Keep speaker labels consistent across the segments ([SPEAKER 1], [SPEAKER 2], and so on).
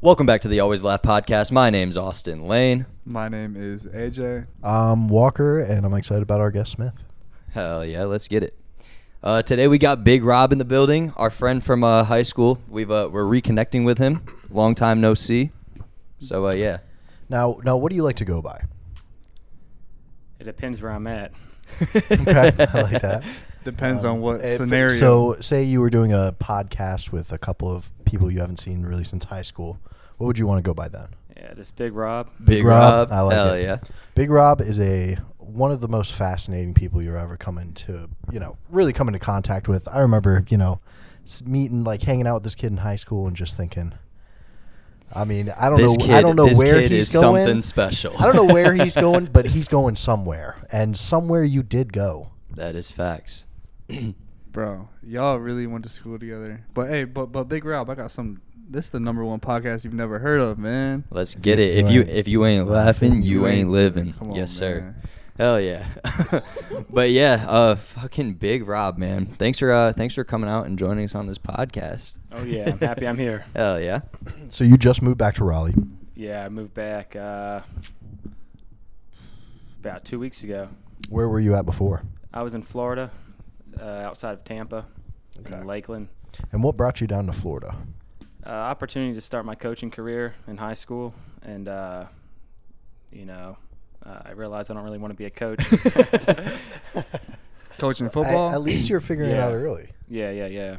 [SPEAKER 1] Welcome back to the Always Laugh podcast. My name's Austin Lane.
[SPEAKER 2] My name is AJ.
[SPEAKER 3] I'm Walker, and I'm excited about our guest Smith.
[SPEAKER 1] Hell yeah, let's get it. Uh, today we got Big Rob in the building, our friend from uh, high school. We've uh, we're reconnecting with him. Long time no see. So uh, yeah,
[SPEAKER 3] Now, now, what do you like to go by?
[SPEAKER 4] It depends where I'm at.
[SPEAKER 3] Okay, I like that. Um,
[SPEAKER 2] Depends on what
[SPEAKER 3] if-
[SPEAKER 2] scenario.
[SPEAKER 3] So, say you were doing a podcast with a couple of people you haven't seen really since high school. What would you want to go by then?
[SPEAKER 4] Yeah, this big Rob.
[SPEAKER 1] Big Rob.
[SPEAKER 3] I like
[SPEAKER 1] Hell
[SPEAKER 3] it.
[SPEAKER 1] yeah.
[SPEAKER 3] Big Rob is a one of the most fascinating people you're ever come into, you know, really come into contact with. I remember, you know, s- meeting like hanging out with this kid in high school and just thinking. I mean, I don't
[SPEAKER 1] This
[SPEAKER 3] know. I
[SPEAKER 1] kid-
[SPEAKER 3] don't know
[SPEAKER 1] this
[SPEAKER 3] where
[SPEAKER 1] kid
[SPEAKER 3] he's
[SPEAKER 1] is
[SPEAKER 3] going.
[SPEAKER 1] something special.
[SPEAKER 3] I don't know where he's going, but he's going somewhere, and somewhere you did go.
[SPEAKER 1] that is facts.
[SPEAKER 2] Bro, y'all really went to school together. But hey, but but Big Rob, I got some. This is the number one podcast you've never heard of, man.
[SPEAKER 1] Let's get it. If you if you ain't laughing, you ain't living.
[SPEAKER 2] Come on,
[SPEAKER 1] yes, sir.
[SPEAKER 2] man.
[SPEAKER 1] Hell yeah. but yeah, uh, fucking Big Rob, man. Thanks for uh, thanks for coming out and joining us on this podcast.
[SPEAKER 4] Oh, yeah, I'm happy I'm here.
[SPEAKER 1] Hell yeah.
[SPEAKER 3] So you just moved back to Raleigh.
[SPEAKER 4] Yeah, I moved back uh, about two weeks ago.
[SPEAKER 3] Where were you at before?
[SPEAKER 4] I was in Florida, uh, outside of Tampa,
[SPEAKER 3] Okay.
[SPEAKER 4] in Lakeland.
[SPEAKER 3] And what brought you down to Florida?
[SPEAKER 4] Uh, opportunity to start my coaching career in high school, and uh, you know, uh, I realized I don't really want to be a coach.
[SPEAKER 2] Coaching
[SPEAKER 3] I-
[SPEAKER 2] football.
[SPEAKER 3] at least you're figuring it
[SPEAKER 4] Yeah.
[SPEAKER 3] out early.
[SPEAKER 4] yeah, yeah, yeah.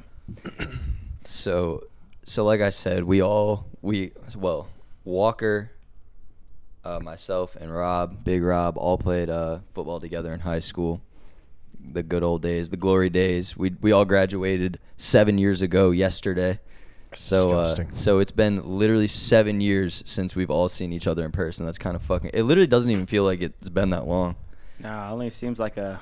[SPEAKER 1] So so like I said, we all we well, Walker, uh, myself and Rob, Big Rob all played uh, football together in high school. The good old days, the glory days. We we all graduated 7 years ago yesterday. So, uh,
[SPEAKER 3] Disgusting.
[SPEAKER 1] so it's been literally seven years since we've all seen each other in person. That's kind of fucking. It literally doesn't even feel like it's been that long,
[SPEAKER 4] Nah, it only seems like a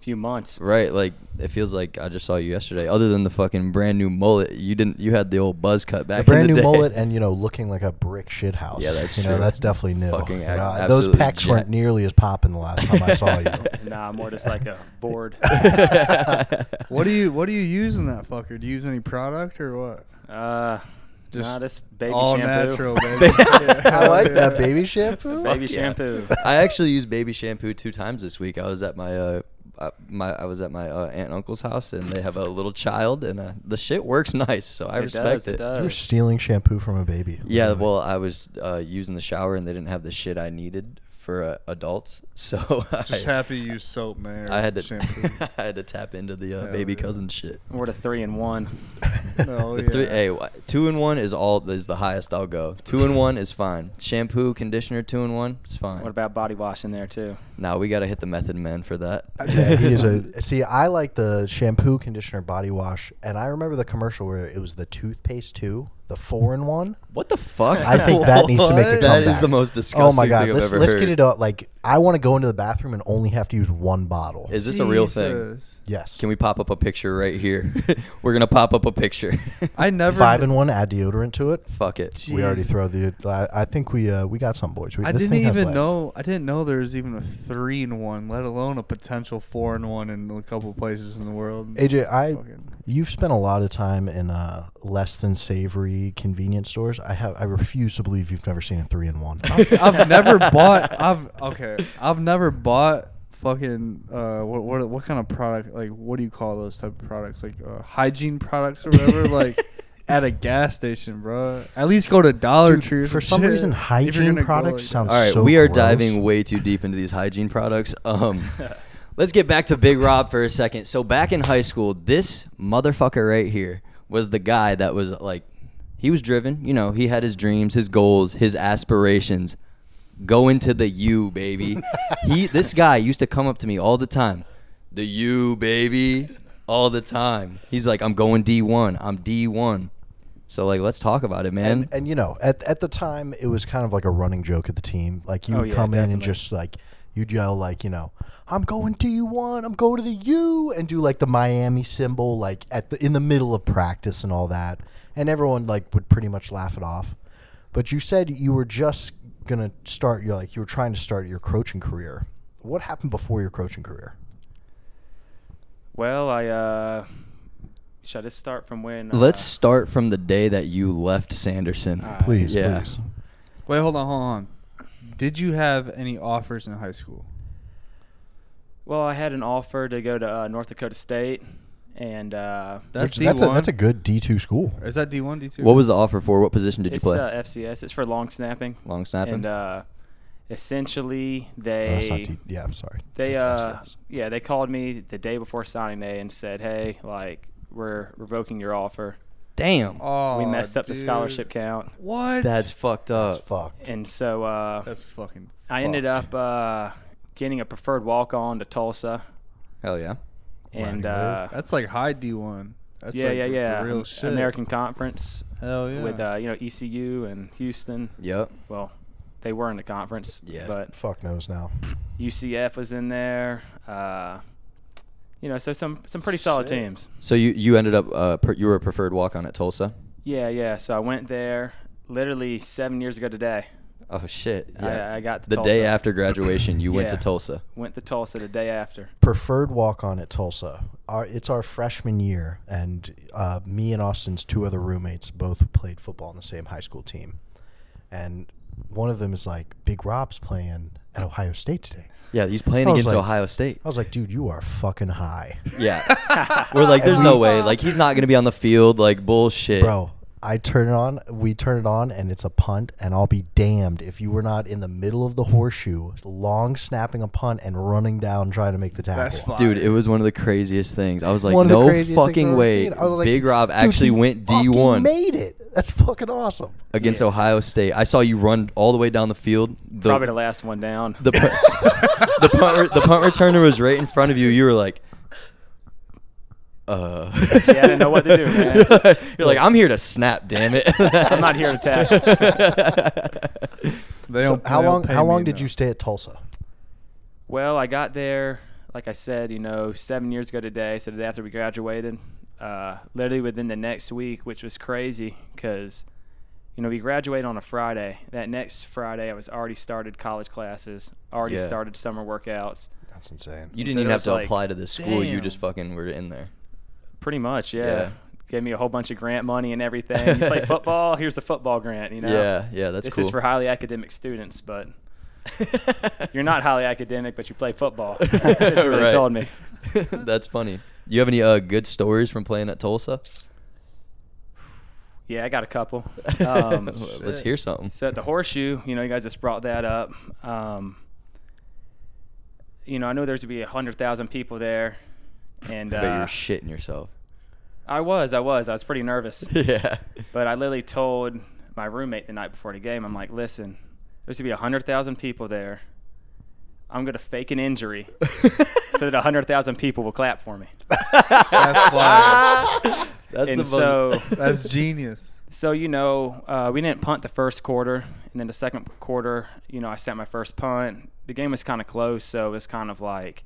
[SPEAKER 4] few months.
[SPEAKER 1] right? Like it feels like I just saw you yesterday. Other than the fucking brand new mullet, you didn't. You had the old buzz cut back.
[SPEAKER 3] a
[SPEAKER 1] in
[SPEAKER 3] brand new
[SPEAKER 1] day.
[SPEAKER 3] mullet and you know looking like a brick shit house.
[SPEAKER 1] Yeah, that's
[SPEAKER 3] you know
[SPEAKER 1] true.
[SPEAKER 3] that's definitely new.
[SPEAKER 1] Fucking
[SPEAKER 3] You
[SPEAKER 1] ac-
[SPEAKER 3] know, those
[SPEAKER 1] absolutely
[SPEAKER 3] packs weren't
[SPEAKER 1] jet.
[SPEAKER 3] nearly as popping the last time I saw you.
[SPEAKER 4] Nah, more just like a board.
[SPEAKER 2] what do you What do you use in that fucker? Do you use any product or what?
[SPEAKER 4] Uh,
[SPEAKER 2] Just
[SPEAKER 4] nah, this baby
[SPEAKER 2] all
[SPEAKER 4] shampoo.
[SPEAKER 2] natural, baby.
[SPEAKER 3] I like that baby shampoo.
[SPEAKER 1] Fuck
[SPEAKER 4] Baby
[SPEAKER 1] yeah.
[SPEAKER 4] shampoo.
[SPEAKER 1] I actually used baby shampoo two times this week. I was at my uh, uh, my I was at my uh, aunt and uncle's house, and they have a little child, and uh, the shit works nice. So I
[SPEAKER 4] It
[SPEAKER 1] respect
[SPEAKER 4] does,
[SPEAKER 1] it.
[SPEAKER 4] it does.
[SPEAKER 3] You're stealing shampoo from a baby.
[SPEAKER 1] Yeah,
[SPEAKER 3] Really.
[SPEAKER 1] well, I was uh, using the shower and they didn't have the shit I needed for uh, adults, so
[SPEAKER 2] Just
[SPEAKER 1] I,
[SPEAKER 2] happy you use soap, man. or
[SPEAKER 1] I had to
[SPEAKER 2] shampoo.
[SPEAKER 1] I had to tap into the uh,
[SPEAKER 2] Hell
[SPEAKER 1] baby
[SPEAKER 2] yeah.
[SPEAKER 1] cousin shit.
[SPEAKER 4] We're the three and one.
[SPEAKER 2] no,
[SPEAKER 3] Oh,
[SPEAKER 1] The
[SPEAKER 2] yeah.
[SPEAKER 1] three, hey, wh- two and one is all is the highest I'll go. Two and one is fine. Shampoo, conditioner, two and one is fine.
[SPEAKER 4] What about body wash in there too?
[SPEAKER 1] Now we gotta hit the Method Man for that.
[SPEAKER 3] yeah, he is a. See, I like the shampoo, conditioner, body wash, and I remember the commercial where it was the toothpaste too, the four in one.
[SPEAKER 1] What the fuck?
[SPEAKER 3] I think that needs to make a
[SPEAKER 1] What? That is
[SPEAKER 3] comeback.
[SPEAKER 1] the most disgusting
[SPEAKER 3] Oh my god,
[SPEAKER 1] thing I've
[SPEAKER 3] let's,
[SPEAKER 1] ever
[SPEAKER 3] let's
[SPEAKER 1] heard.
[SPEAKER 3] get it out. Like, I want to go into the bathroom and only have to use one bottle.
[SPEAKER 1] Is this a real thing?
[SPEAKER 2] Jesus.
[SPEAKER 3] yes,
[SPEAKER 1] Can we pop up a picture right here? We're gonna pop up a picture.
[SPEAKER 2] I never.
[SPEAKER 3] five in one? Add deodorant to it.
[SPEAKER 1] Fuck it.
[SPEAKER 3] We already
[SPEAKER 2] Jeez.
[SPEAKER 3] throw the. I, I think we uh, we got some boys. We,
[SPEAKER 2] I
[SPEAKER 3] this
[SPEAKER 2] didn't
[SPEAKER 3] thing has
[SPEAKER 2] even
[SPEAKER 3] legs.
[SPEAKER 2] know. I didn't know there was even a three in one, let alone a potential four in one in a couple places in the world.
[SPEAKER 3] AJ, I
[SPEAKER 2] Fucking-
[SPEAKER 3] you've spent a lot of time in uh, less than savory convenience stores. I have. I refuse to believe you've never seen a three in one.
[SPEAKER 2] I've, I've never bought. I've okay. I've never bought fucking uh what what what kind of product like what do you call those type of products like uh, hygiene products or whatever like at a gas station, bro. At least go to Dollar
[SPEAKER 3] Dude,
[SPEAKER 2] Tree or
[SPEAKER 3] for
[SPEAKER 2] some
[SPEAKER 3] some
[SPEAKER 2] shit.
[SPEAKER 3] reason,
[SPEAKER 2] If you're
[SPEAKER 3] hygiene
[SPEAKER 2] gonna go
[SPEAKER 3] products
[SPEAKER 2] that.
[SPEAKER 3] sounds
[SPEAKER 1] All right,
[SPEAKER 3] so
[SPEAKER 1] we are
[SPEAKER 3] gross.
[SPEAKER 1] diving way too deep into these hygiene products. Um, let's get back to Big Rob for a second. So back in high school, this motherfucker right here was the guy that was like, he was driven. You know, he had his dreams, his goals, his aspirations. Go into the U, baby. he, this guy used to come up to me all the time, the U, baby, all the time. He's like, I'm going D1. I'm D1. So like, let's talk about it, man.
[SPEAKER 3] And, and you know, at at the time, it was kind of like a running joke at the team. Like you
[SPEAKER 4] Oh,
[SPEAKER 3] would
[SPEAKER 4] yeah,
[SPEAKER 3] come in and
[SPEAKER 4] definitely.
[SPEAKER 3] just like you'd yell like you know, I'm going to one, I'm going to the U, and do like the Miami symbol like at the in the middle of practice and all that, and everyone like would pretty much laugh it off. But you said you were just gonna start. You're like you were trying to start your coaching career. What happened before your coaching career?
[SPEAKER 4] Well, I uh, should I just start from when? uh,
[SPEAKER 1] Let's start from the day that you left Sanderson.
[SPEAKER 4] All right.
[SPEAKER 3] Please,
[SPEAKER 1] Uh, Yeah.
[SPEAKER 3] please.
[SPEAKER 2] Wait, hold on, hold on. Did you have any offers in high school?
[SPEAKER 4] Well, I had an offer to go to uh, North Dakota State, and uh,
[SPEAKER 2] That's
[SPEAKER 3] Which- that's a
[SPEAKER 2] D1?
[SPEAKER 3] that's a good D two school.
[SPEAKER 2] Is that D one, D two?
[SPEAKER 1] What was the offer for? What position did you
[SPEAKER 4] it's
[SPEAKER 1] play?
[SPEAKER 4] Uh, FCS. It's for long snapping.
[SPEAKER 1] Long snapping.
[SPEAKER 4] And uh, essentially,
[SPEAKER 3] Oh, that's not
[SPEAKER 4] they
[SPEAKER 3] D- yeah, I'm sorry.
[SPEAKER 4] they
[SPEAKER 3] That's
[SPEAKER 4] uh,
[SPEAKER 3] FCS.
[SPEAKER 4] yeah they called me the day before signing day and said, hey, like we're revoking your offer.
[SPEAKER 1] Damn.
[SPEAKER 2] Oh,
[SPEAKER 4] we messed up the
[SPEAKER 2] dude.
[SPEAKER 4] scholarship count,
[SPEAKER 2] What?
[SPEAKER 1] That's fucked
[SPEAKER 3] that's
[SPEAKER 1] up.
[SPEAKER 3] fucked.
[SPEAKER 4] and so uh,
[SPEAKER 2] that's fucking.
[SPEAKER 4] I ended
[SPEAKER 2] fucked.
[SPEAKER 4] up uh, getting a preferred walk on to Tulsa,
[SPEAKER 1] Hell yeah.
[SPEAKER 4] and
[SPEAKER 3] Rowdy
[SPEAKER 4] uh,
[SPEAKER 3] move.
[SPEAKER 2] That's like high D one. That's
[SPEAKER 4] yeah,
[SPEAKER 2] like
[SPEAKER 4] yeah,
[SPEAKER 2] the- the
[SPEAKER 4] yeah,
[SPEAKER 2] real
[SPEAKER 4] Am-
[SPEAKER 2] shit.
[SPEAKER 4] American Conference
[SPEAKER 2] Hell yeah.
[SPEAKER 4] with uh, you know ECU and Houston.
[SPEAKER 1] Yep.
[SPEAKER 4] Well, they were in the conference,
[SPEAKER 1] Yeah.
[SPEAKER 4] but
[SPEAKER 3] Fuck knows now.
[SPEAKER 4] UCF was in there. Uh, you know, so some some pretty solid
[SPEAKER 2] Sick.
[SPEAKER 4] teams.
[SPEAKER 1] So you you ended up uh, per, you were a preferred walk on at Tulsa.
[SPEAKER 4] Yeah, yeah. So I went there literally seven years ago today.
[SPEAKER 1] Oh shit. Yeah.
[SPEAKER 4] I, I got to
[SPEAKER 1] the day
[SPEAKER 4] Tulsa.
[SPEAKER 1] after graduation, you went to
[SPEAKER 4] Yeah.
[SPEAKER 1] Tulsa.
[SPEAKER 4] Went to Tulsa the day after.
[SPEAKER 3] preferred walk on at Tulsa. Our, it's our freshman year, and uh, me and Austin's two other roommates both played football on the same high school team. And one of them is like, Big Rob's playing at Ohio State today.
[SPEAKER 1] Yeah, he's playing
[SPEAKER 3] I was
[SPEAKER 1] against
[SPEAKER 3] like-
[SPEAKER 1] Ohio State.
[SPEAKER 3] I was like, dude, you are fucking high.
[SPEAKER 1] Yeah. we're like, there's no way. Like he's not gonna be on the field. Like bullshit.
[SPEAKER 3] Bro, I turn it on, we turn it on, and it's a punt, and I'll be damned if you were not in the middle of the horseshoe, long snapping a punt and running down trying to make the tackle.
[SPEAKER 2] That's fine.
[SPEAKER 1] Dude, it was one of the craziest things. I was like,
[SPEAKER 3] One of the
[SPEAKER 1] no
[SPEAKER 3] craziest things I've
[SPEAKER 1] fucking
[SPEAKER 3] ever
[SPEAKER 1] way.
[SPEAKER 3] seen. I was like,
[SPEAKER 1] Big Rob
[SPEAKER 3] dude,
[SPEAKER 1] actually
[SPEAKER 3] he
[SPEAKER 1] went
[SPEAKER 3] fucking
[SPEAKER 1] D1
[SPEAKER 3] Made it. That's fucking awesome.
[SPEAKER 1] against
[SPEAKER 4] Yeah.
[SPEAKER 1] Ohio State. I saw you run all the way down the field. The,
[SPEAKER 4] Probably the last one down.
[SPEAKER 1] the pu- the punt re- the punt returner was right in front of you. You were like, uh,
[SPEAKER 4] Yeah, I didn't know what to do, man.
[SPEAKER 1] You're like, I'm here to snap, damn it.
[SPEAKER 4] I'm not here to
[SPEAKER 3] tackle.
[SPEAKER 2] They
[SPEAKER 3] So
[SPEAKER 2] don't, they
[SPEAKER 3] how
[SPEAKER 2] don't
[SPEAKER 3] long?
[SPEAKER 2] pay
[SPEAKER 3] How
[SPEAKER 2] me
[SPEAKER 3] long did
[SPEAKER 2] enough.
[SPEAKER 3] you stay at Tulsa?
[SPEAKER 4] Well, I got there, like I said, you know, seven years ago today. So the day after we graduated, uh, literally within the next week, which was crazy because, you know, we graduated on a Friday. That next Friday, I was already started college classes, already
[SPEAKER 1] Yeah.
[SPEAKER 4] started summer workouts.
[SPEAKER 3] That's insane.
[SPEAKER 1] You
[SPEAKER 4] So
[SPEAKER 1] didn't even
[SPEAKER 4] there
[SPEAKER 1] have
[SPEAKER 4] was
[SPEAKER 1] to
[SPEAKER 4] like,
[SPEAKER 1] apply to this school. You just
[SPEAKER 2] damn.
[SPEAKER 1] fucking were in there.
[SPEAKER 4] Pretty much, yeah.
[SPEAKER 1] Yeah.
[SPEAKER 4] Gave me a whole bunch of grant money and everything. You play football? Here's the football grant. You know.
[SPEAKER 1] Yeah, yeah, that's
[SPEAKER 4] this
[SPEAKER 1] cool.
[SPEAKER 4] is for highly academic students, but you're not highly academic, but you play football. That's what they
[SPEAKER 1] Right.
[SPEAKER 4] told me.
[SPEAKER 1] That's funny. You have any uh, good stories from playing at Tulsa?
[SPEAKER 4] Yeah, I got a couple. Um,
[SPEAKER 1] Let's hear something.
[SPEAKER 4] So at the horseshoe, you know, you guys just brought that up. Um, you know, I know there's to be a hundred thousand people there, and
[SPEAKER 1] I bet you
[SPEAKER 4] uh,
[SPEAKER 1] were shitting yourself.
[SPEAKER 4] I was, I was, I was pretty nervous.
[SPEAKER 1] yeah.
[SPEAKER 4] but I literally told my roommate the night before the game, I'm like, listen, there's to be a hundred thousand people there. I'm gonna fake an injury so that a hundred thousand people will clap for me.
[SPEAKER 2] That's fire.
[SPEAKER 1] That's
[SPEAKER 4] and
[SPEAKER 1] the most-
[SPEAKER 4] so,
[SPEAKER 2] That's genius.
[SPEAKER 4] so you know, uh, we didn't punt the first quarter, and then the second quarter, you know, I sent my first punt. The game was kind of close, so it was kind of like,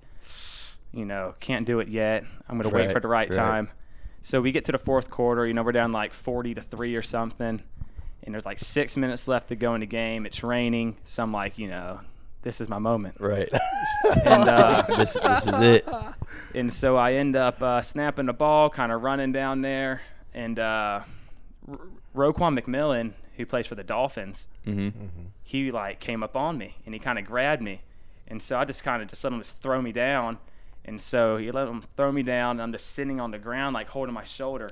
[SPEAKER 4] you know, can't do it yet. I'm gonna
[SPEAKER 1] Right,
[SPEAKER 4] wait for the right,
[SPEAKER 1] right.
[SPEAKER 4] time. So we get to the fourth quarter, you know, we're down like 40 to three or something, and there's like six minutes left to go in the game. It's raining, so I'm like, you know, this is my moment.
[SPEAKER 1] right.
[SPEAKER 4] And, uh,
[SPEAKER 1] this, this is it.
[SPEAKER 4] and so I end up uh, snapping the ball, kind of running down there, and uh, R- Roquan McMillan, who plays for the Dolphins,
[SPEAKER 1] hmm
[SPEAKER 3] Mm-hmm.
[SPEAKER 4] he like came up on me and he kind of grabbed me, and so I just kind of just let him just throw me down, and so he let him throw me down, and I'm just sitting on the ground like holding my shoulder.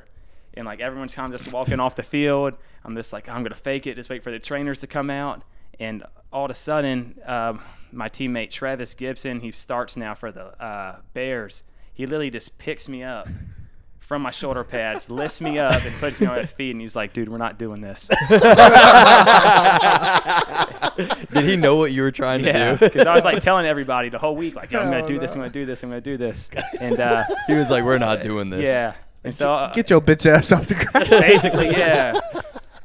[SPEAKER 4] And like everyone's kind of just walking off the field, I'm just like I'm gonna fake it. Just wait for the trainers to come out, and all of a sudden, um, my teammate Travis Gibson, he starts now for the uh, Bears. He literally just picks me up from my shoulder pads, lifts me up, and puts me on my feet. And he's like, "Dude, we're not doing this."
[SPEAKER 1] Did he know what you were trying
[SPEAKER 4] Yeah,
[SPEAKER 1] to do?
[SPEAKER 4] because I was like telling everybody the whole week, like, "Yo, I'm gonna
[SPEAKER 2] Oh,
[SPEAKER 4] do this, I'm
[SPEAKER 2] no.
[SPEAKER 4] gonna do this, I'm gonna do this, and uh,
[SPEAKER 1] he was like, "We're not doing this."
[SPEAKER 4] yeah, and so uh,
[SPEAKER 2] Get your bitch ass off the ground.
[SPEAKER 4] basically, yeah,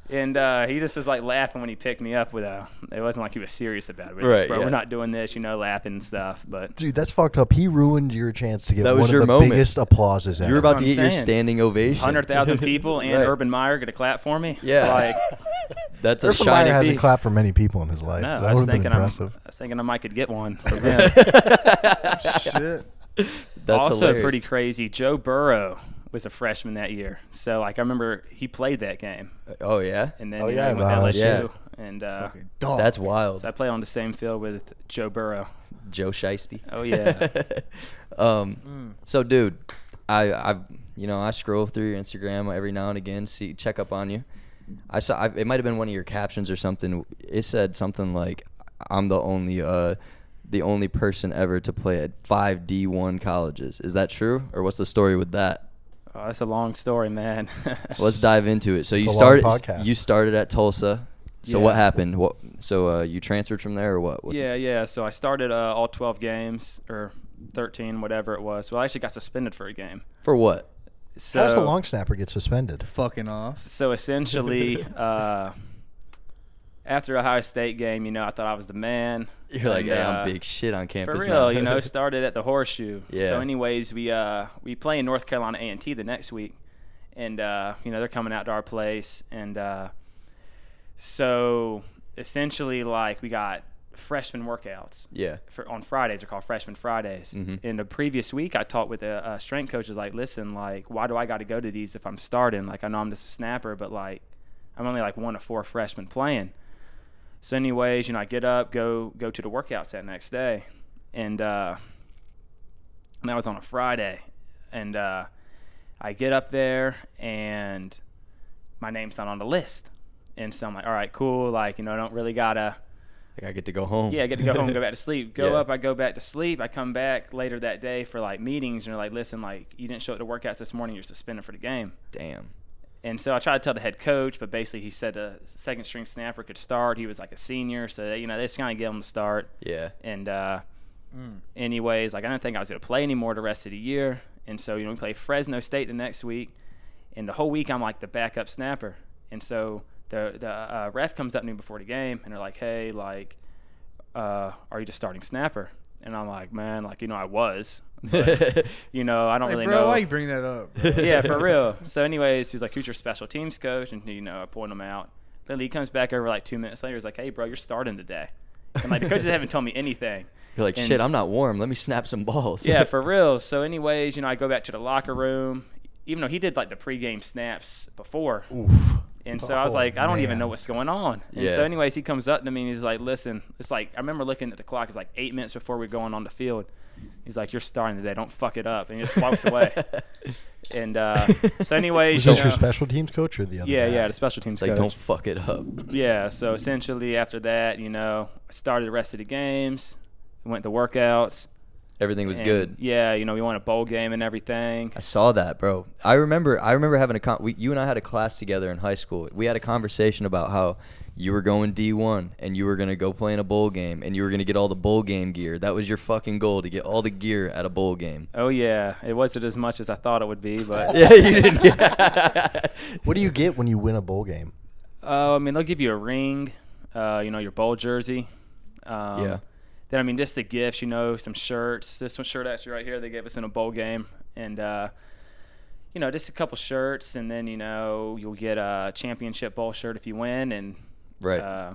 [SPEAKER 4] and uh, he just was like laughing when he picked me up with a. It wasn't like he was serious about it, but,
[SPEAKER 1] Right,
[SPEAKER 4] Bro,
[SPEAKER 1] yeah.
[SPEAKER 4] we're not doing this, you know, laughing and stuff, but
[SPEAKER 3] Dude, that's fucked up. He ruined your chance to get
[SPEAKER 1] That
[SPEAKER 3] one
[SPEAKER 1] was your
[SPEAKER 3] of the
[SPEAKER 1] moment.
[SPEAKER 3] biggest applauses ever.
[SPEAKER 1] You were about
[SPEAKER 4] what
[SPEAKER 1] to
[SPEAKER 4] I'm
[SPEAKER 1] get your
[SPEAKER 4] saying.
[SPEAKER 1] standing ovation.
[SPEAKER 4] hundred thousand people and
[SPEAKER 1] Right.
[SPEAKER 4] Urban Meyer gonna clap for me.
[SPEAKER 1] Yeah.
[SPEAKER 4] like
[SPEAKER 1] That's a
[SPEAKER 3] Urban Meyer
[SPEAKER 1] shining.
[SPEAKER 3] hasn't
[SPEAKER 1] peak.
[SPEAKER 3] clapped for many people in his life.
[SPEAKER 4] no,
[SPEAKER 3] that
[SPEAKER 4] I
[SPEAKER 3] would have
[SPEAKER 4] was
[SPEAKER 3] been
[SPEAKER 4] thinking I'm, I
[SPEAKER 3] impressive.
[SPEAKER 4] was thinking I might could get one from him.
[SPEAKER 2] Shit.
[SPEAKER 1] That's
[SPEAKER 4] also
[SPEAKER 1] hilarious.
[SPEAKER 4] pretty crazy. Joe Burrow was a freshman that year. So like I remember he played that game,
[SPEAKER 1] Oh yeah,
[SPEAKER 4] and then
[SPEAKER 3] Oh,
[SPEAKER 4] you know,
[SPEAKER 3] yeah,
[SPEAKER 4] he went to
[SPEAKER 3] wow.
[SPEAKER 4] LSU,
[SPEAKER 1] Yeah.
[SPEAKER 4] and uh,
[SPEAKER 2] Dog.
[SPEAKER 1] that's wild.
[SPEAKER 4] so I played on the same field with Joe Burrow.
[SPEAKER 1] Joe Shiesty.
[SPEAKER 4] Oh, yeah. Mm.
[SPEAKER 1] um, so dude, I I you know I scroll through your Instagram every now and again, see check up on you. I saw I, it might have been one of your captions or something. It said something like, "I'm the only uh." The only person ever to play at five D1 colleges. Is that true? Or what's the story with that?
[SPEAKER 4] Oh, that's a long story, man.
[SPEAKER 1] Let's dive into it. So
[SPEAKER 3] It's
[SPEAKER 1] you
[SPEAKER 3] a long
[SPEAKER 1] started.
[SPEAKER 3] podcast.
[SPEAKER 1] You started at Tulsa. So
[SPEAKER 4] Yeah.
[SPEAKER 1] what happened? What? So uh, you transferred from there, or what? What's
[SPEAKER 4] yeah, yeah. So I started uh, all 12 games or 13, whatever it was. Well, I actually got suspended for a game.
[SPEAKER 1] For what?
[SPEAKER 4] So
[SPEAKER 3] How's the long snapper get suspended?
[SPEAKER 2] fucking off.
[SPEAKER 4] So essentially, uh, after Ohio State game, you know, I thought I was the man.
[SPEAKER 1] You're like,
[SPEAKER 4] And,
[SPEAKER 1] yeah,
[SPEAKER 4] uh,
[SPEAKER 1] I'm big shit on
[SPEAKER 4] For
[SPEAKER 1] campus. now."
[SPEAKER 4] real, you know, started at the horseshoe.
[SPEAKER 1] Yeah.
[SPEAKER 4] So, anyways, we uh we play in North Carolina A and T the next week, and uh, you know they're coming out to our place, and uh, so essentially like we got freshman workouts
[SPEAKER 1] yeah.
[SPEAKER 4] for on Fridays. They're called freshman Fridays.
[SPEAKER 1] Mhm.
[SPEAKER 4] In the previous week, I talked with a, a strength coach. Is like, listen, like, why do I got to go to these if I'm starting? Like, I know I'm just a snapper, but like, I'm only like one of four freshmen playing. So, anyways, you know, I get up, go go to the workouts that next day, and uh, and that was on a Friday, and uh, I get up there and my name's not on the list, and so I'm like, all right, cool, like, you know, I don't really gotta.
[SPEAKER 1] Like I get to go home.
[SPEAKER 4] Yeah, I get to go home, go back to sleep. Go
[SPEAKER 1] Yeah.
[SPEAKER 4] up, I go back to sleep. I come back later that day for like meetings, and they're like, "Listen, like you didn't show up to workouts this morning. You're suspended for the game."
[SPEAKER 1] Damn.
[SPEAKER 4] And so I tried to tell the head coach, but basically he said the second string snapper could start. He was like a senior, so they, you know they just kind of gave him the start.
[SPEAKER 1] Yeah.
[SPEAKER 4] And uh,
[SPEAKER 2] Mm.
[SPEAKER 4] anyways, like I didn't think I was gonna play anymore the rest of the year. And so you know we play Fresno State the next week, and the whole week I'm like the backup snapper. And so the the uh, ref comes up to me before the game, and they're like, "Hey, like, uh, are you just starting snapper?" And I'm like, "Man, like you know I was, you know I don't
[SPEAKER 2] Like,
[SPEAKER 4] really
[SPEAKER 2] bro,
[SPEAKER 4] know."
[SPEAKER 2] why you bring that up? bro?
[SPEAKER 4] yeah, for real. So, anyways, he's like, "Who's your special teams coach?" And you know, I point him out. Then he comes back over like two minutes later. He's like, "Hey, bro, you're starting today." And like the coaches haven't told me anything.
[SPEAKER 1] You're like,
[SPEAKER 4] And-
[SPEAKER 1] shit, I'm not warm. Let me snap some balls.
[SPEAKER 4] Yeah, for real. So, anyways, you know, I go back to the locker room, even though he did like the pregame snaps before.
[SPEAKER 3] Oof.
[SPEAKER 4] And so I was
[SPEAKER 3] Oh,
[SPEAKER 4] like, I don't even
[SPEAKER 3] man.
[SPEAKER 4] know what's going on. And
[SPEAKER 1] Yeah.
[SPEAKER 4] so, anyways, he comes up to me and he's like, Listen, it's like, I remember looking at the clock. It's like eight minutes before we're going on the field. He's like, You're starting today. Don't fuck it up. And he just walks away. And uh, so, anyways,
[SPEAKER 3] Is
[SPEAKER 4] you
[SPEAKER 3] this your
[SPEAKER 4] know-
[SPEAKER 3] special teams coach or the other?
[SPEAKER 4] yeah,
[SPEAKER 3] guy?
[SPEAKER 4] yeah, the special teams
[SPEAKER 1] It's like,
[SPEAKER 4] coach.
[SPEAKER 1] don't fuck it up.
[SPEAKER 4] Yeah, so essentially after that, you know, I started the rest of the games, went to workouts.
[SPEAKER 1] Everything was
[SPEAKER 4] and,
[SPEAKER 1] good.
[SPEAKER 4] Yeah, you know, we won a bowl game and everything.
[SPEAKER 1] I saw that, bro. I remember. I remember having a con- we, you and I had a class together in high school. We had a conversation about how you were going D1 and you were gonna go play in a bowl game and you were gonna get all the bowl game gear. That was your fucking goal to get all the gear at a bowl game.
[SPEAKER 4] Oh yeah, it wasn't as much as I thought it would be, but
[SPEAKER 1] yeah, you didn't.
[SPEAKER 3] What do you get when you win a bowl game?
[SPEAKER 4] Uh, I mean, they'll give you a ring, uh, you know, your bowl jersey. Um,
[SPEAKER 1] Yeah.
[SPEAKER 4] Then I mean, just the gifts, you know, some shirts. This one shirt actually right here they gave us in a bowl game, and uh, you know, just a couple shirts, and then you know you'll get a championship bowl shirt if you win, and
[SPEAKER 1] Right.
[SPEAKER 4] uh,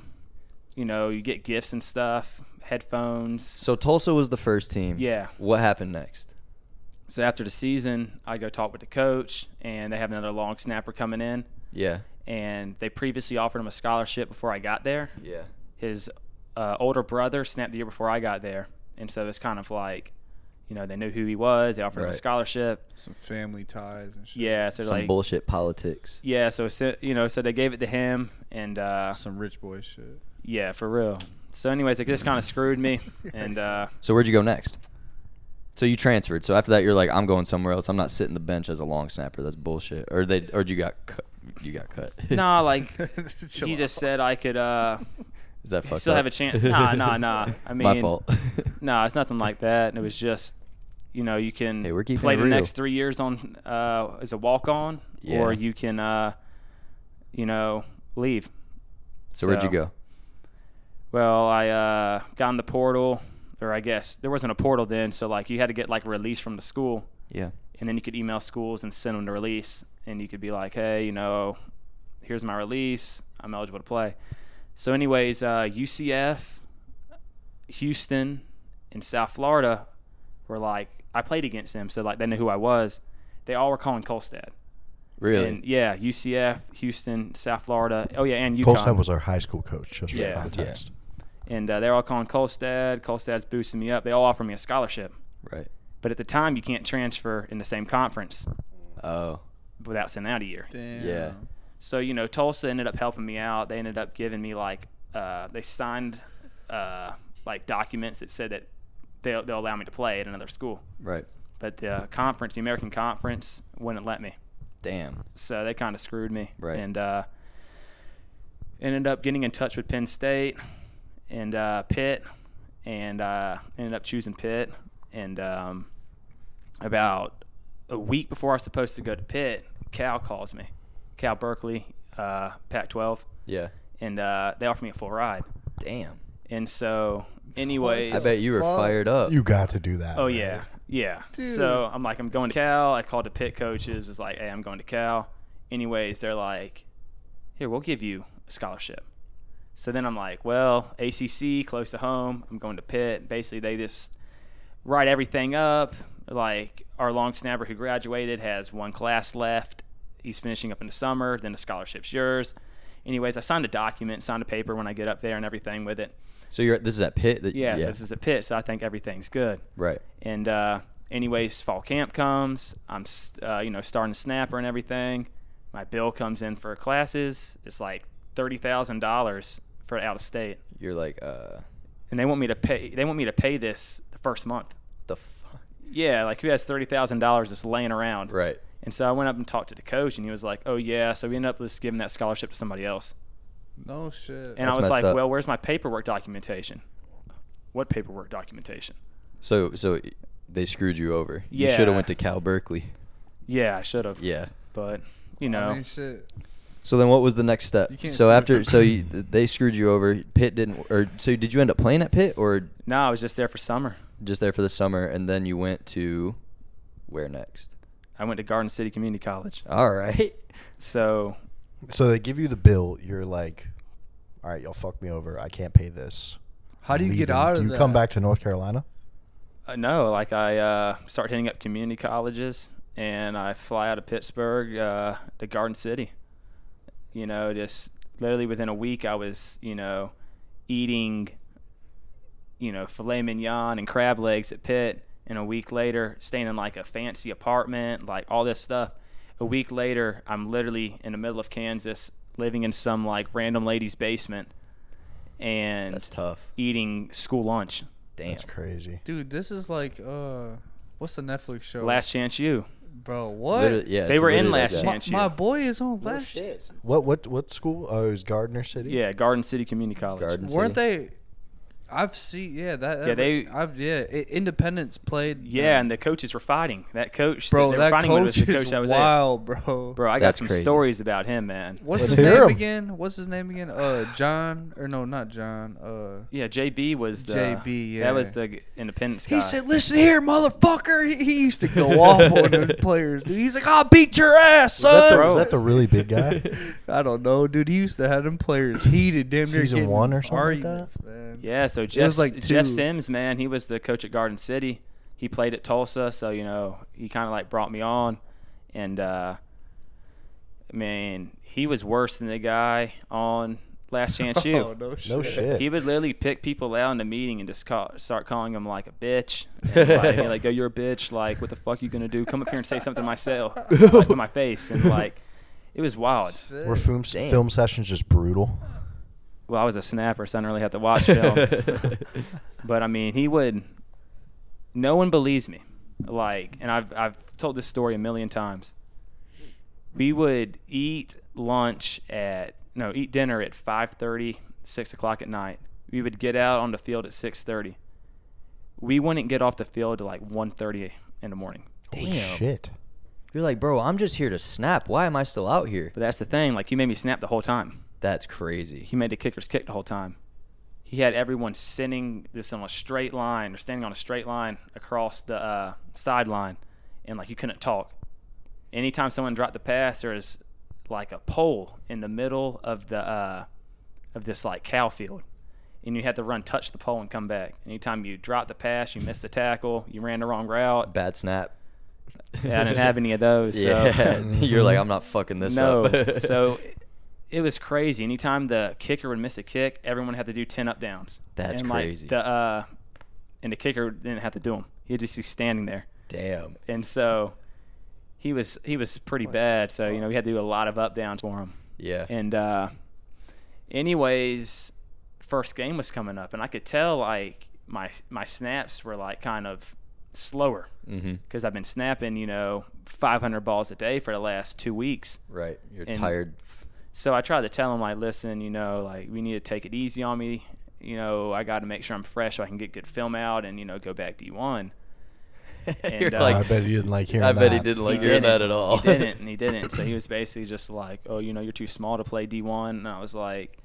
[SPEAKER 4] you know, you get gifts and stuff, headphones. So,
[SPEAKER 1] So Tulsa was the first team.
[SPEAKER 4] Yeah.
[SPEAKER 1] What happened next?
[SPEAKER 4] so after the season, I go talk with the coach, and they have another long snapper coming in,
[SPEAKER 1] Yeah.
[SPEAKER 4] and they previously offered him a scholarship before I got there.
[SPEAKER 1] Yeah.
[SPEAKER 4] his uh, older brother snapped the year before I got there, and so it's kind of like, you know, they knew who he was. They offered him a
[SPEAKER 1] Right.
[SPEAKER 4] scholarship.
[SPEAKER 2] Some family ties and shit.
[SPEAKER 4] Yeah, so
[SPEAKER 1] Some
[SPEAKER 4] like,
[SPEAKER 1] bullshit politics.
[SPEAKER 4] yeah, so it's- you know, so they gave it to him, and uh,
[SPEAKER 2] Some rich boy shit.
[SPEAKER 4] yeah, for real. So, anyways, it just kind of screwed me, and uh,
[SPEAKER 1] So where'd you go next? So you transferred. So after that, you're like, I'm going somewhere else. I'm not sitting the bench as a long snapper. That's bullshit. Or they, or you got, cut, you got cut.
[SPEAKER 4] nah, like
[SPEAKER 2] Chill
[SPEAKER 4] he
[SPEAKER 2] out.
[SPEAKER 4] just said I could uh,
[SPEAKER 1] is that fucked
[SPEAKER 4] still
[SPEAKER 1] up?
[SPEAKER 4] have a chance. Nah, nah, nah. I
[SPEAKER 1] my
[SPEAKER 4] mean-
[SPEAKER 1] fault.
[SPEAKER 4] No, it's nothing like that. And it was just, you know, you can
[SPEAKER 1] Hey, we're keeping
[SPEAKER 4] play
[SPEAKER 1] it
[SPEAKER 4] the
[SPEAKER 1] real.
[SPEAKER 4] next three years on uh, as a walk on, or
[SPEAKER 1] Yeah.
[SPEAKER 4] you can, uh, you know, leave.
[SPEAKER 1] So where'd you go?
[SPEAKER 4] Well, I uh, got in the portal, or I guess there wasn't a portal then, so like you had to get like release from the school,
[SPEAKER 1] Yeah.
[SPEAKER 4] and then you could email schools and send them the release, and you could be like, hey, you know, here's my release, I'm eligible to play. So, anyways, uh, UCF, Houston, and South Florida were like, I played against them, so like they knew who I was. They all were calling Colstead.
[SPEAKER 1] Really?
[SPEAKER 4] And yeah, UCF, Houston, South Florida. Oh yeah, and UConn.
[SPEAKER 3] Colstad was our high school coach, just for
[SPEAKER 4] Yeah. Yeah.
[SPEAKER 3] context.
[SPEAKER 4] and uh, they're all calling Colstead. Colstead's boosting me up. They all offer me a scholarship,
[SPEAKER 1] right.
[SPEAKER 4] but at the time you can't transfer in the same conference
[SPEAKER 1] Oh,
[SPEAKER 4] without sitting out a year.
[SPEAKER 2] Damn.
[SPEAKER 1] yeah.
[SPEAKER 4] So you know, Tulsa ended up helping me out. They ended up giving me like uh, they signed uh, like documents that said that they'll, they'll allow me to play at another school,
[SPEAKER 1] Right.
[SPEAKER 4] but the conference, the American Conference, wouldn't let me.
[SPEAKER 1] Damn.
[SPEAKER 4] so they kind of screwed me.
[SPEAKER 1] Right.
[SPEAKER 4] And uh, ended up getting in touch with Penn State and uh, Pitt, and uh, ended up choosing Pitt. And um, about a week before I was supposed to go to Pitt, Cal calls me, Cal Berkeley, uh, Pac-12,
[SPEAKER 1] Yeah.
[SPEAKER 4] and uh, they offered me a full ride.
[SPEAKER 1] Damn.
[SPEAKER 4] And so, anyways,
[SPEAKER 1] I bet you were
[SPEAKER 2] Fuck.
[SPEAKER 1] fired up.
[SPEAKER 3] You got to do that.
[SPEAKER 4] Oh
[SPEAKER 3] man.
[SPEAKER 4] yeah, yeah. So I'm like, I'm going to Cal. I called the pit coaches. Was like, hey, I'm going to Cal. Anyways, they're like, here, we'll give you a scholarship. So then I'm like, well, ACC close to home. I'm going to Pitt. Basically, they just write everything up. Like our long snapper who graduated has one class left. He's finishing up in the summer. Then the scholarship's yours. Anyways, I signed a document, signed a paper when I get up there and everything with it.
[SPEAKER 1] so you're this is at Pitt. That,
[SPEAKER 4] Yeah, so this is a pit, so I think everything's good.
[SPEAKER 1] right.
[SPEAKER 4] And uh, anyways, fall camp comes. I'm s- uh, you know starting to snapper and everything. My bill comes in for classes. It's like thirty thousand dollars for out of state,
[SPEAKER 1] You're like, uh,
[SPEAKER 4] and they want me to pay. They want me to pay this the first month.
[SPEAKER 1] the fuck.
[SPEAKER 4] Yeah, like who has thirty thousand dollars just laying around?
[SPEAKER 1] Right.
[SPEAKER 4] And so I went up and talked to the coach, and he was like, "Oh yeah." So we ended up just giving that scholarship to somebody else.
[SPEAKER 2] No shit.
[SPEAKER 4] And
[SPEAKER 1] That's
[SPEAKER 4] I was
[SPEAKER 1] messed
[SPEAKER 4] like,
[SPEAKER 1] up.
[SPEAKER 4] "Well, where's my paperwork documentation? What paperwork documentation?"
[SPEAKER 1] So so they screwed you over. You
[SPEAKER 4] Yeah.
[SPEAKER 1] should have went to Cal Berkeley.
[SPEAKER 4] Yeah, I should have.
[SPEAKER 1] Yeah.
[SPEAKER 4] But you know,
[SPEAKER 2] I mean, shit.
[SPEAKER 1] So then what was the next step?
[SPEAKER 2] You can't
[SPEAKER 1] So
[SPEAKER 2] see it.
[SPEAKER 1] after so you, they screwed you over. Pitt didn't or so did you end up playing at Pitt or
[SPEAKER 4] no, I was just there for summer.
[SPEAKER 1] just there for the summer and then you went to where next?
[SPEAKER 4] I went to Garden City Community College.
[SPEAKER 1] All right.
[SPEAKER 4] So,
[SPEAKER 3] So they give you the bill. You're like, all right, y'all fuck me over. I can't pay this.
[SPEAKER 2] How do you get
[SPEAKER 3] Leaving.
[SPEAKER 2] out of
[SPEAKER 3] Do you
[SPEAKER 2] that?
[SPEAKER 3] come back to North Carolina?
[SPEAKER 4] uh, no, like I uh, start hitting up community colleges and I fly out of Pittsburgh uh, to Garden City. You know, just literally within a week, I was, you know, eating, you know, filet mignon and crab legs at Pitt. And a week later, staying in like a fancy apartment, like all this stuff. A week later, I'm literally in the middle of Kansas, living in some like random lady's basement. And
[SPEAKER 1] That's tough.
[SPEAKER 4] eating school lunch.
[SPEAKER 1] Damn.
[SPEAKER 3] That's crazy.
[SPEAKER 2] Dude, this is like uh, what's the Netflix show?
[SPEAKER 4] Last Chance U.
[SPEAKER 2] bro, what?
[SPEAKER 1] Literally- yeah,
[SPEAKER 4] They
[SPEAKER 1] it's
[SPEAKER 4] were in
[SPEAKER 1] literally like
[SPEAKER 4] last
[SPEAKER 1] that.
[SPEAKER 4] year.
[SPEAKER 2] My,
[SPEAKER 4] Chance
[SPEAKER 2] my
[SPEAKER 4] you.
[SPEAKER 2] boy is on last.
[SPEAKER 1] shit.
[SPEAKER 3] What what what school? Oh, it was Gardner City.
[SPEAKER 4] Yeah, Garden City Community College.
[SPEAKER 1] Garden
[SPEAKER 2] Weren't
[SPEAKER 1] City.
[SPEAKER 2] they? I've seen. Yeah, that. that
[SPEAKER 4] Yeah, they-
[SPEAKER 2] I've yeah. I, Independence played.
[SPEAKER 4] Yeah,
[SPEAKER 2] them.
[SPEAKER 4] and the coaches were fighting. That coach,
[SPEAKER 2] bro,
[SPEAKER 4] they were
[SPEAKER 2] that
[SPEAKER 4] fighting with
[SPEAKER 2] coach
[SPEAKER 4] was the coach
[SPEAKER 2] is
[SPEAKER 4] that was there.
[SPEAKER 2] wild, bro.
[SPEAKER 4] Bro, I got
[SPEAKER 1] That's
[SPEAKER 4] some
[SPEAKER 1] crazy.
[SPEAKER 4] stories about him, man.
[SPEAKER 2] What's
[SPEAKER 3] Let's
[SPEAKER 2] his
[SPEAKER 3] hear
[SPEAKER 2] name
[SPEAKER 3] 'em.
[SPEAKER 2] again? What's his name again? Uh, John or no, not John. Uh,
[SPEAKER 4] Yeah, JB was the
[SPEAKER 2] JB, yeah.
[SPEAKER 4] That was the Independence guy.
[SPEAKER 2] he said, "Listen here, motherfucker." He, he used to go off on those players. Dude. He's like, "I'll beat your ass,
[SPEAKER 3] Is that,
[SPEAKER 2] son."
[SPEAKER 3] the, is
[SPEAKER 4] Bro.
[SPEAKER 3] that the really big guy?
[SPEAKER 2] I don't know, dude. He used to have them players heated, damn near
[SPEAKER 3] Season
[SPEAKER 2] getting
[SPEAKER 3] one or something like that?
[SPEAKER 2] arguments, man.
[SPEAKER 4] yeah, so Jeff,
[SPEAKER 2] like
[SPEAKER 4] Jeff
[SPEAKER 2] two-
[SPEAKER 4] Sims, man, he was the coach at Garden City. He played at Tulsa, so you know he kind of like brought me on, and uh, man, he was worse than the guy on Last Chance U.
[SPEAKER 2] Oh, no shit.
[SPEAKER 3] No shit.
[SPEAKER 4] He would literally pick people out in the meeting and just call, start calling them like a bitch. And like, be like, yo, you're a bitch. Like, what the fuck you gonna do? Come up here and say something to myself, like, to my face. And like, it was wild.
[SPEAKER 2] Shit.
[SPEAKER 3] Were film
[SPEAKER 1] Damn.
[SPEAKER 3] film sessions just brutal?
[SPEAKER 4] Well, I was a snapper, so I didn't really have to watch film. but I mean, he would. No one believes me. Like, and I've I've told this story a million times. We would eat lunch at no eat dinner at 5:30, 6 o'clock at night. We would get out on the field at 6:30. We wouldn't get off the field till like 1:30 in the morning.
[SPEAKER 3] Holy shit.
[SPEAKER 1] You're like, bro, I'm just here to snap. Why am I still out here?
[SPEAKER 4] But that's the thing. Like, he made me snap the whole time.
[SPEAKER 1] That's crazy.
[SPEAKER 4] he made the kickers kick the whole time. He had everyone sitting this on a straight line or standing on a straight line across the uh, sideline, and like you couldn't talk. Anytime someone dropped the pass, there was like a pole in the middle of the uh, of this like cow field, and you had to run touch the pole and come back. Anytime you dropped the pass, you missed the tackle, you ran the wrong route.
[SPEAKER 1] Bad snap.
[SPEAKER 4] Yeah, I didn't have any of those. So.
[SPEAKER 1] Yeah, you're like, I'm not fucking this
[SPEAKER 4] no.
[SPEAKER 1] up.
[SPEAKER 4] so it was crazy. Anytime the kicker would miss a kick, everyone had to do ten up downs.
[SPEAKER 1] That's
[SPEAKER 4] and like,
[SPEAKER 1] crazy.
[SPEAKER 4] the uh, and the kicker didn't have to do them. He'd just be standing there,
[SPEAKER 1] damn.
[SPEAKER 4] and so he was he was pretty bad. So you know we had to do a lot of up downs for him.
[SPEAKER 1] Yeah.
[SPEAKER 4] And uh, anyways, first game was coming up, and I could tell like my my snaps were like kind of slower
[SPEAKER 1] mm-hmm.
[SPEAKER 4] because I've been snapping you know 500 balls a day for the last two weeks.
[SPEAKER 1] Right. You're
[SPEAKER 4] and-
[SPEAKER 1] tired.
[SPEAKER 4] So I tried to tell him like, listen, you know, like we need to take it easy on me. You know, I got to make sure I'm fresh so I can get good film out and you know go back E D1. And,
[SPEAKER 1] You're
[SPEAKER 4] uh,
[SPEAKER 1] like,
[SPEAKER 3] I bet he didn't like hearing
[SPEAKER 1] I bet he
[SPEAKER 3] that.
[SPEAKER 1] didn't
[SPEAKER 4] He
[SPEAKER 1] like hearing
[SPEAKER 4] didn't.
[SPEAKER 1] that at all.
[SPEAKER 4] He didn't, and he didn't. So he was basically just like, oh, you know, you're too small to play D1. And I was like,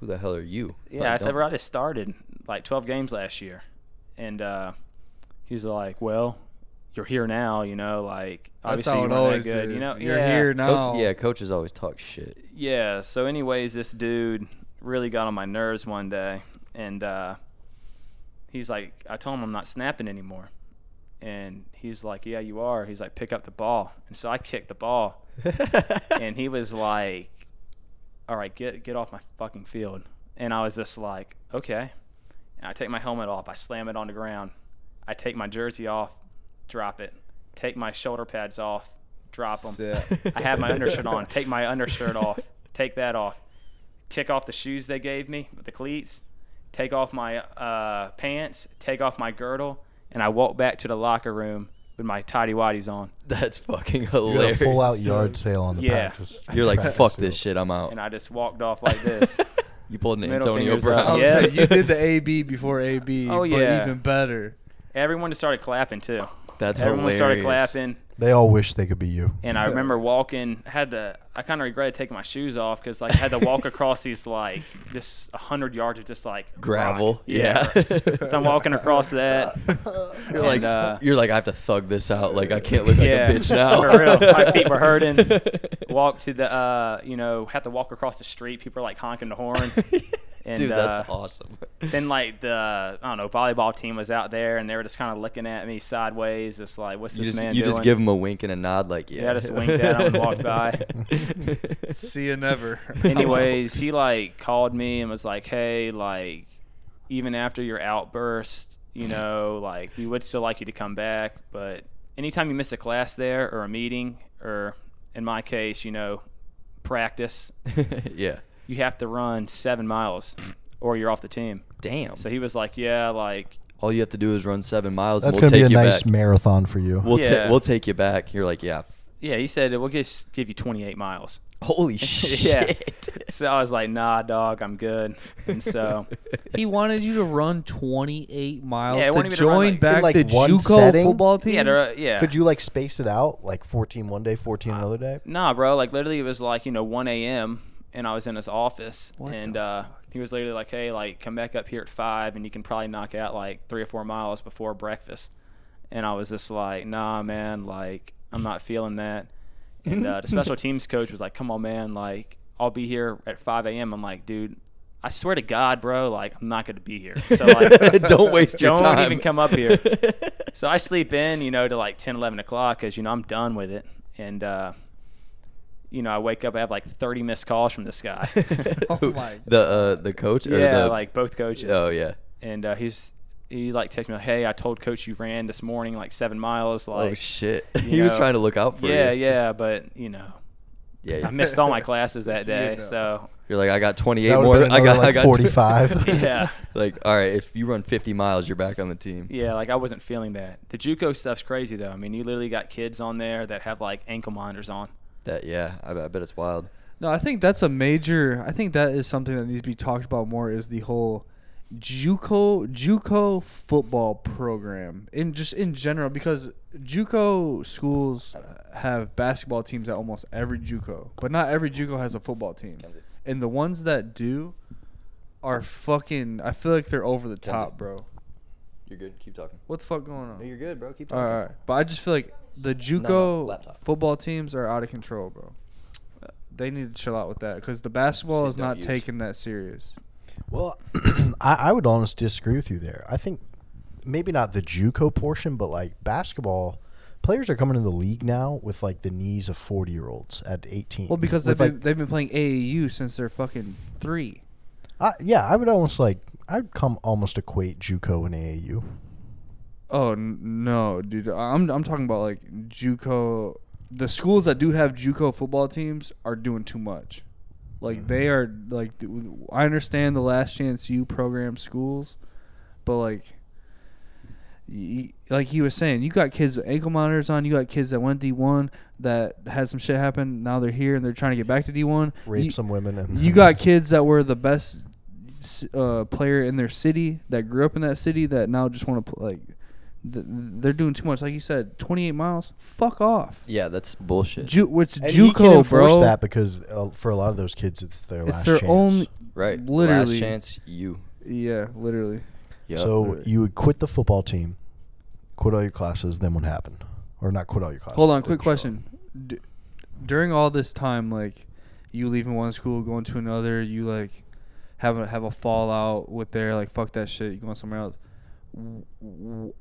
[SPEAKER 1] Who the hell are you?
[SPEAKER 4] yeah,
[SPEAKER 1] Like,
[SPEAKER 4] I said,
[SPEAKER 1] don't-
[SPEAKER 4] well, I just started like 12 games last year. And uh, he's like, well, you're here now, you know, like
[SPEAKER 2] That's
[SPEAKER 4] obviously
[SPEAKER 2] how
[SPEAKER 4] you
[SPEAKER 2] it
[SPEAKER 4] weren't
[SPEAKER 2] always
[SPEAKER 4] that good.
[SPEAKER 2] is.
[SPEAKER 4] You know,
[SPEAKER 2] You're
[SPEAKER 4] yeah.
[SPEAKER 2] here
[SPEAKER 1] Co-
[SPEAKER 2] now.
[SPEAKER 1] yeah, coaches always talk shit.
[SPEAKER 4] yeah so anyways this dude really got on my nerves one day and uh, he's like i told him i'm not snapping anymore and he's like yeah you are he's like pick up the ball and so i kicked the ball and he was like all right get get off my fucking field and i was just like okay and i take my helmet off i slam it on the ground i take my jersey off drop it take my shoulder pads off drop them
[SPEAKER 2] Sick.
[SPEAKER 4] I had my undershirt on. Take my undershirt off. Take that off. Kick off the shoes they gave me, the cleats. Take off my uh, pants. Take off my girdle, and I walk back to the locker room with my tidy whities on.
[SPEAKER 1] That's fucking
[SPEAKER 3] You had a
[SPEAKER 1] hilarious.
[SPEAKER 3] full out yard sale on the
[SPEAKER 4] Yeah.
[SPEAKER 3] practice.
[SPEAKER 1] You're like,
[SPEAKER 3] practice
[SPEAKER 1] fuck this
[SPEAKER 3] field.
[SPEAKER 1] shit. I'm out.
[SPEAKER 4] And I just walked off like this.
[SPEAKER 1] you pulled an
[SPEAKER 4] Middle
[SPEAKER 1] Antonio
[SPEAKER 4] fingers up.
[SPEAKER 1] Brown.
[SPEAKER 2] I'm
[SPEAKER 4] Yeah.
[SPEAKER 2] saying you did the AB before AB.
[SPEAKER 4] Oh,
[SPEAKER 2] but
[SPEAKER 4] yeah.
[SPEAKER 2] even better.
[SPEAKER 4] Everyone just started clapping too.
[SPEAKER 1] That's
[SPEAKER 4] Everyone started
[SPEAKER 1] hilarious.
[SPEAKER 4] clapping,
[SPEAKER 3] They all wish they could be you.
[SPEAKER 4] and I remember walking. I had to. I kind of regretted taking my shoes off because like I had to walk across these like this hundred yards of just like rock.
[SPEAKER 1] Gravel. Yeah.
[SPEAKER 4] So I'm walking across that.
[SPEAKER 1] You're like,
[SPEAKER 4] And, uh,
[SPEAKER 1] you're like, I have to thug this out. Like, I can't look like
[SPEAKER 4] Yeah,
[SPEAKER 1] a bitch now.
[SPEAKER 4] for real. My feet were hurting. Walked to the, uh, you know, had to walk across the street. People are like honking the horn. And,
[SPEAKER 1] Dude,
[SPEAKER 4] uh,
[SPEAKER 1] that's awesome.
[SPEAKER 4] Then like the, I don't know, volleyball team was out there and they were just kind of looking at me sideways, just like, what's
[SPEAKER 1] You
[SPEAKER 4] this
[SPEAKER 1] just,
[SPEAKER 4] man
[SPEAKER 1] you
[SPEAKER 4] doing?
[SPEAKER 1] just give him a wink and a nod, like, yeah.
[SPEAKER 4] Yeah, I just winked at him and walked by.
[SPEAKER 2] See you never.
[SPEAKER 4] Anyways, he like called me and was like, hey, like, even after your outburst, you know, like we would still like you to come back, but anytime you miss a class there or a meeting or in my case, you know, practice,
[SPEAKER 1] yeah.
[SPEAKER 4] you have to run seven miles or you're off the team.
[SPEAKER 1] Damn.
[SPEAKER 4] So he was like, yeah, like,
[SPEAKER 1] All you have to do is run seven miles,
[SPEAKER 3] That's
[SPEAKER 1] and we'll
[SPEAKER 3] gonna
[SPEAKER 1] take
[SPEAKER 3] be a
[SPEAKER 1] you
[SPEAKER 3] nice
[SPEAKER 1] back.
[SPEAKER 3] marathon for you.
[SPEAKER 1] We'll, ta-
[SPEAKER 4] Yeah.
[SPEAKER 1] we'll take you back. You're like, yeah.
[SPEAKER 4] yeah, he said, we'll just give you 28 miles.
[SPEAKER 1] Holy
[SPEAKER 4] Yeah.
[SPEAKER 1] shit.
[SPEAKER 4] So I was like, nah, dog, I'm good. And so,
[SPEAKER 2] he wanted you to run 28 miles
[SPEAKER 4] Yeah, he wanted
[SPEAKER 2] to
[SPEAKER 4] me to run,
[SPEAKER 2] join
[SPEAKER 4] like-
[SPEAKER 2] back
[SPEAKER 3] In, like,
[SPEAKER 2] the
[SPEAKER 3] one
[SPEAKER 2] JUCO
[SPEAKER 3] setting?
[SPEAKER 2] football team.
[SPEAKER 4] yeah, there- yeah.
[SPEAKER 3] Could you like space it out, like 14 one day, 14 another day?
[SPEAKER 4] Nah, bro. Like literally, it was like you know 1 a.m. and I was in his office, and uh, he was literally like, "Hey, like come back up here at five, and you can probably knock out like three or four miles before breakfast." And I was just like, "Nah, man. Like I'm not feeling that." And uh, the special teams coach was like, "Come on, man. Like I'll be here at 5 a.m." I'm like, "Dude, I swear to God, bro. Like I'm not gonna be here." So like.
[SPEAKER 1] don't waste your
[SPEAKER 4] Don't
[SPEAKER 1] time.
[SPEAKER 4] even come up here. so I sleep in, you know, to like 10, 11 o'clock because, you know, I'm done with it. And, uh, you know, I wake up, I have like 30 missed calls from this guy.
[SPEAKER 2] Oh my
[SPEAKER 1] the uh, the coach or
[SPEAKER 4] yeah,
[SPEAKER 1] the
[SPEAKER 4] like both coaches.
[SPEAKER 1] oh yeah
[SPEAKER 4] And uh, he's, he like texts me, like, hey, I told coach you ran this morning like seven miles. Like,
[SPEAKER 1] oh shit
[SPEAKER 4] you
[SPEAKER 1] he was
[SPEAKER 4] know,
[SPEAKER 1] trying to look out for
[SPEAKER 4] yeah,
[SPEAKER 1] you
[SPEAKER 4] yeah. But, you know,
[SPEAKER 1] yeah yeah
[SPEAKER 4] I missed all my classes that day.
[SPEAKER 2] You know.
[SPEAKER 4] So,
[SPEAKER 1] you're like I got 28
[SPEAKER 3] That would
[SPEAKER 1] more
[SPEAKER 3] have been
[SPEAKER 1] I
[SPEAKER 3] another,
[SPEAKER 1] got I
[SPEAKER 3] like
[SPEAKER 1] got
[SPEAKER 3] 45.
[SPEAKER 4] yeah.
[SPEAKER 1] like all right if you run 50 miles you're back on the team
[SPEAKER 4] Yeah, like I wasn't feeling that. The JUCO stuff's crazy though. I mean, you literally got kids on there that have like ankle monitors on.
[SPEAKER 1] that yeah I, I bet it's wild
[SPEAKER 2] No, I think that's a major. I think that is something that needs to be talked about more. Is the whole JUCO JUCO football program in just in general because JUCO schools have basketball teams at almost every JUCO, but not every JUCO has a football team. And the ones that do are fucking. I feel like they're over the top, bro.
[SPEAKER 1] you're good keep talking
[SPEAKER 2] What the fuck going on?
[SPEAKER 1] good bro keep
[SPEAKER 2] All right, all right. but I just feel like the JUCO
[SPEAKER 1] laptop.
[SPEAKER 2] football teams are out of control, bro. They need to chill out with that because the basketball is not
[SPEAKER 1] CWs.
[SPEAKER 2] taken that serious.
[SPEAKER 3] Well, I, I would honestly disagree with you there. I think maybe not the JUCO portion, but like basketball, players are coming into the league now with like the knees of 40 year olds at 18.
[SPEAKER 2] Well, because they've
[SPEAKER 3] With,
[SPEAKER 2] been,
[SPEAKER 3] like,
[SPEAKER 2] they've been playing AAU since they're fucking three.
[SPEAKER 3] I, yeah, I would almost like I'd come almost equate JUCO and AAU.
[SPEAKER 2] Oh n- no, dude! I'm I'm talking about like JUCO. The schools that do have JUCO football teams are doing too much. Like they are
[SPEAKER 3] Mm-hmm.
[SPEAKER 2] like th- I understand the last chance U program schools, but like. y- Like he was saying, you got kids with ankle monitors on. You got kids that went D one that had some shit happen. Now they're here and they're trying to get back to D one.
[SPEAKER 3] Rape some women and
[SPEAKER 2] You got kids that were the best s- uh, player in their city that grew up in that city that now just want to play. Like, th- they're doing too much. Like you said, 28 miles. Fuck off.
[SPEAKER 1] Yeah, that's bullshit.
[SPEAKER 2] Ju- it's
[SPEAKER 3] And he can
[SPEAKER 2] JUCO,
[SPEAKER 3] enforce
[SPEAKER 2] bro.
[SPEAKER 3] that because uh, for a lot of those kids, it's their
[SPEAKER 2] it's
[SPEAKER 3] last
[SPEAKER 2] their
[SPEAKER 3] chance.
[SPEAKER 2] only.
[SPEAKER 1] right. Last
[SPEAKER 2] literally.
[SPEAKER 1] chance, you.
[SPEAKER 2] Yeah, literally.
[SPEAKER 1] Yep.
[SPEAKER 3] So you would quit the football team, quit all your classes, then what happened? Or not quit all your classes.
[SPEAKER 2] Hold on,
[SPEAKER 3] but
[SPEAKER 2] quick
[SPEAKER 3] show up.
[SPEAKER 2] question. D- during all this time, like you leaving one school, going to another, you like have a have a fallout with there, like fuck that shit, you going somewhere else. W- w-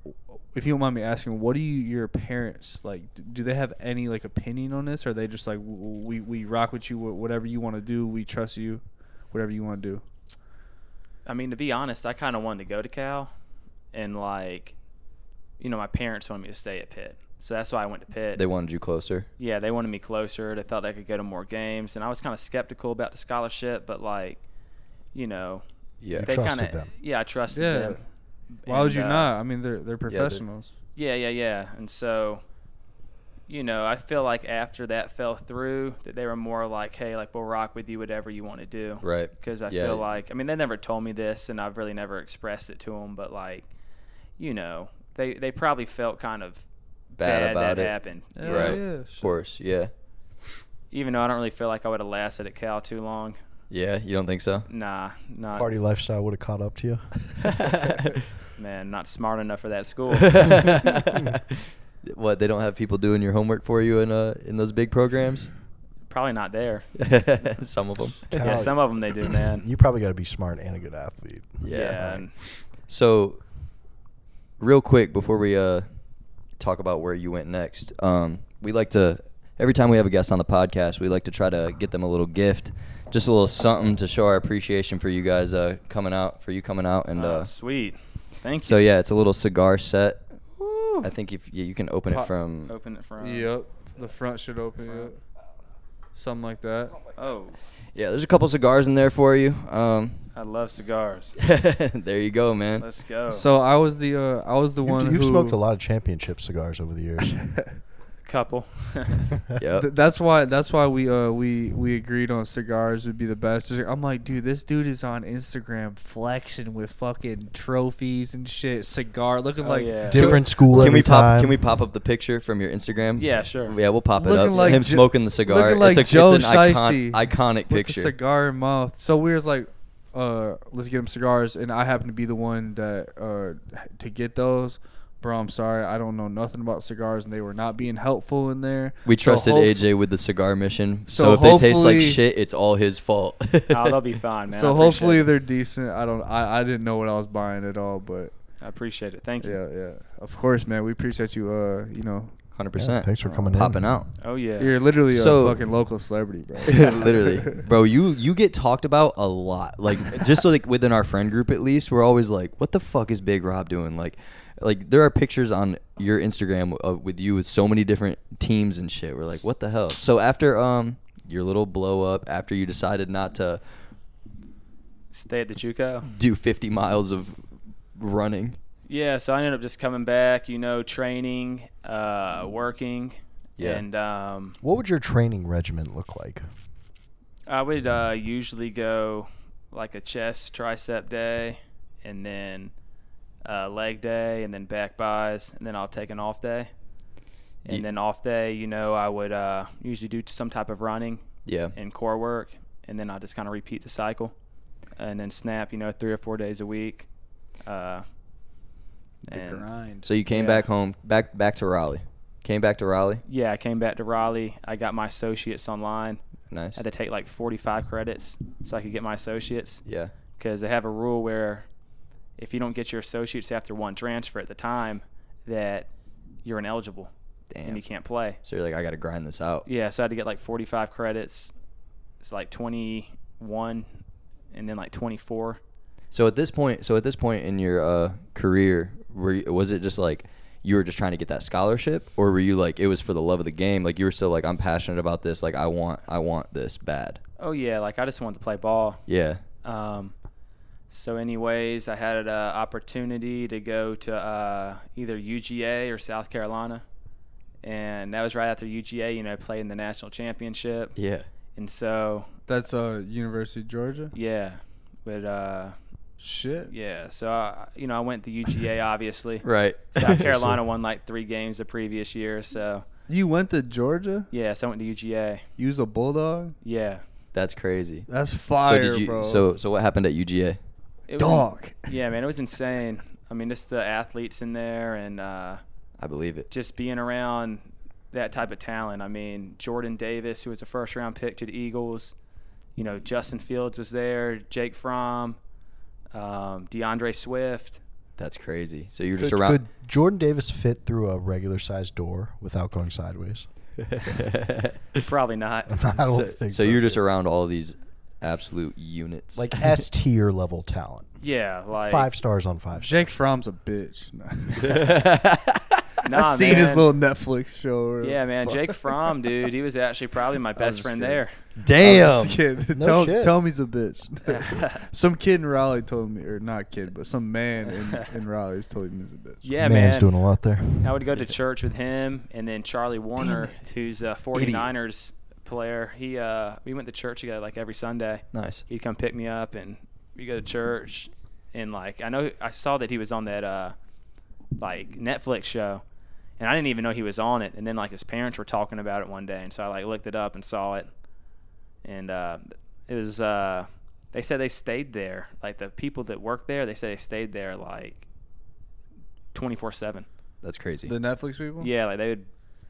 [SPEAKER 2] If you don't mind me asking, what do you, your parents like? d- Do they have any like opinion on this? Or are they just like w- w- we we rock with you, wh- whatever you want to do, we trust you, whatever you want to do.
[SPEAKER 4] I mean, to be honest, I kind of wanted to go to Cal, and like, you know, my parents wanted me to stay at Pitt, so that's why I went to Pitt.
[SPEAKER 1] they wanted you closer.
[SPEAKER 4] yeah, they wanted me closer. They thought I could go to more games, and I was kind of skeptical about the scholarship, but like, you know,
[SPEAKER 1] Yeah.
[SPEAKER 4] they
[SPEAKER 3] trusted
[SPEAKER 4] kind of
[SPEAKER 3] them.
[SPEAKER 4] yeah, I trusted
[SPEAKER 2] Yeah.
[SPEAKER 4] them.
[SPEAKER 2] Why would
[SPEAKER 4] And,
[SPEAKER 2] you
[SPEAKER 4] uh,
[SPEAKER 2] not? I mean, they're they're
[SPEAKER 1] they're-
[SPEAKER 2] professionals.
[SPEAKER 4] Yeah, yeah, yeah. And so, you know, I feel like after that fell through, that they were more like, hey, like we'll rock with you, whatever you want to do.
[SPEAKER 1] Right.
[SPEAKER 4] Because I
[SPEAKER 1] Yeah.
[SPEAKER 4] feel like, I mean, they never told me this, and I've really never expressed it to them, but like, you know, they they probably felt kind of
[SPEAKER 1] Bad about
[SPEAKER 4] that
[SPEAKER 1] it.
[SPEAKER 4] happened. you
[SPEAKER 2] Yeah,
[SPEAKER 4] know?
[SPEAKER 1] right.
[SPEAKER 2] yeah,
[SPEAKER 1] of
[SPEAKER 2] sure.
[SPEAKER 1] course. Yeah.
[SPEAKER 4] Even though I don't really feel like I would have lasted at Cal too long.
[SPEAKER 1] Yeah. You don't think so?
[SPEAKER 4] Nah, not
[SPEAKER 3] Party lifestyle would have caught up to you.
[SPEAKER 4] man, not smart enough for that school.
[SPEAKER 1] what? They don't have people doing your homework for you in uh in those big programs?
[SPEAKER 4] probably not there.
[SPEAKER 1] Some of them.
[SPEAKER 4] Yeah,
[SPEAKER 3] Cal-
[SPEAKER 4] some of them they do, man.
[SPEAKER 3] You probably got to be smart and a good athlete.
[SPEAKER 1] Yeah.
[SPEAKER 4] and-
[SPEAKER 1] So, real quick before we uh, talk about where you went next, um, we like to every time we have a guest on the podcast, we like to try to get them a little gift, just a little something to show our appreciation for you guys uh, coming out, for you coming out, and
[SPEAKER 4] Oh,
[SPEAKER 1] uh,
[SPEAKER 4] sweet. Thank you.
[SPEAKER 1] so yeah, it's a little cigar set.
[SPEAKER 4] Woo.
[SPEAKER 1] I think if you, you can open it
[SPEAKER 2] Pop-
[SPEAKER 1] from
[SPEAKER 4] open it from.
[SPEAKER 2] Yep, the front should open.
[SPEAKER 4] Front.
[SPEAKER 2] Yep. Something like that.
[SPEAKER 4] Oh,
[SPEAKER 1] yeah, there's a couple cigars in there for you. Um,
[SPEAKER 4] I love cigars.
[SPEAKER 1] there you go, man.
[SPEAKER 4] Let's go.
[SPEAKER 2] So I was the uh, I was the
[SPEAKER 3] You've,
[SPEAKER 2] one
[SPEAKER 3] you've
[SPEAKER 2] who
[SPEAKER 3] smoked a lot of championship cigars over the years.
[SPEAKER 4] couple.
[SPEAKER 1] Yep.
[SPEAKER 2] Th- that's why that's why we uh we we agreed on cigars would be the best. Just like- I'm like, dude, this dude is on Instagram flexing with fucking trophies and shit, cigar looking
[SPEAKER 4] Oh,
[SPEAKER 2] like
[SPEAKER 4] yeah.
[SPEAKER 3] Different school
[SPEAKER 1] Can
[SPEAKER 3] every
[SPEAKER 1] we pop?
[SPEAKER 3] time.
[SPEAKER 1] Can we pop up the picture from your Instagram?
[SPEAKER 4] Yeah, sure.
[SPEAKER 1] Yeah, we'll pop it
[SPEAKER 2] Looking
[SPEAKER 1] up.
[SPEAKER 2] like
[SPEAKER 1] Him
[SPEAKER 2] Jo-
[SPEAKER 1] smoking the cigar.
[SPEAKER 2] looking like
[SPEAKER 1] it's, a,
[SPEAKER 2] Joe
[SPEAKER 1] it's an icon,
[SPEAKER 2] Shiesty
[SPEAKER 1] iconic
[SPEAKER 2] with
[SPEAKER 1] picture.
[SPEAKER 2] a cigar in mouth. So we was like, uh, let's get him cigars, and I happen to be the one that uh to get those. Bro, I'm sorry, I don't know nothing about cigars, and they were not being helpful in there.
[SPEAKER 1] We
[SPEAKER 2] So
[SPEAKER 1] trusted
[SPEAKER 2] hopef-
[SPEAKER 1] AJ with the cigar mission. So,
[SPEAKER 2] So
[SPEAKER 1] if they taste like
[SPEAKER 2] hopefully-
[SPEAKER 1] shit, it's all his fault. oh,
[SPEAKER 4] oh, they'll be fine, man. I
[SPEAKER 2] so
[SPEAKER 4] appreciate
[SPEAKER 2] hopefully
[SPEAKER 4] it.
[SPEAKER 2] they're decent. I don't. I, I didn't know what I was buying at all, but
[SPEAKER 4] I appreciate it. Uh, Thank you.
[SPEAKER 2] yeah, yeah. Of course, man. We appreciate you. Uh, you know,
[SPEAKER 1] Hundred
[SPEAKER 3] Yeah,
[SPEAKER 1] percent.
[SPEAKER 3] thanks for coming
[SPEAKER 1] Popping
[SPEAKER 3] in.
[SPEAKER 1] out.
[SPEAKER 4] Oh yeah.
[SPEAKER 2] you're literally
[SPEAKER 1] So-
[SPEAKER 2] a fucking local celebrity, bro.
[SPEAKER 1] Literally, bro. You you get talked about a lot. Like just like within our friend group, at least we're always like, "What the fuck is Big Rob doing?" Like, like there are pictures on your Instagram of, with you with so many different teams and shit. We're like, "What the hell?" So after um your little blow up, after you decided not to
[SPEAKER 4] Stay at the JUCO.
[SPEAKER 1] do 50 miles of running.
[SPEAKER 4] Yeah. So I ended up just coming back. You know, training, uh, working,
[SPEAKER 1] Yeah.
[SPEAKER 4] and um,
[SPEAKER 3] What would your training regimen look like?
[SPEAKER 4] I would uh, usually go like a chest tricep day, and then uh, leg day, and then back buys, and then I'll take an off day. And
[SPEAKER 1] Ye-
[SPEAKER 4] then off day, you know, I would uh, usually do some type of running
[SPEAKER 1] Yeah.
[SPEAKER 4] and core work, and then I just kind of repeat the cycle, and then snap, you know, three or four days a week. Uh, and-
[SPEAKER 1] So you came
[SPEAKER 4] Yeah.
[SPEAKER 1] back home, back back to Raleigh. Came back to Raleigh.
[SPEAKER 4] Yeah, I came back to Raleigh. I got my associates online. I
[SPEAKER 1] Nice.
[SPEAKER 4] had to take like 45 credits so I could get my associates.
[SPEAKER 1] Yeah.
[SPEAKER 4] because they have a rule where if you don't get your associates after one transfer at the time, that you're ineligible
[SPEAKER 1] Damn.
[SPEAKER 4] and you can't play.
[SPEAKER 1] So you're like, I got to grind this out.
[SPEAKER 4] Yeah, so I had to get like 45 credits. It's like 21 and then like 24.
[SPEAKER 1] So at this point, so at this point in your uh, career, were you, was it just like you were just trying to get that scholarship, or were you like it was for the love of the game? Like you were still like, I'm passionate about this. Like I want, I want this bad.
[SPEAKER 4] Oh yeah, like I just wanted to play ball.
[SPEAKER 1] Yeah.
[SPEAKER 4] Um, so anyways, I had an opportunity to go to uh, either UGA or South Carolina. And that was right after UGA, you know, played in the national championship.
[SPEAKER 1] Yeah.
[SPEAKER 4] And so,
[SPEAKER 2] That's uh University of Georgia.
[SPEAKER 4] yeah, but uh,
[SPEAKER 2] Shit.
[SPEAKER 4] yeah, so I, you know, I went to UGA obviously.
[SPEAKER 1] Right.
[SPEAKER 4] South Carolina won like three games the previous year, so
[SPEAKER 2] You went to Georgia.
[SPEAKER 4] yeah, so I went to UGA.
[SPEAKER 2] You was a bulldog.
[SPEAKER 4] Yeah,
[SPEAKER 1] That's crazy.
[SPEAKER 2] That's fire,
[SPEAKER 1] so did you?
[SPEAKER 2] bro.
[SPEAKER 1] So so what happened at UGA?
[SPEAKER 4] It was-
[SPEAKER 2] dog.
[SPEAKER 4] yeah, man, it was insane. I mean, just the athletes in there and uh,
[SPEAKER 1] I believe it.
[SPEAKER 4] just being around that type of talent. I mean, Jordan Davis, who was a first round pick to the Eagles, you know, Justin Fields was there, Jake Fromm, um, DeAndre Swift.
[SPEAKER 1] That's crazy. So you're just
[SPEAKER 3] Could-
[SPEAKER 1] around.
[SPEAKER 3] Could Jordan Davis fit through a regular sized door without going sideways?
[SPEAKER 4] Probably not.
[SPEAKER 3] I don't
[SPEAKER 1] so,
[SPEAKER 3] think so.
[SPEAKER 1] so you're just around all these absolute units.
[SPEAKER 3] like S tier level talent.
[SPEAKER 4] Yeah, like
[SPEAKER 3] Five stars on five. Stars.
[SPEAKER 2] Jake Fromm's a bitch.
[SPEAKER 4] Nah,
[SPEAKER 2] I seen his
[SPEAKER 4] man.
[SPEAKER 2] little Netflix show. or
[SPEAKER 4] Yeah, man,
[SPEAKER 2] fuck.
[SPEAKER 4] Jake Fromm, dude, he was actually probably my best
[SPEAKER 2] just
[SPEAKER 4] friend
[SPEAKER 2] kidding.
[SPEAKER 4] there.
[SPEAKER 2] I'm
[SPEAKER 1] Damn.
[SPEAKER 2] just kidding.
[SPEAKER 3] No
[SPEAKER 2] tell,
[SPEAKER 3] shit.
[SPEAKER 2] tell him he's a bitch. some kid in Raleigh told me, or not kid, but some man in, in Raleigh's told him he's a bitch.
[SPEAKER 4] Yeah,
[SPEAKER 3] Man's
[SPEAKER 4] man.
[SPEAKER 3] doing a lot there.
[SPEAKER 4] I would go to church with him and then Charlie Warner, who's a 49ers player. He uh, we went to church together like every Sunday.
[SPEAKER 1] Nice.
[SPEAKER 4] He'd come pick me up and we go to church and like I know I saw that he was on that uh like Netflix show and I didn't even know he was on it and then like his parents were talking about it one day and so I like looked it up and saw it and uh it was uh they said they stayed there like the people that worked there they said they stayed there like 24/7
[SPEAKER 1] That's crazy.
[SPEAKER 2] The Netflix people.
[SPEAKER 4] yeah, like they would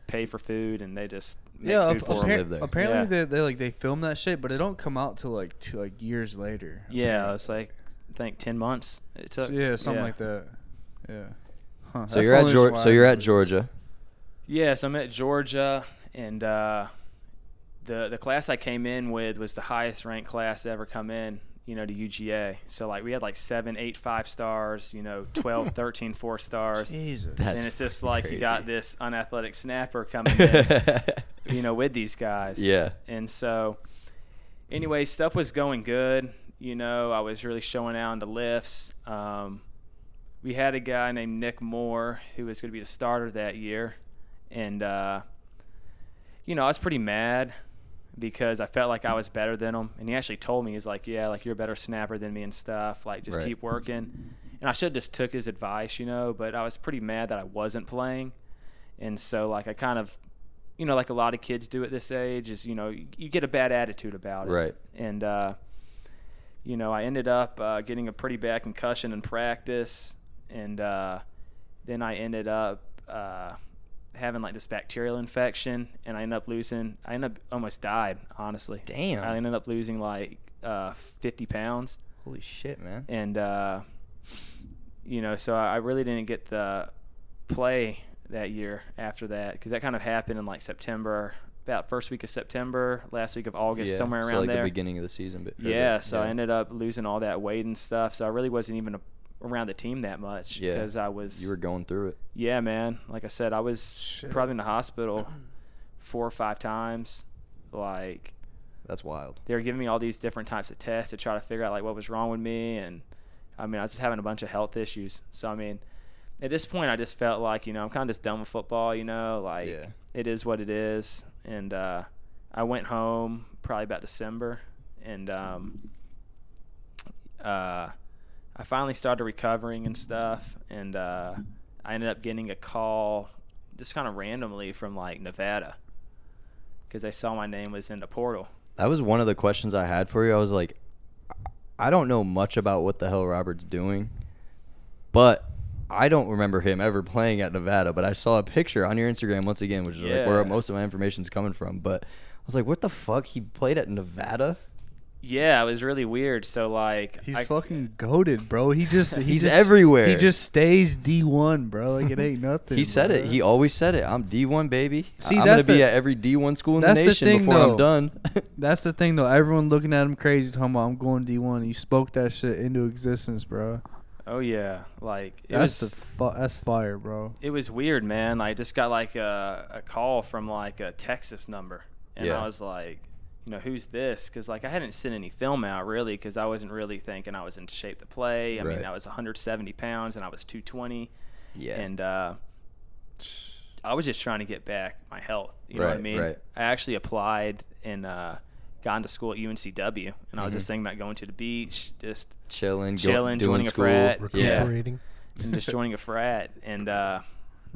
[SPEAKER 4] pay for food and they just make
[SPEAKER 2] Yeah,
[SPEAKER 4] food
[SPEAKER 2] ap-
[SPEAKER 4] for 'em.
[SPEAKER 1] apparent-
[SPEAKER 2] appar-
[SPEAKER 1] live there.
[SPEAKER 2] apparently
[SPEAKER 4] Yeah.
[SPEAKER 2] they, they like they film that shit, but it don't come out till like two, like years later.
[SPEAKER 4] Yeah, it's like I think ten months it took.
[SPEAKER 2] So, yeah, something like that. Yeah. Huh,
[SPEAKER 1] so
[SPEAKER 2] that's
[SPEAKER 1] you're
[SPEAKER 2] the
[SPEAKER 1] at
[SPEAKER 2] only reason
[SPEAKER 1] Geor-
[SPEAKER 2] why
[SPEAKER 1] so
[SPEAKER 2] I
[SPEAKER 1] you're at
[SPEAKER 2] remember.
[SPEAKER 1] Georgia.
[SPEAKER 4] Yeah, so I'm at Georgia and uh, the the class I came in with was the highest ranked class to ever come in, you know, to UGA. So like we had like seven, eight, five stars, you know, 12, 13, four stars.
[SPEAKER 2] Jesus.
[SPEAKER 1] That's
[SPEAKER 4] and it's just
[SPEAKER 1] fucking
[SPEAKER 4] like
[SPEAKER 1] crazy.
[SPEAKER 4] you got this unathletic snapper coming in. you know, with these guys.
[SPEAKER 1] Yeah.
[SPEAKER 4] And so, anyway, stuff was going good. You know, I was really showing out in the lifts. Um, we had a guy named Nick Moore who was going to be the starter that year. And, uh, you know, I was pretty mad because I felt like I was better than him. And he actually told me, he's like, yeah, like you're a better snapper than me and stuff. Like, just
[SPEAKER 1] Right.
[SPEAKER 4] keep working. And I should have just took his advice, you know, but I was pretty mad that I wasn't playing. And so, like, I kind of, you know, like a lot of kids do at this age, is, you know, you, you get a bad attitude about it.
[SPEAKER 1] Right.
[SPEAKER 4] And, uh, you know, I ended up uh, getting a pretty bad concussion in practice. And uh, then I ended up uh, having like this bacterial infection. And I ended up losing, I ended up almost died, honestly.
[SPEAKER 1] Damn.
[SPEAKER 4] I ended up losing like uh, 50 pounds
[SPEAKER 1] Holy shit, man.
[SPEAKER 4] and uh, you know, so I I really didn't get the play that year after that because that kind of happened in like September, about first week of September, last week of August, somewhere around
[SPEAKER 1] so like
[SPEAKER 4] there.
[SPEAKER 1] the beginning of the season. But or
[SPEAKER 4] yeah,
[SPEAKER 1] the-
[SPEAKER 4] so I ended up losing all that weight and stuff. So I really wasn't even a, around the team that much
[SPEAKER 1] Yeah.
[SPEAKER 4] because I was.
[SPEAKER 1] you were going through it.
[SPEAKER 4] yeah, man. Like I said, I was
[SPEAKER 2] Shit.
[SPEAKER 4] probably in the hospital four or five times. Like
[SPEAKER 1] That's wild.
[SPEAKER 4] they were giving me all these different types of tests to try to figure out like what was wrong with me and I mean I was just having a bunch of health issues. So I mean at this point I just felt like, you know, I'm kinda just done with football, you know, like
[SPEAKER 1] Yeah.
[SPEAKER 4] it is what it is. And uh I went home probably about December and um uh I finally started recovering and stuff and uh I ended up getting a call just kind of randomly from like Nevada because they saw my name was in the portal.
[SPEAKER 1] That was one of the questions I had for you. I was like, I don't know much about what the hell Robert's doing, but I don't remember him ever playing at Nevada. But I saw a picture on your Instagram once again, which is like where
[SPEAKER 4] Yeah.
[SPEAKER 1] most of my information's coming from. But I was like, what the fuck? He played at Nevada?
[SPEAKER 4] yeah, it was really weird. So like,
[SPEAKER 2] He's
[SPEAKER 4] I-
[SPEAKER 2] fucking goaded, bro. He just he
[SPEAKER 1] He's
[SPEAKER 2] just-
[SPEAKER 1] everywhere.
[SPEAKER 2] He just stays D one, bro. Like it ain't nothing.
[SPEAKER 1] He said it.
[SPEAKER 2] bro.
[SPEAKER 1] He always said it. I'm D1 baby.
[SPEAKER 2] See,
[SPEAKER 1] I'm
[SPEAKER 2] that's
[SPEAKER 1] gonna be
[SPEAKER 2] the-
[SPEAKER 1] at every D1 school in the
[SPEAKER 2] that's the
[SPEAKER 1] nation
[SPEAKER 2] thing,
[SPEAKER 1] before I'm
[SPEAKER 2] though.
[SPEAKER 1] done.
[SPEAKER 2] That's the thing though. Everyone looking at him crazy, talking about I'm going D one. You spoke that shit into existence, bro.
[SPEAKER 4] oh yeah, like it
[SPEAKER 2] That's
[SPEAKER 4] was
[SPEAKER 2] the fu- that's fire, bro.
[SPEAKER 4] it was weird, man. I just got like a, a call from like a Texas number, and
[SPEAKER 1] Yeah.
[SPEAKER 4] I was like, you know, who's this? Because like I hadn't sent any film out really, because I wasn't really thinking I was in shape to play. I
[SPEAKER 1] Right.
[SPEAKER 4] mean, I was 170 pounds and I was 220,
[SPEAKER 1] yeah.
[SPEAKER 4] and uh, I was just trying to get back my health. You know what I
[SPEAKER 1] Right,
[SPEAKER 4] mean?
[SPEAKER 1] right.
[SPEAKER 4] I actually applied and uh, got into school at UNCW, and I
[SPEAKER 1] Mm-hmm.
[SPEAKER 4] was just thinking about going to the beach, just
[SPEAKER 1] chilling, go-
[SPEAKER 4] chilling,
[SPEAKER 1] doing
[SPEAKER 4] joining a
[SPEAKER 1] school.
[SPEAKER 4] frat,
[SPEAKER 1] Yeah.
[SPEAKER 3] recuperating.
[SPEAKER 4] and just joining a frat, and uh,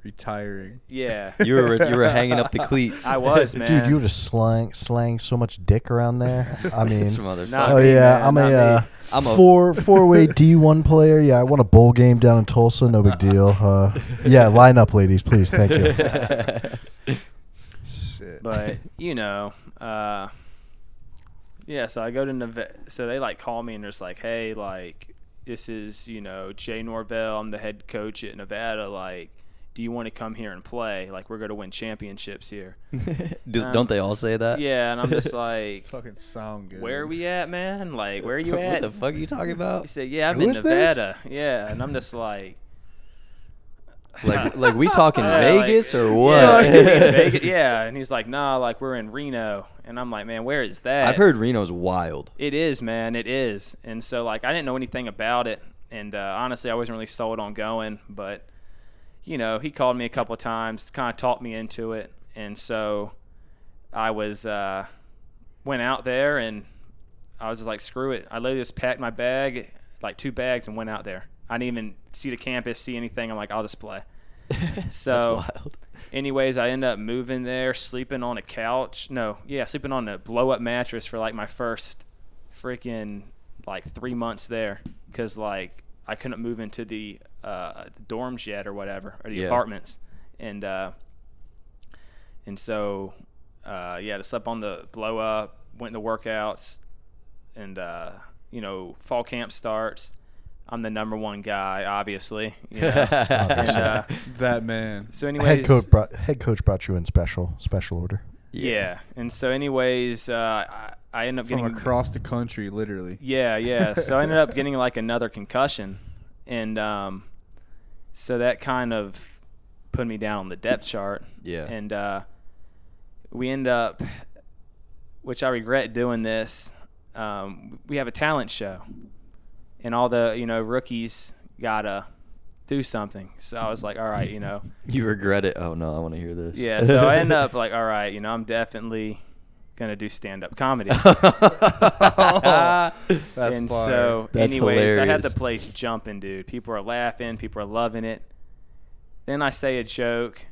[SPEAKER 2] Retiring.
[SPEAKER 4] yeah.
[SPEAKER 1] You were you were hanging up the cleats.
[SPEAKER 4] I was, man.
[SPEAKER 3] Dude, you would have slang slang so much dick around there. I mean,
[SPEAKER 1] This motherfucker.
[SPEAKER 4] Not
[SPEAKER 3] oh
[SPEAKER 4] me,
[SPEAKER 3] yeah,
[SPEAKER 4] man,
[SPEAKER 3] I'm
[SPEAKER 4] not
[SPEAKER 3] a,
[SPEAKER 4] me.
[SPEAKER 3] uh,
[SPEAKER 1] I'm a-
[SPEAKER 3] four four way D one player. Yeah, I won a bowl game down in Tulsa. No big deal. Uh, yeah, line up, ladies, please. Thank you.
[SPEAKER 2] Shit.
[SPEAKER 4] but you know, uh, yeah. So I go to Neve- so they like call me and there's like, hey, like this is you know Jay Norvell. I'm the head coach at Nevada. Like, do you want to come here and play? Like, we're gonna win championships here.
[SPEAKER 1] Do,
[SPEAKER 4] Um,
[SPEAKER 1] don't they all say that?
[SPEAKER 4] Yeah, and I'm just like,
[SPEAKER 2] fucking sound good.
[SPEAKER 4] where are we at, man? Like, where are you
[SPEAKER 1] what
[SPEAKER 4] at?
[SPEAKER 1] the fuck are you talking
[SPEAKER 4] He
[SPEAKER 1] about?
[SPEAKER 4] said, yeah, I'm
[SPEAKER 3] Who
[SPEAKER 4] in
[SPEAKER 3] is this?
[SPEAKER 4] Nevada. Yeah, and I'm just like.
[SPEAKER 1] like like we talking
[SPEAKER 4] Yeah, like-
[SPEAKER 1] Vegas or
[SPEAKER 4] Yeah,
[SPEAKER 1] what?
[SPEAKER 4] like, you mean Vegas? yeah, and he's like, nah, like we're in Reno, and I'm like, man, where is that?
[SPEAKER 1] I've heard Reno's wild.
[SPEAKER 4] It is, man. It is. And so, like, I didn't know anything about it. And uh, honestly, I wasn't really sold on going. But, you know, he called me a couple of times, kind of talked me into it. And so I was, uh, went out there and I was just like, screw it. I literally just packed my bag, like two bags, and went out there. I didn't even see the campus, see anything. I'm like, I'll just play.
[SPEAKER 1] That's
[SPEAKER 4] So,
[SPEAKER 1] wild.
[SPEAKER 4] anyways, I end up moving there, sleeping on a couch. No, yeah, sleeping on a blow up mattress for like my first freaking like three months there because like I couldn't move into the uh, dorms yet or whatever or the
[SPEAKER 1] Yeah.
[SPEAKER 4] apartments, and uh, and so uh, yeah, I slept on the blow up, went to workouts, and uh, you know fall camp starts. I'm the number one guy, obviously. You know? and, uh,
[SPEAKER 2] That man.
[SPEAKER 4] so,
[SPEAKER 3] Head
[SPEAKER 4] anyways,
[SPEAKER 3] coach brought head coach brought you in special special order.
[SPEAKER 4] Yeah. And so, anyways, uh, I, I ended up
[SPEAKER 2] From
[SPEAKER 4] getting.
[SPEAKER 2] across the country, literally.
[SPEAKER 4] yeah, yeah. So I ended up getting like another concussion, and um, so that kind of put me down on the depth chart.
[SPEAKER 1] Yeah.
[SPEAKER 4] And uh, we end up, which I regret doing this. Um, we have a talent show, and all the you know rookies gotta do something. So I was like, all right, you know.
[SPEAKER 1] You regret it. Oh no, I want to hear this.
[SPEAKER 4] Yeah, so I end up like, all right, you know, I'm definitely gonna do stand up comedy.
[SPEAKER 2] That's
[SPEAKER 4] and
[SPEAKER 2] fire.
[SPEAKER 4] so,
[SPEAKER 1] That's
[SPEAKER 4] anyways, I had the
[SPEAKER 1] hilarious.
[SPEAKER 4] place jumping, dude. People are laughing, people are loving it. Then I say a joke.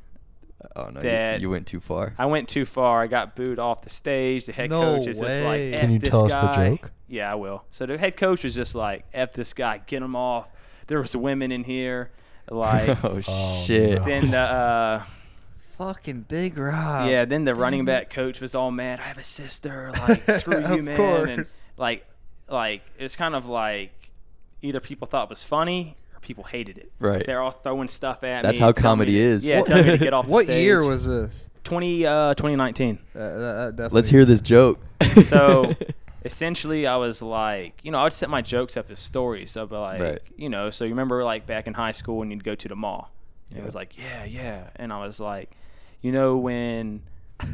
[SPEAKER 1] oh no,
[SPEAKER 4] that-
[SPEAKER 1] you, you went too far.
[SPEAKER 4] I went too far. I got booed off the stage. The head
[SPEAKER 2] No
[SPEAKER 4] coach is just like,
[SPEAKER 2] way.
[SPEAKER 4] F
[SPEAKER 2] Can
[SPEAKER 3] you
[SPEAKER 4] this
[SPEAKER 3] tell us
[SPEAKER 4] guy.
[SPEAKER 3] the joke?
[SPEAKER 4] Yeah, I will. So the head coach was just like, F this guy, get him off. There was women in here. Like,
[SPEAKER 1] oh
[SPEAKER 3] Oh,
[SPEAKER 1] shit.
[SPEAKER 3] no.
[SPEAKER 4] then the. Uh,
[SPEAKER 2] fucking big rock.
[SPEAKER 4] Yeah, then the running back coach was all mad. I have a sister. Like, screw you,
[SPEAKER 2] Of
[SPEAKER 4] man. And
[SPEAKER 2] course.
[SPEAKER 4] like, like it was kind of like either people thought it was funny or people hated it.
[SPEAKER 1] Right.
[SPEAKER 4] They're all throwing stuff at
[SPEAKER 1] That's
[SPEAKER 4] me.
[SPEAKER 1] how
[SPEAKER 4] and telling me
[SPEAKER 1] comedy
[SPEAKER 4] to-
[SPEAKER 1] is.
[SPEAKER 4] Yeah, telling me to get off the
[SPEAKER 2] What
[SPEAKER 4] stage.
[SPEAKER 2] year was this?
[SPEAKER 4] 20, uh, 2019.
[SPEAKER 2] Uh, that, that definitely-
[SPEAKER 1] Let's hear this joke.
[SPEAKER 4] So essentially, I was like, you know, I would set my jokes up as stories. So, but like,
[SPEAKER 1] Right.
[SPEAKER 4] you know, so you remember like back in high school when you'd go to the mall? It was like, yeah, yeah. And I was like, you know, when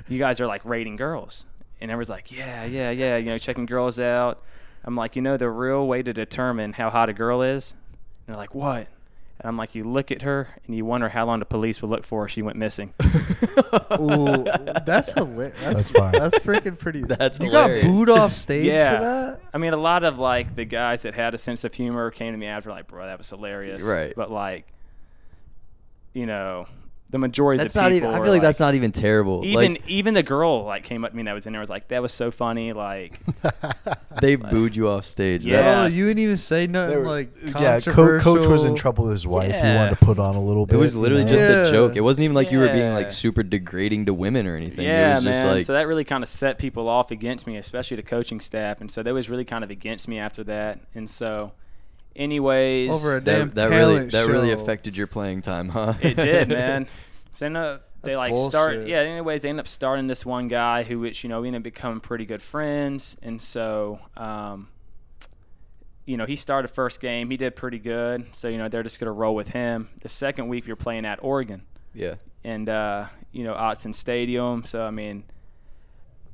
[SPEAKER 4] you guys are like rating girls, and everyone's like, yeah, yeah, yeah, you know, checking girls out. I'm like, you know, the real way to determine how hot a girl is? And they're like, what? And I'm like, you look at her and you wonder how long the police would look for if she went missing.
[SPEAKER 2] Ooh, that's hilarious. That's
[SPEAKER 3] That's fine.
[SPEAKER 2] That's freaking pretty.
[SPEAKER 1] That's
[SPEAKER 2] you
[SPEAKER 1] hilarious.
[SPEAKER 2] got booed off stage
[SPEAKER 4] yeah.
[SPEAKER 2] for that.
[SPEAKER 4] I mean, a lot of like the guys that had a sense of humor came to me after, like, bro, that was hilarious.
[SPEAKER 1] Right.
[SPEAKER 4] But like, you know, the majority
[SPEAKER 1] That's
[SPEAKER 4] of the
[SPEAKER 1] not
[SPEAKER 4] people
[SPEAKER 1] even. I
[SPEAKER 4] were
[SPEAKER 1] feel like, that's not even terrible.
[SPEAKER 4] even
[SPEAKER 1] like
[SPEAKER 4] even the girl like came up to me that was in there was like that was so funny like
[SPEAKER 1] they booed you off stage.
[SPEAKER 4] Yeah.
[SPEAKER 1] That-
[SPEAKER 2] Oh,
[SPEAKER 4] Yes.
[SPEAKER 2] you didn't even say nothing like
[SPEAKER 3] yeah, Co- coach was in
[SPEAKER 2] controversial.
[SPEAKER 3] trouble with his wife. He
[SPEAKER 4] Yeah.
[SPEAKER 3] wanted to put on a little bit.
[SPEAKER 1] it was
[SPEAKER 3] you
[SPEAKER 1] literally
[SPEAKER 3] know?
[SPEAKER 1] just a
[SPEAKER 2] Yeah.
[SPEAKER 1] joke. It wasn't even like you were being
[SPEAKER 4] Yeah.
[SPEAKER 1] like super degrading to women or anything. it
[SPEAKER 4] yeah
[SPEAKER 1] was
[SPEAKER 4] man
[SPEAKER 1] just like
[SPEAKER 4] so that really kind of set people off against me especially the coaching staff and so they was really kind of against me after that and so anyways
[SPEAKER 2] Over a
[SPEAKER 1] that,
[SPEAKER 2] damn
[SPEAKER 1] that really
[SPEAKER 2] talent
[SPEAKER 1] that really
[SPEAKER 2] show.
[SPEAKER 1] affected your playing time, huh?
[SPEAKER 4] It did, man. So end up they
[SPEAKER 2] That's
[SPEAKER 4] like start
[SPEAKER 2] bullshit.
[SPEAKER 4] yeah, anyways, they end up starting this one guy who which, you know, we ended up becoming pretty good friends. And so um you know, he started first game, he did pretty good. So, you know, they're just gonna roll with him. The second week you're playing at Oregon
[SPEAKER 1] yeah.
[SPEAKER 4] and uh, you know, Otson Stadium. So I mean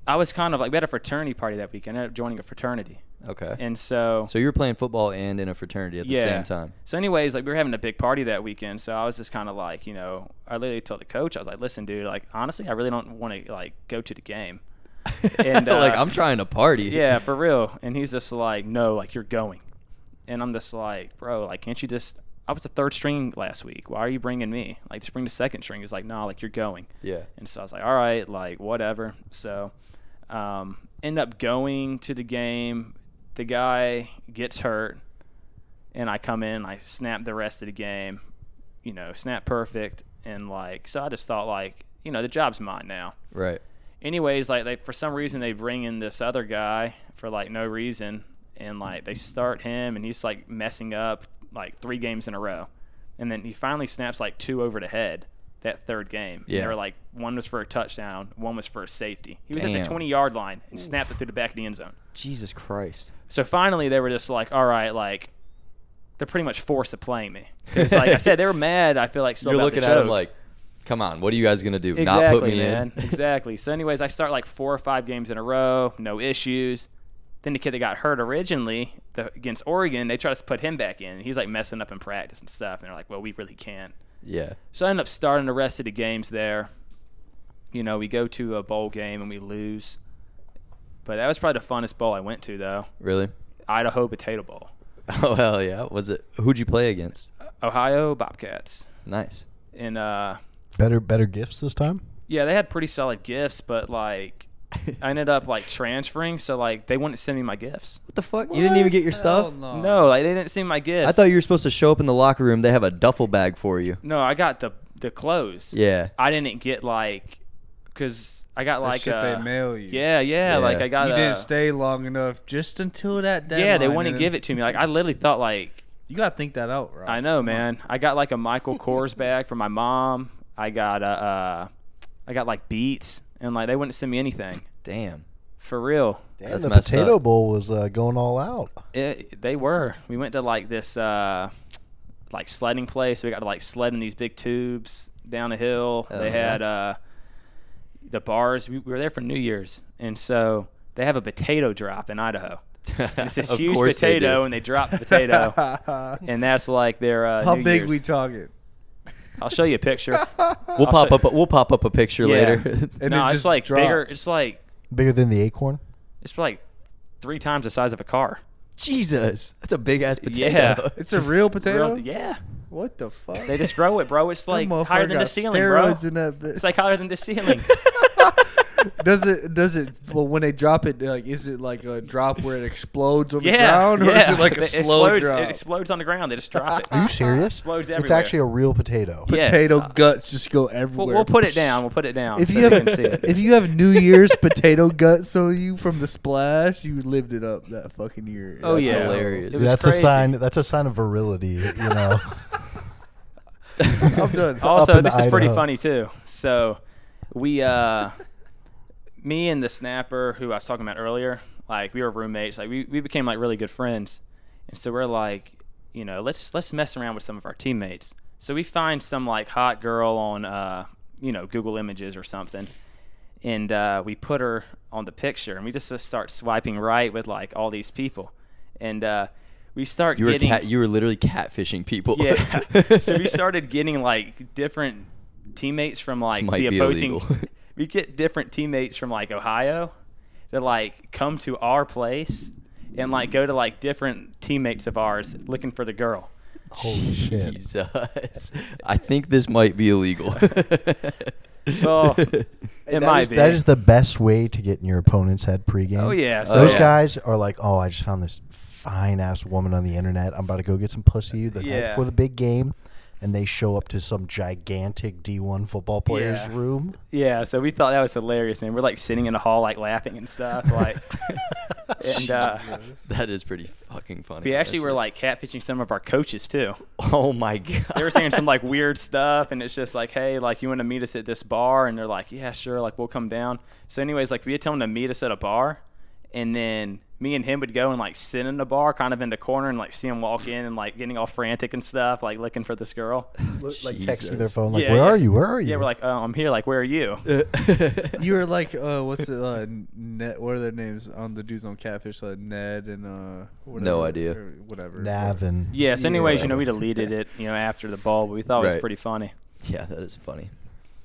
[SPEAKER 4] I was kind of like we had a fraternity party that week. I ended up joining a fraternity.
[SPEAKER 1] Okay.
[SPEAKER 4] And so
[SPEAKER 1] so you were playing football and in a fraternity at the same time.
[SPEAKER 4] so, anyways, like we were having a big party that weekend, so I was just kind of like, you know, I literally told the coach, I was like, listen, dude, like honestly, I really don't want to like go to the game. And,
[SPEAKER 1] like
[SPEAKER 4] uh,
[SPEAKER 1] I'm trying to party.
[SPEAKER 4] Yeah, for real. And he's just like, no, like you're going. And I'm just like, bro, like can't you just? I was the third string last week. Why are you bringing me? Like just bring the second string. He's like, nah, like you're going.
[SPEAKER 1] Yeah.
[SPEAKER 4] And so I was like, all right, like whatever. So um, end up going to the game. The guy gets hurt, and I come in. I snap the rest of the game. You know, snap perfect, and like so. I just thought like, you know, the job's mine now.
[SPEAKER 1] Right.
[SPEAKER 4] Anyways, like they for some reason they bring in this other guy for like no reason, and like they start him, and he's like messing up like three games in a row, and then he finally snaps like two over the head that third game. And
[SPEAKER 1] Yeah.
[SPEAKER 4] They were like one was for a touchdown, one was for a safety. He was at
[SPEAKER 1] Damn.
[SPEAKER 4] the twenty yard line and snapped it through the back of the end zone.
[SPEAKER 1] Jesus Christ.
[SPEAKER 4] So finally, they were just like, "All right, like they're pretty much forced to playing me." 'Cause, like I said, they were mad. I feel like still
[SPEAKER 1] You're
[SPEAKER 4] about
[SPEAKER 1] looking
[SPEAKER 4] the
[SPEAKER 1] at him
[SPEAKER 4] choke.
[SPEAKER 1] like, come on, what are you guys gonna do?
[SPEAKER 4] Exactly,
[SPEAKER 1] Not put me
[SPEAKER 4] man.
[SPEAKER 1] in.
[SPEAKER 4] exactly. So, anyways, I start like four or five games in a row, no issues. Then the kid that got hurt originally the, against Oregon, they try to put him back in. He's like messing up in practice and stuff. And they're like, well, we really can't.
[SPEAKER 1] yeah.
[SPEAKER 4] So I end up starting the rest of the games there. You know, we go to a bowl game and we lose. But that was probably the funnest bowl I went to, though
[SPEAKER 1] Really?
[SPEAKER 4] Idaho Potato Bowl,
[SPEAKER 1] Oh hell yeah. Was it who'd you play against?
[SPEAKER 4] Ohio Bobcats.
[SPEAKER 1] Nice.
[SPEAKER 4] And uh,
[SPEAKER 3] better better gifts this time.
[SPEAKER 4] yeah, they had pretty solid gifts, but like I ended up like transferring, so like they wouldn't send me my gifts.
[SPEAKER 1] What the fuck? You didn't even get your stuff?
[SPEAKER 2] Oh.
[SPEAKER 4] No, like they didn't send my gifts.
[SPEAKER 1] I thought you were supposed to show up in the locker room. They have a duffel bag for you.
[SPEAKER 4] No, I got the the clothes.
[SPEAKER 1] Yeah.
[SPEAKER 4] I didn't get like, cause I got like
[SPEAKER 2] shit
[SPEAKER 4] uh,
[SPEAKER 2] they mail you.
[SPEAKER 4] Yeah,
[SPEAKER 1] Yeah.
[SPEAKER 4] yeah, Like I got.
[SPEAKER 2] You
[SPEAKER 4] uh,
[SPEAKER 2] didn't stay long enough just until that deadline.
[SPEAKER 4] yeah, they wouldn't
[SPEAKER 2] and
[SPEAKER 4] give
[SPEAKER 2] then-
[SPEAKER 4] it to me. Like I literally thought like
[SPEAKER 2] You gotta think that out, right?
[SPEAKER 4] I know, man. I got like a Michael Kors bag from my mom. I got uh, uh I got like Beats, and like they wouldn't send me anything
[SPEAKER 1] Damn.
[SPEAKER 4] for real.
[SPEAKER 3] Damn,
[SPEAKER 1] That's
[SPEAKER 3] the
[SPEAKER 1] messed
[SPEAKER 3] potato
[SPEAKER 1] up.
[SPEAKER 3] bowl was uh, going all out.
[SPEAKER 4] It, they were. We went to like this uh like sledding place. We got to like sled in these big tubes down a hill.
[SPEAKER 1] Oh,
[SPEAKER 4] they
[SPEAKER 1] yeah.
[SPEAKER 4] had uh the bars. We, we were there for New Year's, and so they have a potato drop in Idaho. It's this
[SPEAKER 1] Of
[SPEAKER 4] huge
[SPEAKER 1] course they
[SPEAKER 4] potato,
[SPEAKER 1] do.
[SPEAKER 4] and they drop the potato, and that's like their uh,
[SPEAKER 2] How
[SPEAKER 4] New
[SPEAKER 2] big
[SPEAKER 4] Year's.
[SPEAKER 2] we talking?
[SPEAKER 4] I'll show you a picture.
[SPEAKER 1] We'll
[SPEAKER 4] I'll
[SPEAKER 1] pop
[SPEAKER 4] show-
[SPEAKER 1] up. A, we'll pop up a picture
[SPEAKER 4] Yeah.
[SPEAKER 1] later.
[SPEAKER 2] And
[SPEAKER 4] no,
[SPEAKER 2] it
[SPEAKER 4] it's
[SPEAKER 2] just
[SPEAKER 4] like bigger.
[SPEAKER 2] drops.
[SPEAKER 4] It's like
[SPEAKER 3] Bigger than the acorn.
[SPEAKER 4] it's like three times the size of a car.
[SPEAKER 1] Jesus, that's a big ass potato.
[SPEAKER 4] Yeah.
[SPEAKER 2] It's a real potato.
[SPEAKER 4] Real- yeah,
[SPEAKER 2] What the fuck?
[SPEAKER 4] they just grow it, bro. It's
[SPEAKER 2] That
[SPEAKER 4] like
[SPEAKER 2] motherfucker
[SPEAKER 4] higher than the
[SPEAKER 2] got
[SPEAKER 4] ceiling, bro.
[SPEAKER 2] steroids In that bitch.
[SPEAKER 4] It's like higher than the ceiling.
[SPEAKER 2] does it does it well when they drop it like is it like a drop where it explodes on the
[SPEAKER 4] yeah,
[SPEAKER 2] ground or is
[SPEAKER 4] yeah.
[SPEAKER 2] it like a
[SPEAKER 4] It
[SPEAKER 2] slow
[SPEAKER 4] explodes,
[SPEAKER 2] drop?
[SPEAKER 4] It explodes on the ground. They just drop it.
[SPEAKER 3] Are you serious?
[SPEAKER 4] Explodes
[SPEAKER 3] it's
[SPEAKER 4] everywhere.
[SPEAKER 3] actually a real potato.
[SPEAKER 4] Yeah. Yes.
[SPEAKER 2] Potato
[SPEAKER 4] Uh,
[SPEAKER 2] guts just go everywhere.
[SPEAKER 4] We'll, we'll put it down. We'll put it down.
[SPEAKER 2] If
[SPEAKER 4] so
[SPEAKER 2] you have
[SPEAKER 4] can see it.
[SPEAKER 2] if you have New Year's potato guts on you from the splash, you lived it up that fucking year.
[SPEAKER 4] Oh,
[SPEAKER 2] That's
[SPEAKER 4] yeah.
[SPEAKER 2] how-
[SPEAKER 1] hilarious.
[SPEAKER 4] It was
[SPEAKER 3] that's
[SPEAKER 4] crazy.
[SPEAKER 3] a sign. That's a sign of virility. You know.
[SPEAKER 2] I'm done.
[SPEAKER 4] Also,
[SPEAKER 3] in
[SPEAKER 4] this is pretty
[SPEAKER 3] Idaho.
[SPEAKER 4] funny too. So, we, uh, me and the snapper who I was talking about earlier, like we were roommates. Like we, we became like really good friends, and so we're like, you know, let's let's mess around with some of our teammates. So we find some like hot girl on, uh, you know, Google Images or something, and uh, we put her on the picture, and we just, just start swiping right with like all these people, and uh, we start
[SPEAKER 1] You were
[SPEAKER 4] getting
[SPEAKER 1] cat, you were literally catfishing people.
[SPEAKER 4] yeah. so we started getting like different teammates from like
[SPEAKER 1] might
[SPEAKER 4] the
[SPEAKER 1] be
[SPEAKER 4] opposing.
[SPEAKER 1] illegal.
[SPEAKER 4] we get different teammates from like Ohio that like come to our place and like go to like different teammates of ours looking for the girl.
[SPEAKER 3] Holy shit.
[SPEAKER 1] Jesus. I think this might be illegal.
[SPEAKER 4] Oh, it
[SPEAKER 3] Hey, that
[SPEAKER 4] might
[SPEAKER 3] is-
[SPEAKER 4] be.
[SPEAKER 3] That is the best way to get in your opponent's head pregame.
[SPEAKER 4] Oh, yeah,
[SPEAKER 1] so-
[SPEAKER 3] Those
[SPEAKER 1] yeah.
[SPEAKER 3] guys are like, oh, I just found this fine ass woman on the internet. I'm about to go get some pussy the night
[SPEAKER 4] Yeah.
[SPEAKER 3] before the big game. And they show up to some gigantic D1 football player's
[SPEAKER 4] Yeah.
[SPEAKER 3] room.
[SPEAKER 4] Yeah, so we thought that was hilarious, man. We're like sitting in the hall, like laughing and stuff, like. and uh,
[SPEAKER 1] that is pretty fucking funny.
[SPEAKER 4] we actually were
[SPEAKER 1] honestly.
[SPEAKER 4] like catfishing some of our coaches too.
[SPEAKER 1] oh my god.
[SPEAKER 4] They were saying some like weird stuff, and it's just like, hey, like you want to meet us at this bar, and they're like, yeah, sure, like we'll come down. So, anyways, like we had told them to meet us at a bar, and then me and him would go and like sit in the bar, kind of in the corner, and like see him walk in and like getting all frantic and stuff, like looking for this girl.
[SPEAKER 3] Look, Like texting their
[SPEAKER 1] Jesus.
[SPEAKER 3] phone, like,
[SPEAKER 4] Yeah,
[SPEAKER 3] where
[SPEAKER 4] yeah.
[SPEAKER 3] are you? Where are you?
[SPEAKER 4] Yeah, we're like, oh, I'm here. Like, where are you?
[SPEAKER 1] Uh,
[SPEAKER 2] You were like, uh, what's it? Uh, Ned, what are their names on the dudes on Catfish? Like Ned and uh, whatever,
[SPEAKER 1] No idea.
[SPEAKER 2] or whatever.
[SPEAKER 3] Navin.
[SPEAKER 4] Yeah. So, anyways,
[SPEAKER 1] Yeah.
[SPEAKER 4] you know, we deleted it, you know, after the ball, but we thought it was
[SPEAKER 1] Right.
[SPEAKER 4] pretty funny.
[SPEAKER 1] yeah, that is funny.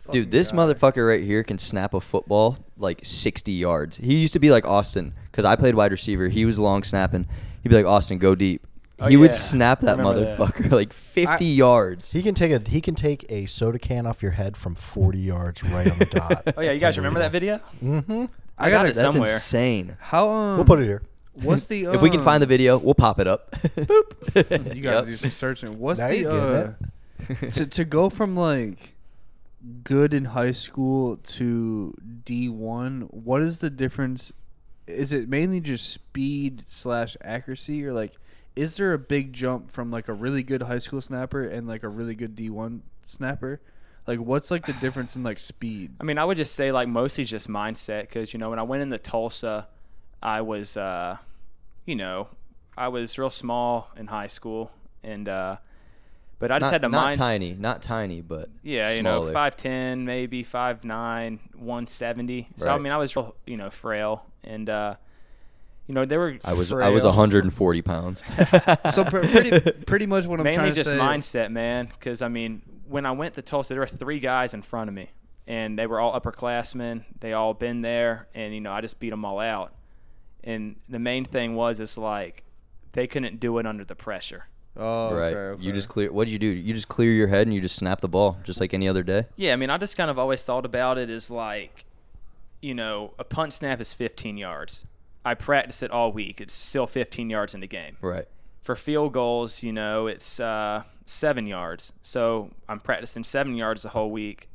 [SPEAKER 2] Fucking
[SPEAKER 1] Dude, this
[SPEAKER 2] guy.
[SPEAKER 1] motherfucker right here can snap a football like 60 yards. He used to be like Austin because I played wide receiver. He was long snapping. He'd be like, Austin, go deep.
[SPEAKER 4] Oh,
[SPEAKER 1] he would
[SPEAKER 4] yeah.
[SPEAKER 1] snap that
[SPEAKER 4] Remember that.
[SPEAKER 1] motherfucker like 50 yards.
[SPEAKER 3] He can take a he can take a soda can off your head from 40 yards right on the dot.
[SPEAKER 4] Oh yeah, you guys remember that video?
[SPEAKER 3] Mm-hmm.
[SPEAKER 2] I got
[SPEAKER 4] got
[SPEAKER 2] it.
[SPEAKER 4] it
[SPEAKER 1] That's
[SPEAKER 4] somewhere.
[SPEAKER 1] insane.
[SPEAKER 2] How um,
[SPEAKER 3] We'll put it here.
[SPEAKER 2] What's the
[SPEAKER 1] if we can find the
[SPEAKER 2] um,
[SPEAKER 1] video, we'll pop it up. Boop.
[SPEAKER 2] You gotta do some searching. What's
[SPEAKER 3] Now
[SPEAKER 2] the
[SPEAKER 3] you're getting
[SPEAKER 2] uh, to to go from like good in high school to D one? What is the difference? Is it mainly just speed slash accuracy, or like is there a big jump from like a really good high school snapper and like a really good D one snapper? Like what's like the difference in like speed?
[SPEAKER 4] I mean, I would just say like mostly just mindset because you know when I went into Tulsa, I was uh, you know, I was real small in high school and uh, but I just
[SPEAKER 1] not,
[SPEAKER 4] had the
[SPEAKER 1] not
[SPEAKER 4] mind
[SPEAKER 1] tiny, not tiny, but
[SPEAKER 4] Yeah, you know,
[SPEAKER 1] smaller.
[SPEAKER 4] five ten, maybe five nine, one seventy. So I
[SPEAKER 1] Right.
[SPEAKER 4] mean, I was real, you know frail and uh, you know they were
[SPEAKER 1] I was I was
[SPEAKER 4] frail.
[SPEAKER 1] 140 pounds.
[SPEAKER 2] So pr- pretty pretty much what I'm
[SPEAKER 4] mainly
[SPEAKER 2] trying to
[SPEAKER 4] just
[SPEAKER 2] say.
[SPEAKER 4] mindset, man. Because I mean, when I went to Tulsa, there were three guys in front of me, and they were all upperclassmen. They all been there, and you know, I just beat them all out. And the main thing was, it's like they couldn't do it under the pressure.
[SPEAKER 2] Oh,
[SPEAKER 1] right.
[SPEAKER 2] okay, okay.
[SPEAKER 1] You just clear. What do you do? You just clear your head and you just snap the ball, just like any other day.
[SPEAKER 4] Yeah, I mean, I just kind of always thought about it as like, you know, a punt snap is 15 yards. I practice it all week. It's still 15 yards in the game.
[SPEAKER 1] Right.
[SPEAKER 4] for field goals, you know, it's uh, seven yards. So I'm practicing seven yards the whole week.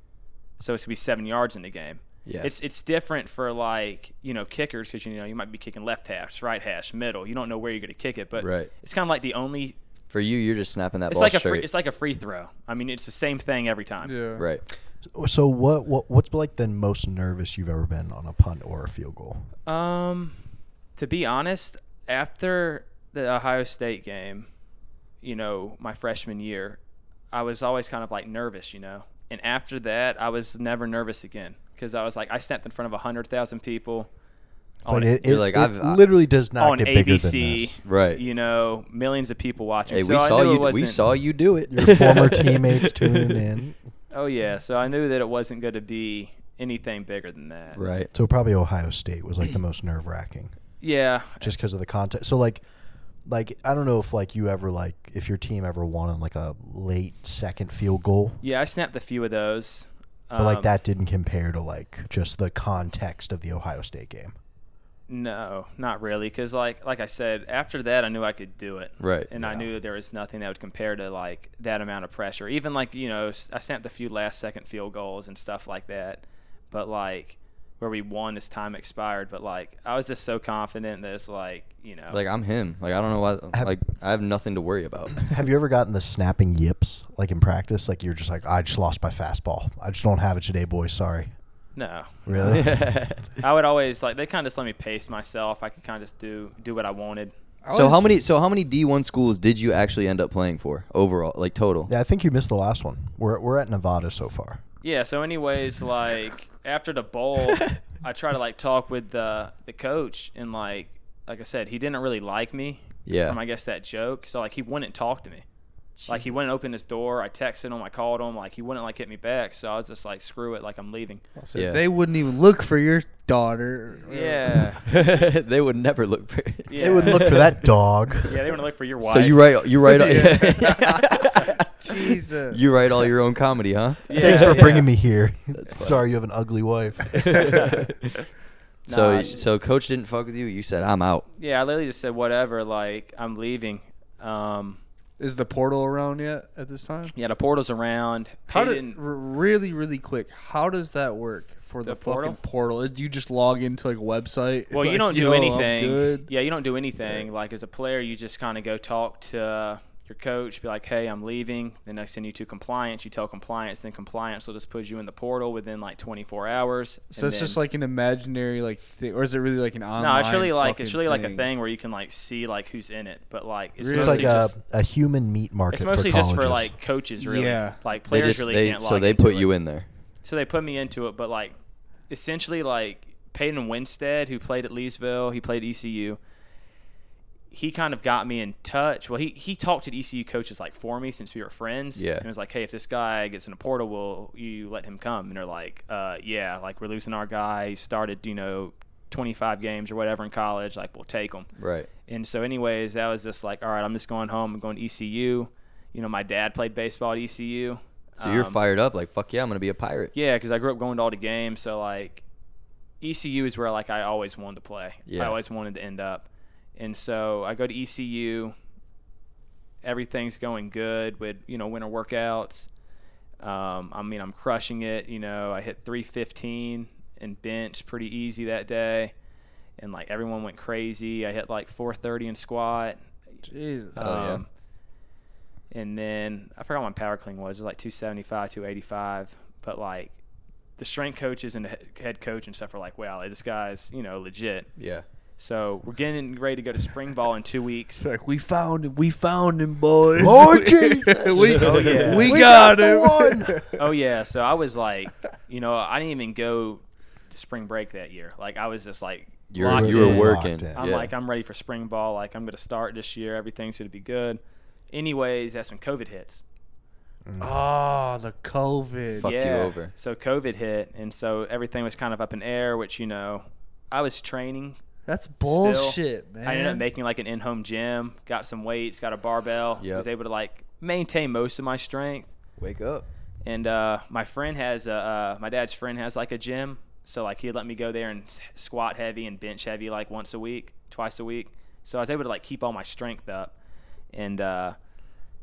[SPEAKER 4] So it's gonna be seven yards in the game.
[SPEAKER 1] Yeah.
[SPEAKER 4] It's it's different for like you know kickers because you know you might be kicking left hash, right hash, middle. You don't know where you're gonna kick it, but
[SPEAKER 1] Right.
[SPEAKER 4] it's kind of like the only.
[SPEAKER 1] For you, you're just snapping that
[SPEAKER 4] It's
[SPEAKER 1] ball
[SPEAKER 4] like a
[SPEAKER 1] straight.
[SPEAKER 4] free, it's like a free throw. I mean, it's the same thing every time.
[SPEAKER 2] yeah.
[SPEAKER 1] right.
[SPEAKER 3] So what what what's like the most nervous you've ever been on a punt or a field goal?
[SPEAKER 4] Um, to be honest, after the Ohio State game, you know, my freshman year, I was always kind of like nervous, you know. And after that, I was never nervous again because I was like, I stepped in front of hundred thousand people
[SPEAKER 3] It's
[SPEAKER 4] On
[SPEAKER 3] like it,
[SPEAKER 1] you're
[SPEAKER 3] it-
[SPEAKER 1] like,
[SPEAKER 3] it
[SPEAKER 1] I've-
[SPEAKER 3] literally does not
[SPEAKER 4] on
[SPEAKER 3] get bigger than
[SPEAKER 4] ABC,
[SPEAKER 3] this.
[SPEAKER 1] Right.
[SPEAKER 4] You know, millions of people watching.
[SPEAKER 1] Hey,
[SPEAKER 4] so
[SPEAKER 1] we
[SPEAKER 4] I
[SPEAKER 1] saw
[SPEAKER 4] knew it
[SPEAKER 1] you. We
[SPEAKER 4] wasn't-
[SPEAKER 1] saw you do it.
[SPEAKER 3] Your former teammates tuning in.
[SPEAKER 4] Oh yeah, so I knew that it wasn't going to be anything bigger than that.
[SPEAKER 1] Right.
[SPEAKER 3] So probably Ohio State was like the most nerve wracking,
[SPEAKER 4] Yeah.
[SPEAKER 3] just because of the context. So like, like I don't know if like you ever like if your team ever won on like a late second field goal,
[SPEAKER 4] Yeah, I snapped a few of those.
[SPEAKER 3] but like
[SPEAKER 4] Um,
[SPEAKER 3] that didn't compare to like just the context of the Ohio State game.
[SPEAKER 4] No, not really, because like like I said, after that I knew I could do it.
[SPEAKER 1] Right.
[SPEAKER 4] And I knew there was nothing that would compare to like that amount of pressure. Even like you know, s- I snapped a few last second field goals and stuff like that, but like where we won as time expired. But like I was just so confident that it's like you know,
[SPEAKER 1] Like I'm him. Like I don't know why.
[SPEAKER 3] Have-
[SPEAKER 1] like I have nothing to worry about.
[SPEAKER 3] Have you ever gotten the snapping yips like in practice? Like you're just like I just lost my fastball. I just don't have it today, boys. Sorry.
[SPEAKER 4] no.
[SPEAKER 3] Really?
[SPEAKER 4] I would always like they kind of just let me pace myself. I could kind of just do do what I wanted.
[SPEAKER 2] I
[SPEAKER 1] so
[SPEAKER 2] was-
[SPEAKER 1] how many? So how many D1 schools did you actually end up playing for overall? Like total.
[SPEAKER 3] yeah, I think you missed the last one. We're we're at Nevada so far.
[SPEAKER 4] Yeah. So, anyways, like after the bowl, I try to like talk with the the coach, and like like I said, he didn't really like me.
[SPEAKER 1] Yeah.
[SPEAKER 4] From I guess that joke, so like he wouldn't talk to me. Like he wouldn't open his door. I texted him. I called him. Like he wouldn't like hit me back. So I was just like, screw it. Like I'm leaving.
[SPEAKER 2] So
[SPEAKER 1] Yeah.
[SPEAKER 2] They wouldn't even look for your daughter.
[SPEAKER 4] Yeah.
[SPEAKER 1] they would never look for it.
[SPEAKER 4] yeah.
[SPEAKER 3] They would look for that dog.
[SPEAKER 4] Yeah, they would look for your wife.
[SPEAKER 1] So you write you write
[SPEAKER 2] Yeah.
[SPEAKER 1] all,
[SPEAKER 2] Jesus.
[SPEAKER 1] you write all your own comedy, huh?
[SPEAKER 4] Yeah,
[SPEAKER 3] Thanks for
[SPEAKER 4] yeah.
[SPEAKER 3] bringing me here.
[SPEAKER 1] That's funny.
[SPEAKER 3] Sorry, you have an ugly wife.
[SPEAKER 1] so
[SPEAKER 4] Nah, I-
[SPEAKER 1] so coach didn't fuck with you. You said I'm out.
[SPEAKER 4] Yeah, I literally just said whatever. Like I'm leaving. Um,
[SPEAKER 2] Is the portal around yet at this time?
[SPEAKER 4] yeah, the portal's around.
[SPEAKER 2] How did
[SPEAKER 4] Hayden-
[SPEAKER 2] r- really really quick? How does that work for the,
[SPEAKER 4] The portal?
[SPEAKER 2] fucking portal? Do you just log into like a website?
[SPEAKER 4] Well,
[SPEAKER 2] like,
[SPEAKER 4] you don't do
[SPEAKER 2] "Yo, I'm
[SPEAKER 4] anything.
[SPEAKER 2] good"?
[SPEAKER 4] Yeah, you don't do anything. Like as a player, you just kind of go talk to uh, your coach, be like, "Hey, I'm leaving." Then they send you to compliance. You tell compliance, then compliance will just put you in the portal within like 24 hours.
[SPEAKER 2] So
[SPEAKER 4] and
[SPEAKER 2] it's just
[SPEAKER 4] then-
[SPEAKER 2] like an imaginary like thing, or is it really like an online?
[SPEAKER 4] no, it's really like it's
[SPEAKER 2] fucking
[SPEAKER 4] really like a thing where you can like see like who's in it, but like it's
[SPEAKER 2] Really? uh,
[SPEAKER 3] It's
[SPEAKER 4] mostly
[SPEAKER 3] like a,
[SPEAKER 4] just
[SPEAKER 3] a human meat market
[SPEAKER 4] it's mostly
[SPEAKER 3] for
[SPEAKER 4] just
[SPEAKER 3] colleges.
[SPEAKER 4] for like coaches really.
[SPEAKER 2] Yeah.
[SPEAKER 4] Like
[SPEAKER 1] They
[SPEAKER 4] players
[SPEAKER 1] just
[SPEAKER 4] really
[SPEAKER 1] they
[SPEAKER 4] can't.
[SPEAKER 1] so
[SPEAKER 4] log
[SPEAKER 1] they
[SPEAKER 4] into
[SPEAKER 1] put
[SPEAKER 4] it.
[SPEAKER 1] you in there.
[SPEAKER 4] So they put me into it, but like essentially like Peyton Winstead, who played at Leesville, he played ECU. He kind of got me in touch. Well, he he talked to the ECU coaches like for me since we were friends.
[SPEAKER 1] Yeah.
[SPEAKER 4] and was like, hey, if this guy gets in a portal, will you let him come? And they're like, uh, yeah, like we're losing our guy. He started, you know, 25 games or whatever in college. Like we'll take him.
[SPEAKER 1] Right.
[SPEAKER 4] And so, anyways, that was just like, all right, I'm just going home. I'm going to ECU. You know, my dad played baseball at ECU.
[SPEAKER 1] So you're
[SPEAKER 4] Um,
[SPEAKER 1] fired up, like fuck yeah, I'm gonna be a pirate.
[SPEAKER 4] yeah, because I grew up going to all the games, so like ECU is where like I always wanted to play.
[SPEAKER 1] Yeah.
[SPEAKER 4] I always wanted to end up, and so I go to ECU. Everything's going good with you know winter workouts. Um, I mean, I'm crushing it. You know, I hit 315 and bench pretty easy that day, and like everyone went crazy. I hit like 430 in squat.
[SPEAKER 2] Jesus.
[SPEAKER 1] Oh, yeah.
[SPEAKER 4] um, And then I forgot what my power clean was. It was like 275, 285. But like the strength coaches and the he- head coach and stuff are like, wow, like, this guy's, you know, legit.
[SPEAKER 1] Yeah.
[SPEAKER 4] So we're getting ready to go to spring ball in two weeks.
[SPEAKER 2] It's like we found him. We found him, boys.
[SPEAKER 3] Lord Oh, Jesus.
[SPEAKER 2] we,
[SPEAKER 4] Oh, yeah.
[SPEAKER 2] we,
[SPEAKER 4] We
[SPEAKER 2] got,
[SPEAKER 3] the
[SPEAKER 2] him.
[SPEAKER 3] one.
[SPEAKER 4] oh, yeah. So I was like, you know, I didn't even go to spring break that year. Like I was just like,
[SPEAKER 1] You're
[SPEAKER 4] locked
[SPEAKER 1] you were
[SPEAKER 4] in.
[SPEAKER 3] in.
[SPEAKER 1] working.
[SPEAKER 3] Locked in.
[SPEAKER 4] I'm
[SPEAKER 1] yeah.
[SPEAKER 4] like, I'm ready for spring ball. Like, I'm going to start this year. Everything's going to be good. Anyways, that's when COVID hits.
[SPEAKER 2] Oh, the COVID.
[SPEAKER 1] Fuck. fucked you over.
[SPEAKER 4] So COVID hit, and so everything was kind of up in air. Which you know, I was training.
[SPEAKER 2] That's bullshit, man.
[SPEAKER 4] I ended up making like an in-home gym, got some weights, got a barbell.
[SPEAKER 1] Yep.
[SPEAKER 4] Was able to like maintain most of my strength.
[SPEAKER 1] Wake up.
[SPEAKER 4] And uh, my friend has a, uh, my dad's friend has like a gym, so like he'd let me go there and s- squat heavy and bench heavy like once a week, twice a week. So I was able to like keep all my strength up. And uh,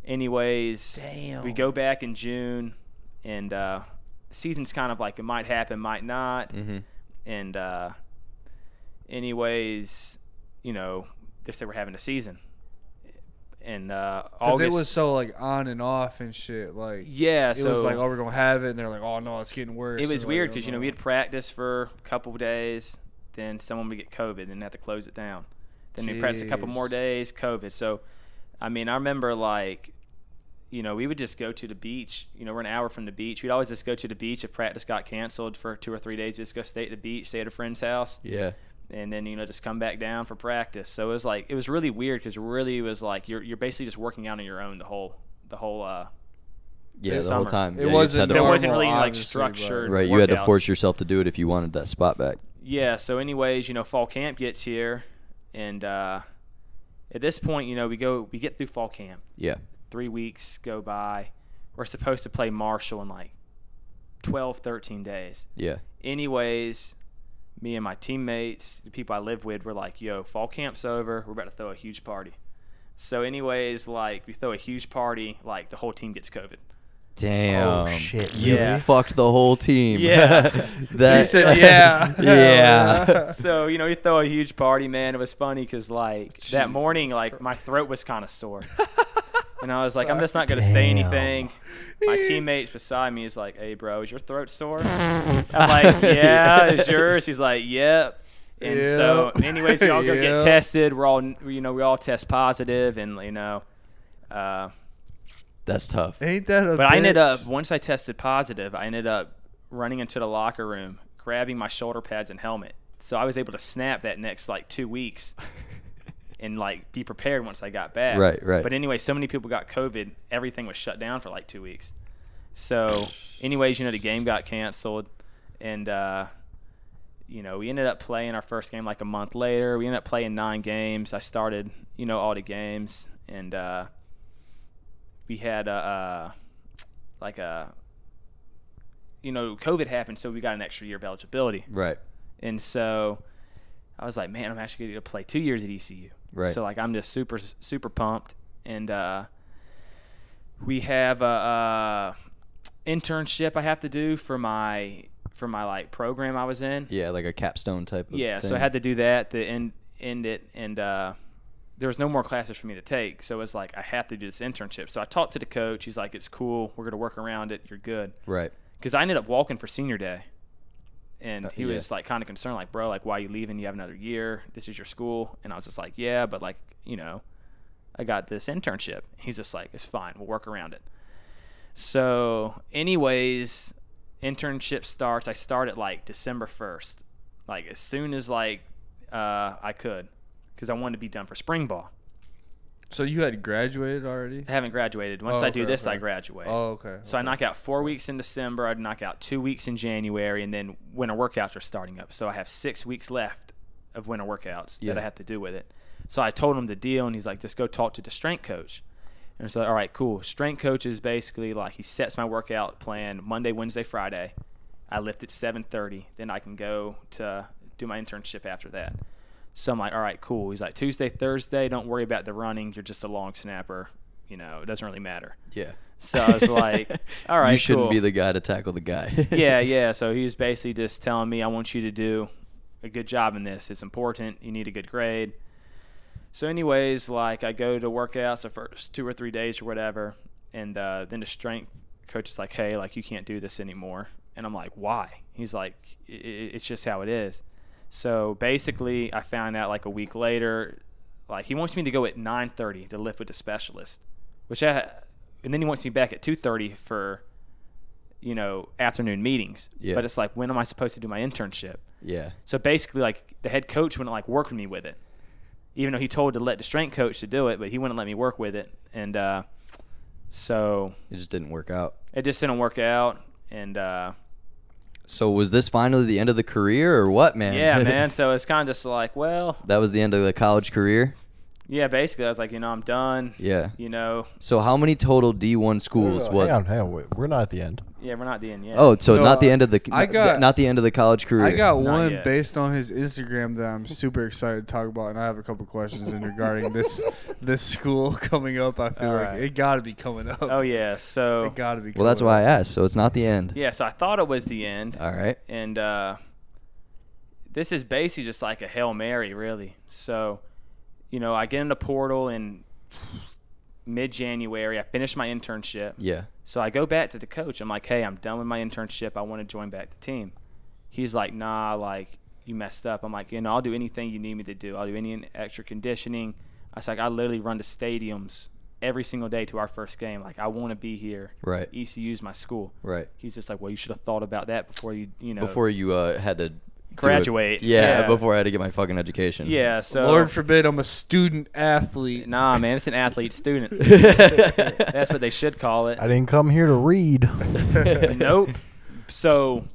[SPEAKER 4] anyways, we go back in June, and uh, season's kind of like it might happen, might not.
[SPEAKER 2] Mm.
[SPEAKER 1] Mhm.
[SPEAKER 4] And uh, anyways, you know, they said we're having a season. And uh,
[SPEAKER 2] Because
[SPEAKER 4] August
[SPEAKER 2] it was so like on and off and shit. Like
[SPEAKER 4] yeah,
[SPEAKER 2] it
[SPEAKER 4] so
[SPEAKER 2] was like, oh, we're gonna have it, and they're like, oh no, it's getting worse.
[SPEAKER 4] It
[SPEAKER 2] and
[SPEAKER 4] was
[SPEAKER 2] like,
[SPEAKER 4] weird
[SPEAKER 2] oh,
[SPEAKER 4] because you know
[SPEAKER 2] no.
[SPEAKER 4] we had practice for a couple of days, then someone would get COVID, then have to close it down. Then we practiced a couple
[SPEAKER 2] Jeez.
[SPEAKER 4] more days, COVID. So, I mean, I remember like, you know, we would just go to the beach. You know, we're an hour from the beach. We'd always just go to the beach if practice got canceled for two or three days. We'd just go stay at the beach, stay at a friend's house,
[SPEAKER 1] Yeah.
[SPEAKER 4] and then you know just come back down for practice. So it was like it was really weird because really it was like you're you're basically just working out on your own the whole the whhole. uh
[SPEAKER 1] Yeah, the
[SPEAKER 2] This
[SPEAKER 1] whole
[SPEAKER 2] summer.
[SPEAKER 1] time.
[SPEAKER 2] It
[SPEAKER 1] yeah, you
[SPEAKER 2] wasn't
[SPEAKER 1] just had to
[SPEAKER 4] There
[SPEAKER 2] normal,
[SPEAKER 4] wasn't really like
[SPEAKER 2] obviously, but-
[SPEAKER 4] structured.
[SPEAKER 1] Right, you had to
[SPEAKER 4] workouts.
[SPEAKER 1] force yourself to do it if you wanted that spot back.
[SPEAKER 4] yeah so anyways you know fall camp gets here and uh at this point you know we go we get through fall camp
[SPEAKER 1] Yeah.
[SPEAKER 4] three weeks go by we're supposed to play marshall in like 12 13 days
[SPEAKER 1] Yeah.
[SPEAKER 4] anyways me and my teammates the people i live with were like yo fall camp's over we're about to throw a huge party so anyways like we throw a huge party like the whole team gets covid
[SPEAKER 1] Damn.
[SPEAKER 3] shit,
[SPEAKER 1] Um, You
[SPEAKER 4] really?
[SPEAKER 1] fucked the whole team.
[SPEAKER 4] Yeah.
[SPEAKER 1] that,
[SPEAKER 2] He said, yeah.
[SPEAKER 1] yeah.
[SPEAKER 4] so you know we throw a huge party man it was funny because like that
[SPEAKER 2] Jesus
[SPEAKER 4] morning like my throat was kind of sore and i was like i'm just not gonna say
[SPEAKER 3] Damn.
[SPEAKER 4] anything my teammates beside me is like hey bro is your throat sore i'm like yeah is yours he's like yep and so
[SPEAKER 2] Yep.
[SPEAKER 4] anyways we all go
[SPEAKER 2] Yep.
[SPEAKER 4] get tested we're all you know we all test positive and you know uh,
[SPEAKER 1] That's tough.
[SPEAKER 2] Ain't that a?
[SPEAKER 4] but I ended
[SPEAKER 2] bitch?
[SPEAKER 4] up once I tested positive, I ended up running into the locker room, grabbing my shoulder pads and helmet. So I was able to snap that next like two weeks. and like be prepared once I got back.
[SPEAKER 1] Right, right.
[SPEAKER 4] But anyway, so many people got COVID. Everything was shut down for like two weeks. So, anyways, you know the game got canceled, and uh, you know we ended up playing our first game like a month later. We ended up playing nine games. I started you know all the games, and uh, we had a, uh like a you know COVID happened, so we got an extra year of eligibility.
[SPEAKER 1] Right.
[SPEAKER 4] And so I was like, man, I'm actually going to play two years at ECU.
[SPEAKER 1] Right.
[SPEAKER 4] So like, I'm just super, super pumped. And uh, we have a, uh internship I have to do for my for my like program I was in.
[SPEAKER 1] Yeah, like a capstone type. Of
[SPEAKER 4] Yeah, so I
[SPEAKER 1] thing.
[SPEAKER 4] had to do that to end end it, and uh, there was no more classes for me to take. So it's like I have to do this internship. So I talked to the coach. He's like, "It's cool. We're gonna work around it. You're good."
[SPEAKER 1] Right.
[SPEAKER 4] Because I ended up walking for senior day, and
[SPEAKER 1] Uh,
[SPEAKER 4] he
[SPEAKER 1] yeah.
[SPEAKER 4] was like kind of concerned, like, "Bro, like, why are you leaving? You have another year. This is your school." And I was just like, "Yeah, but like, you know, I got this internship." He's just like, "It's fine. We'll work around it." So, anyways, internship starts. I start at like December first, like as soon as like uh, I could, because I wanted to be done for spring ball.
[SPEAKER 2] So you had graduated already?
[SPEAKER 4] I haven't graduated. Once
[SPEAKER 2] Oh,
[SPEAKER 4] I do
[SPEAKER 2] okay,
[SPEAKER 4] this, I
[SPEAKER 2] okay.
[SPEAKER 4] graduate.
[SPEAKER 2] Oh, okay.
[SPEAKER 4] So I knock out four weeks in December. I'd knock out two weeks in January, and then winter workouts are starting up. So I have six weeks left of winter workouts
[SPEAKER 1] Yeah.
[SPEAKER 4] that I have to do with it. So I told him the deal, and he's like, "Just go talk to the strength coach." And it's like, "All right, cool." Strength coach is basically like he sets my workout plan Monday, Wednesday, Friday. I lift at 7:30, then I can go to do my internship after that. So I'm like, all right, cool. He's like, Tuesday, Thursday, don't worry about the running. You're just a long snapper. You know, it doesn't really matter.
[SPEAKER 1] Yeah.
[SPEAKER 4] So I was like, all right,
[SPEAKER 1] you shouldn't
[SPEAKER 4] cool.
[SPEAKER 1] be the guy to tackle the guy.
[SPEAKER 4] yeah, yeah. So he was basically just telling me, I want you to do a good job in this. It's important. You need a good grade. So, anyways, like I go to workouts the first two or three days or whatever, and uh, then the strength coach is like, "Hey, like you can't do this anymore." And I'm like, "Why?" He's like, "I- I- "It's just how it is." So basically, I found out like a week later, like he wants me to go at 9:30 to lift with the specialist, which I, and then he wants me back at 2:30 for, you know, afternoon meetings.
[SPEAKER 1] Yeah.
[SPEAKER 4] But it's like, when am I supposed to do my internship?
[SPEAKER 1] Yeah.
[SPEAKER 4] So basically, like the head coach wouldn't like work with me with it, even though he told to let the strength coach to do it, but he wouldn't let me work with it, and uh, so
[SPEAKER 1] It just didn't work out.
[SPEAKER 4] it just didn't work out. And uh,
[SPEAKER 1] So was this finally the end of the career or what, man?
[SPEAKER 4] yeah, man. So it's kind of just like, well,
[SPEAKER 1] that was the end of the college career.
[SPEAKER 4] yeah. Basically, I was like, you know, I'm done.
[SPEAKER 1] Yeah.
[SPEAKER 4] You know,
[SPEAKER 1] So how many total D1 schools
[SPEAKER 2] Oh,
[SPEAKER 3] Hang
[SPEAKER 1] was?
[SPEAKER 3] on, hang on. wait, We're not at the end.
[SPEAKER 4] yeah, we're not the end yet.
[SPEAKER 1] Oh, so
[SPEAKER 2] No,
[SPEAKER 1] not the
[SPEAKER 2] I-
[SPEAKER 1] end of the
[SPEAKER 2] I
[SPEAKER 1] not-
[SPEAKER 2] got-
[SPEAKER 1] not the end of the college career.
[SPEAKER 2] I got
[SPEAKER 4] Not
[SPEAKER 2] one
[SPEAKER 4] yet.
[SPEAKER 2] based on his Instagram that I'm super excited to talk about, and I have a couple questions in regarding this this school coming up. I feel
[SPEAKER 4] All
[SPEAKER 2] like
[SPEAKER 4] right.
[SPEAKER 2] it got to be coming up.
[SPEAKER 4] oh yeah. So
[SPEAKER 2] it got to be.
[SPEAKER 1] Well, that's
[SPEAKER 2] coming
[SPEAKER 1] why I
[SPEAKER 2] up.
[SPEAKER 1] asked. So it's not the end.
[SPEAKER 4] yeah. So I thought it was the end.
[SPEAKER 1] All right.
[SPEAKER 4] and uh, this is basically just like a hail mary, really. So, you know, I get in the portal in mid-January. I finish my internship,
[SPEAKER 1] Yeah.
[SPEAKER 4] so I go back to the coach. I'm like, "Hey, I'm done with my internship. I want to join back the team." He's like, "Nah, like you messed up." I'm like, "You know, I'll do anything you need me to do. I'll do any extra conditioning." I was like, "I literally run to stadiums every single day to our first game. Like, I want to be here. E
[SPEAKER 1] Right.
[SPEAKER 4] ECU's my school."
[SPEAKER 1] Right.
[SPEAKER 4] He's just like, "Well, you should have thought about that before you, you know,
[SPEAKER 1] Before you uh, had to do it-
[SPEAKER 4] Graduate,
[SPEAKER 1] Yeah,
[SPEAKER 4] yeah.
[SPEAKER 1] Before I had to get my fucking education.
[SPEAKER 4] Yeah, so
[SPEAKER 2] Lord forbid I'm a student athlete.
[SPEAKER 4] nah, man, it's an athlete student. That's what they should call it.
[SPEAKER 3] I didn't come here to read.
[SPEAKER 4] Nope. So,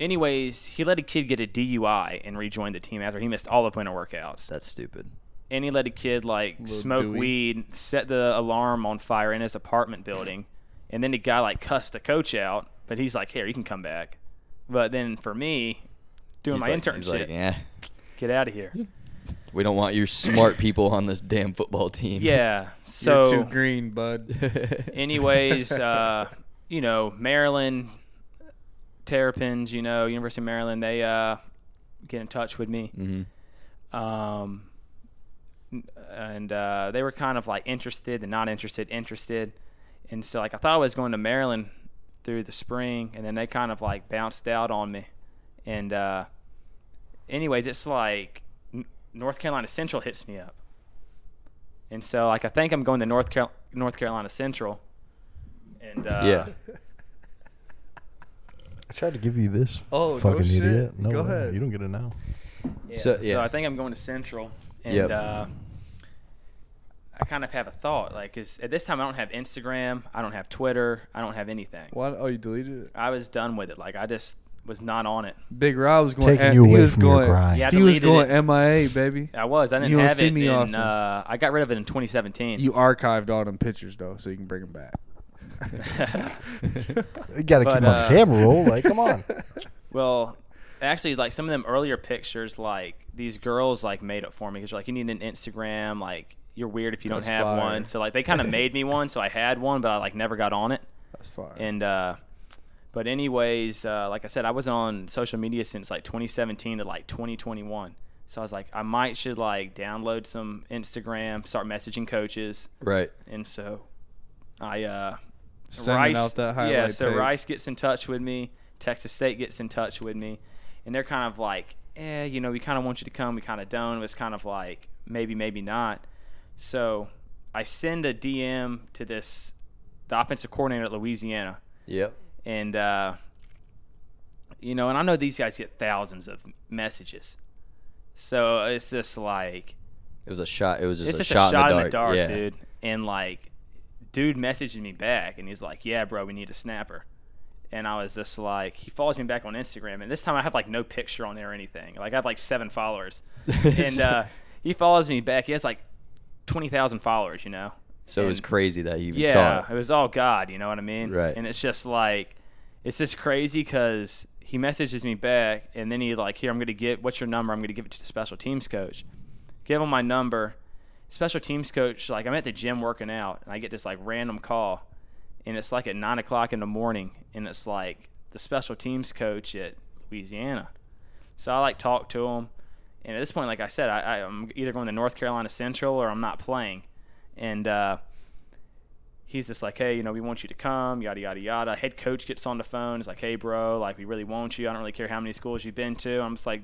[SPEAKER 4] anyways, he let a kid get a DUI and rejoin the team after he missed all of winter workouts.
[SPEAKER 1] That's stupid.
[SPEAKER 4] And he let a kid like smoke
[SPEAKER 2] Dewey.
[SPEAKER 4] weed, set the alarm on fire in his apartment building, and then the guy like cussed the coach out. But he's like, "Here, you can come back." But then for me, doing
[SPEAKER 1] He's
[SPEAKER 4] my
[SPEAKER 1] like,
[SPEAKER 4] internship,
[SPEAKER 1] He's like, yeah.
[SPEAKER 4] get out of here.
[SPEAKER 1] We don't want your smart people on this damn football team.
[SPEAKER 4] Yeah.
[SPEAKER 2] You're
[SPEAKER 4] So
[SPEAKER 2] too green, bud.
[SPEAKER 4] anyways, uh, you know, Maryland Terrapins, you know, University of Maryland, they uh, get in touch with me.
[SPEAKER 1] hmm
[SPEAKER 4] Um, n- and uh, they were kind of like interested and not interested, interested. And so, like, I thought I was going to Maryland through the spring, and then they kind of like bounced out on me. And, uh, anyways, it's like N- North Carolina Central hits me up. And so, like, I think I'm going to North, Carol- North Carolina Central. And, uh,
[SPEAKER 1] yeah.
[SPEAKER 3] I tried to give you this.
[SPEAKER 2] Oh, no
[SPEAKER 3] fucking
[SPEAKER 2] shit.
[SPEAKER 3] idiot! No,
[SPEAKER 2] Go
[SPEAKER 3] way.
[SPEAKER 2] ahead.
[SPEAKER 3] You don't get it now.
[SPEAKER 4] Yeah,
[SPEAKER 1] So-
[SPEAKER 4] so,
[SPEAKER 1] yeah.
[SPEAKER 4] I think I'm going to Central, and
[SPEAKER 1] Yep.
[SPEAKER 4] uh, kind of have a thought. Like, 'cause at this time, I don't have Instagram, I don't have Twitter, I don't have anything.
[SPEAKER 2] What? Oh, you deleted it.
[SPEAKER 4] I was done with it. Like, I just was not on it.
[SPEAKER 2] Big Rob was going.
[SPEAKER 3] Taking you
[SPEAKER 2] he
[SPEAKER 3] away
[SPEAKER 2] was
[SPEAKER 3] from your
[SPEAKER 2] going-
[SPEAKER 3] grind.
[SPEAKER 4] Yeah, I
[SPEAKER 2] He was
[SPEAKER 4] deleted
[SPEAKER 2] going
[SPEAKER 4] it.
[SPEAKER 2] MIA, baby.
[SPEAKER 4] I was. I didn't
[SPEAKER 2] You don't
[SPEAKER 4] have
[SPEAKER 2] see
[SPEAKER 4] it.
[SPEAKER 2] me
[SPEAKER 4] in,
[SPEAKER 2] often.
[SPEAKER 4] uh, I got rid of it in 2017.
[SPEAKER 2] You archived all them pictures though, so you can bring them back.
[SPEAKER 3] You gotta
[SPEAKER 4] But,
[SPEAKER 3] keep on
[SPEAKER 4] uh,
[SPEAKER 3] camera roll. Like, come on.
[SPEAKER 4] Well, actually, like some of them earlier pictures, like these girls like made it for me because you're like, you need an Instagram, like you're weird if you don't
[SPEAKER 2] That's
[SPEAKER 4] have
[SPEAKER 2] fire.
[SPEAKER 4] one. So like they kind of made me one, so I had one, but I like never got on it.
[SPEAKER 2] That's fire.
[SPEAKER 4] And uh, but anyways, uh, like I said, I was on social media since like 2017 to like 2021. So I was like, I might should like download some Instagram, start messaging coaches,
[SPEAKER 1] Right.
[SPEAKER 4] and so I uh,
[SPEAKER 2] Sending
[SPEAKER 4] Rice,
[SPEAKER 2] out that highlight
[SPEAKER 4] yeah. So
[SPEAKER 2] tape.
[SPEAKER 4] Rice gets in touch with me. Texas State gets in touch with me, and they're kind of like, eh, you know, we kind of want you to come, we kind of don't. It was kind of like maybe, maybe not. So I send a DM to this the offensive coordinator at Louisiana,
[SPEAKER 1] Yep.
[SPEAKER 4] and uh, you know, and I know these guys get thousands of messages, so it's just like
[SPEAKER 1] It was a shot. It was just,
[SPEAKER 4] it's
[SPEAKER 1] a,
[SPEAKER 4] just
[SPEAKER 1] shot
[SPEAKER 4] a shot in the
[SPEAKER 1] dark,
[SPEAKER 4] dark,
[SPEAKER 1] yeah.
[SPEAKER 4] dude. And like, dude messaged me back, and he's like, "Yeah, bro, we need a snapper." And I was just like, he follows me back on Instagram, and this time I have like no picture on there or anything. Like I have like seven followers, and uh, he follows me back. He has like twenty thousand followers, you know.
[SPEAKER 1] So it was
[SPEAKER 4] And-
[SPEAKER 1] crazy that you even saw
[SPEAKER 4] yeah,
[SPEAKER 1] it.
[SPEAKER 4] it was all God. You know what I mean?
[SPEAKER 1] Right.
[SPEAKER 4] And it's just like, it's just crazy because he messages me back, and then he like, here I'm gonna get what's your number? I'm gonna give it to the special teams coach. Give him my number. Special teams coach, like I'm at the gym working out, and I get this like random call, and it's like at nine o'clock in the morning, and it's like the special teams coach at Louisiana. So I like talk to him, and at this point, like I said, I, I, I'm either going to North Carolina Central or I'm not playing, and. uh he's just like, hey, you know, we want you to come, yada yada yada. Head coach gets on the phone, is like, hey, bro, like we really want you. I don't really care how many schools you've been to. I'm just like,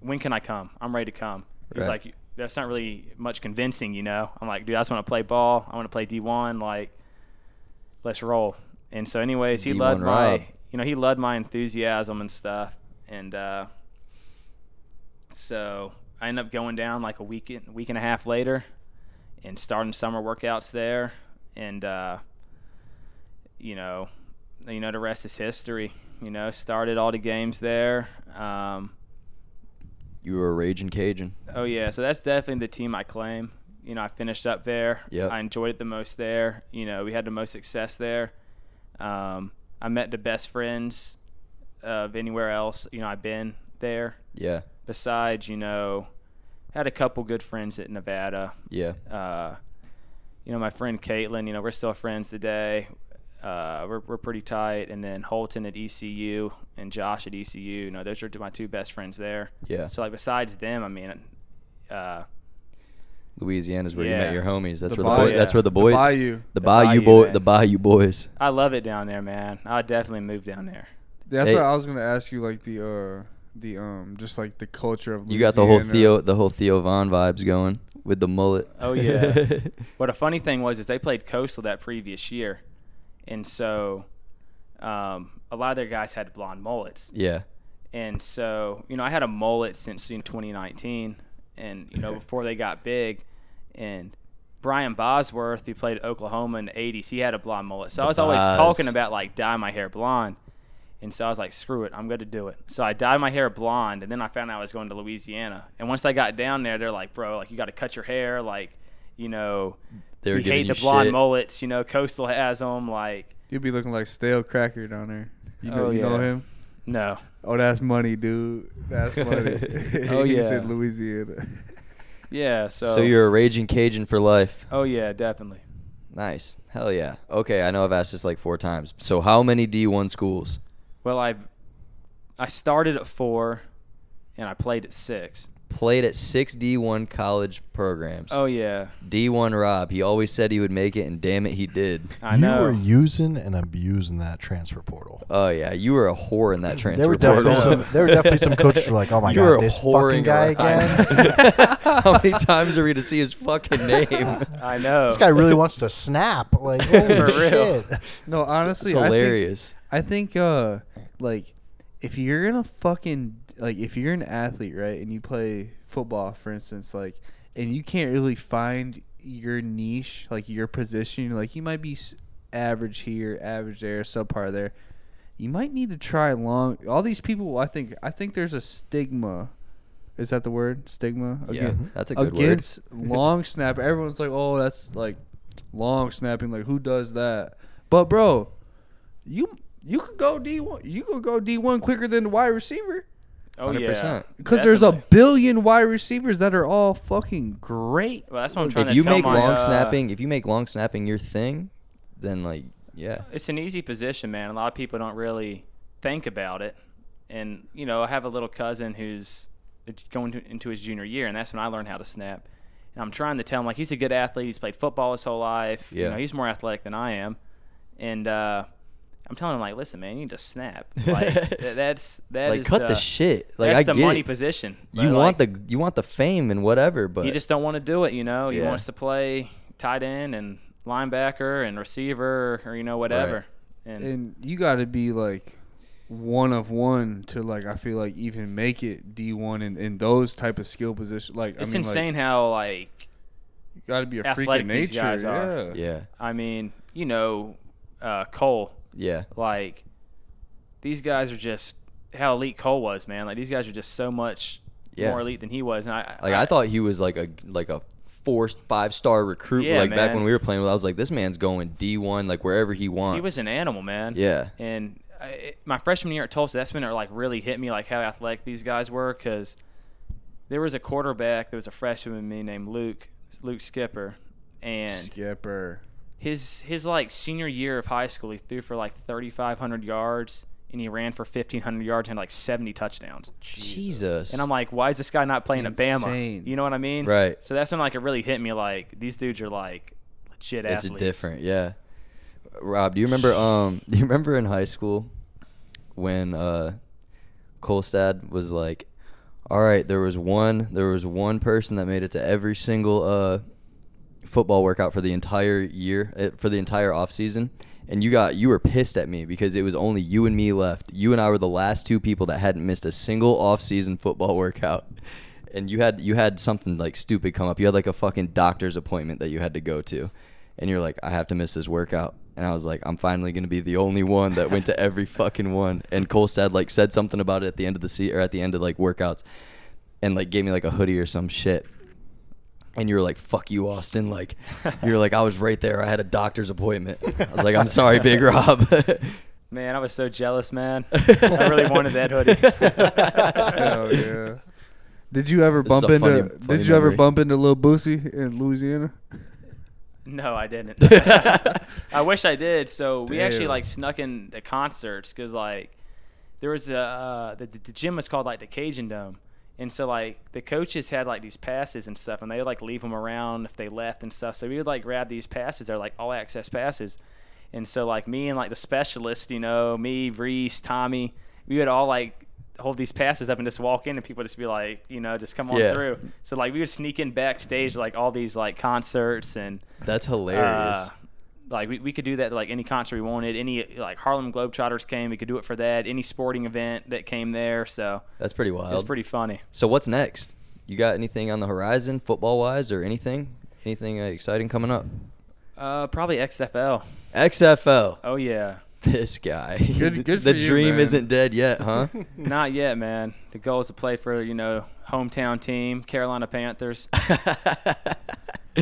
[SPEAKER 4] when can I come? I'm ready to come. He's
[SPEAKER 1] Right.
[SPEAKER 4] like, that's not really much convincing, you know. I'm like, dude, I just want to play ball. I want to play D1. Like, let's roll. And so, anyways, he
[SPEAKER 1] D1
[SPEAKER 4] loved
[SPEAKER 1] Rob.
[SPEAKER 4] my, you know, he loved my enthusiasm and stuff. And uh, so I end up going down like a week, week and a half later, and starting summer workouts there. And uh, you know, you know, the rest is history. You know, started all the games there. Um,
[SPEAKER 1] You were a raging Cajun.
[SPEAKER 4] Oh yeah, so that's definitely the team I claim. You know, I finished up there.
[SPEAKER 1] Yep.
[SPEAKER 4] I enjoyed it the most there. You know, we had the most success there. Um, I met the best friends of anywhere else. You know, I've been there.
[SPEAKER 1] Yeah.
[SPEAKER 4] Besides, you know, had a couple good friends at Nevada.
[SPEAKER 1] Yeah.
[SPEAKER 4] Uh, you know, my friend Caitlin. You know, we're still friends today. Uh, we're we're pretty tight. And then Holton at ECU and Josh at ECU. You know, those are my two best friends there.
[SPEAKER 1] Yeah.
[SPEAKER 4] So like besides them, I mean, uh,
[SPEAKER 1] Louisiana's where you met
[SPEAKER 4] Yeah.
[SPEAKER 1] your homies. That's
[SPEAKER 2] The
[SPEAKER 1] where the boy,
[SPEAKER 2] Bayou.
[SPEAKER 1] that's where the boy
[SPEAKER 2] The Bayou.
[SPEAKER 1] the
[SPEAKER 4] The
[SPEAKER 1] Bayou,
[SPEAKER 4] Bayou,
[SPEAKER 1] boy
[SPEAKER 4] man.
[SPEAKER 1] the Bayou boys.
[SPEAKER 4] I love it down there, man. I would definitely move down there.
[SPEAKER 2] That's
[SPEAKER 1] Hey.
[SPEAKER 2] what I was gonna ask you. Like the uh, the um, just like the culture of
[SPEAKER 1] You got the whole
[SPEAKER 2] Louisiana.
[SPEAKER 1] Theo the whole Theo Von vibes going with the mullet.
[SPEAKER 4] Oh, yeah. What a funny thing was is they played Coastal that previous year, and so um, a lot of their guys had blonde mullets.
[SPEAKER 1] yeah.
[SPEAKER 4] And so you know, I had a mullet since you know, 2019, and you know before they got big, and. Brian Bosworth, who played at Oklahoma in the 80s, he had a blonde mullet. So I was
[SPEAKER 1] Boz.
[SPEAKER 4] always talking about like dye my hair blonde. And so I was like, screw it, I'm going to do it. So I dyed my hair blonde, and then I found out I was going to Louisiana. And once I got down there, they're like, bro, like you got to cut your hair, like, you know,
[SPEAKER 1] They were
[SPEAKER 4] we
[SPEAKER 1] giving
[SPEAKER 4] hate
[SPEAKER 1] you
[SPEAKER 4] the blonde
[SPEAKER 1] shit.
[SPEAKER 4] mullets, you know, Coastal has them, like,
[SPEAKER 2] You'll be looking like stale cracker down there. You know,
[SPEAKER 4] Oh,
[SPEAKER 2] you know
[SPEAKER 4] yeah.
[SPEAKER 2] him.
[SPEAKER 4] no.
[SPEAKER 2] Oh, that's money, dude. That's money.
[SPEAKER 4] Oh,
[SPEAKER 2] He's
[SPEAKER 4] yeah.
[SPEAKER 2] in Louisiana.
[SPEAKER 4] Yeah, so,
[SPEAKER 1] So, you're a raging Cajun for life.
[SPEAKER 4] oh yeah, definitely.
[SPEAKER 1] Nice. Hell yeah. Okay, I know I've asked this like four times. So how many D1 schools?
[SPEAKER 4] Well, I, I started at four, and I played at six.
[SPEAKER 1] Played at 6 D1 college programs.
[SPEAKER 4] Oh yeah,
[SPEAKER 1] D1 Rob, he always said he would make it and damn it he did.
[SPEAKER 4] I
[SPEAKER 3] you
[SPEAKER 4] know.
[SPEAKER 3] were using and abusing that transfer portal.
[SPEAKER 1] Oh yeah, you were a whore in that transfer
[SPEAKER 3] There were
[SPEAKER 1] portal.
[SPEAKER 3] definitely some. There were definitely some coaches who were like, "Oh my
[SPEAKER 1] You were
[SPEAKER 3] god,
[SPEAKER 1] a
[SPEAKER 3] this fucking
[SPEAKER 1] whoring
[SPEAKER 3] guy
[SPEAKER 1] around.
[SPEAKER 3] again.
[SPEAKER 1] How many times are we to see his fucking name?
[SPEAKER 4] I know.
[SPEAKER 3] this guy really wants to snap." Like, holy
[SPEAKER 4] For real.
[SPEAKER 3] shit.
[SPEAKER 2] no, honestly,
[SPEAKER 1] it's
[SPEAKER 2] I think-
[SPEAKER 1] hilarious.
[SPEAKER 2] I think, uh, like, if you're gonna fucking like, if you're an athlete, right, and you play football, for instance, like, and you can't really find your niche, like your position, like you might be s- average here, average there, subpar there. You might need to try long. All these people, I think, I think there's a stigma. Is that the word stigma?
[SPEAKER 1] Yeah, mhm, that's a good word.
[SPEAKER 2] against long snapper. Everyone's like, oh, that's like long snapping. Like, who does that? But bro, you you could go D one. You could go D one quicker than the wide receiver.
[SPEAKER 4] Oh yeah,
[SPEAKER 1] 100%.
[SPEAKER 2] Because there's a
[SPEAKER 4] Definitely.
[SPEAKER 2] billion wide receivers that are all fucking great.
[SPEAKER 4] Well, that's what I'm trying
[SPEAKER 1] If
[SPEAKER 4] to
[SPEAKER 1] you
[SPEAKER 4] tell
[SPEAKER 1] make
[SPEAKER 4] my,
[SPEAKER 1] long
[SPEAKER 4] uh,
[SPEAKER 1] snapping, if you make long snapping your thing, then like yeah,
[SPEAKER 4] it's an easy position, man. A lot of people don't really think about it. And you know, I have a little cousin who's going to, into his junior year, and that's when I learned how to snap. And I'm trying to tell him like he's a good athlete. He's played football his whole life. You
[SPEAKER 1] Yeah.
[SPEAKER 4] know, he's more athletic than I am. And uh, I'm telling him like, listen, man, you need to snap. Like th- that's that
[SPEAKER 1] like
[SPEAKER 4] is
[SPEAKER 1] cut the, shit. Like
[SPEAKER 4] that's
[SPEAKER 1] I
[SPEAKER 4] the
[SPEAKER 1] get
[SPEAKER 4] money
[SPEAKER 1] it.
[SPEAKER 4] position.
[SPEAKER 1] You
[SPEAKER 4] But,
[SPEAKER 1] want
[SPEAKER 4] like,
[SPEAKER 1] the you want the fame and whatever, but
[SPEAKER 4] you just don't want to do it. You know, you
[SPEAKER 1] Yeah.
[SPEAKER 4] want us to play tight end and linebacker and receiver or you know whatever. And,
[SPEAKER 2] And you got to be like one of one to like I feel like even make it D one in, in those type of skill positions. Like
[SPEAKER 4] it's
[SPEAKER 2] I mean, like,
[SPEAKER 4] insane how like
[SPEAKER 2] you got to be a freak
[SPEAKER 4] athletic
[SPEAKER 2] of
[SPEAKER 4] these
[SPEAKER 2] nature.
[SPEAKER 4] guys are.
[SPEAKER 2] Yeah.
[SPEAKER 1] yeah,
[SPEAKER 4] I mean, you know, uh, Cole.
[SPEAKER 1] yeah,
[SPEAKER 4] Like these guys are just how elite Cole was, man. Like these guys are just so much
[SPEAKER 1] Yeah.
[SPEAKER 4] more elite than he was. And I
[SPEAKER 1] Like I thought he was like a like a four five star recruit.
[SPEAKER 4] Yeah,
[SPEAKER 1] like back
[SPEAKER 4] man.
[SPEAKER 1] when we were playing with, I was like, this man's going D one like wherever he wants.
[SPEAKER 4] he was an animal, man.
[SPEAKER 1] Yeah.
[SPEAKER 4] And I, it- my freshman year at Tulsa, that's when it like really hit me like how athletic these guys were because there was a quarterback, there was a freshman with me named Luke, Luke Skipper, and
[SPEAKER 2] Skipper.
[SPEAKER 4] his his like senior year of high school, he threw for like 3,500 yards and he ran for 1,500 yards and had, like 70 touchdowns.
[SPEAKER 1] Jesus.
[SPEAKER 4] And I'm like, why is this guy not playing at
[SPEAKER 2] Insane.
[SPEAKER 4] Bama? You know what I mean?
[SPEAKER 1] Right.
[SPEAKER 4] So that's when like it really hit me like these dudes are like legit
[SPEAKER 1] it's
[SPEAKER 4] athletes.
[SPEAKER 1] different. Yeah. Rob, do you remember? Um, do you remember in high school when uh, Kolstad was like, "All right, there was one, there was one person that made it to every single uh, football workout for the entire year, eh, for the entire off season." And you got you were pissed at me because it was only you and me left. You and I were the last two people that hadn't missed a single off season football workout. And you had you had something like stupid come up. You had like a fucking doctor's appointment that you had to go to. And you're like, I have to miss this workout. And I was like, I'm finally gonna be the only one that went to every fucking one. And Cole said like said something about it at the end of the sea or at the end of like workouts and like gave me like a hoodie or some shit. And you were like, "Fuck you, Austin!" Like, you were like, "I was right there. I had a doctor's appointment." I was like, "I'm sorry, Big Rob."
[SPEAKER 4] Man, I was so jealous, man. I really wanted that hoodie.
[SPEAKER 2] Hell Oh, yeah. Did you ever
[SPEAKER 1] This is
[SPEAKER 2] bump
[SPEAKER 1] a
[SPEAKER 2] into?
[SPEAKER 1] funny- funny
[SPEAKER 2] did you ever
[SPEAKER 1] memory.
[SPEAKER 2] bump into Lil Boosie in Louisiana?
[SPEAKER 4] No, I didn't. I wish I did. So we actually
[SPEAKER 2] Damn.
[SPEAKER 4] like snuck in the concerts because like there was a uh, the, the gym was called like the Cajun Dome, and so like the coaches had like these passes and stuff, and they would like leave them around if they left and stuff. So we would like grab these passes. They're like all access passes, and so like me and like the specialist, you know, me Reese, Tommy, we would all like hold these passes up and just walk in, and people would just be like, you know, just come on
[SPEAKER 1] Yeah.
[SPEAKER 4] through. So like we would sneak in backstage to, like all these like concerts and.
[SPEAKER 1] That's hilarious.
[SPEAKER 4] Uh, like we, we could do that to, like any concert we wanted. Any like Harlem Globetrotters came, we could do it for that. Any sporting event that came there, so
[SPEAKER 1] That's pretty wild.
[SPEAKER 4] it's pretty funny.
[SPEAKER 1] So what's next? You got anything on the horizon, football wise, or anything? Anything uh, exciting coming up?
[SPEAKER 4] Uh, probably XFL.
[SPEAKER 1] XFL.
[SPEAKER 4] Oh yeah,
[SPEAKER 1] This guy.
[SPEAKER 2] Good- good
[SPEAKER 1] the
[SPEAKER 2] for you,
[SPEAKER 1] dream
[SPEAKER 2] man.
[SPEAKER 1] isn't dead yet, huh?
[SPEAKER 4] not yet, man. The goal is to play for you know hometown team, Carolina Panthers.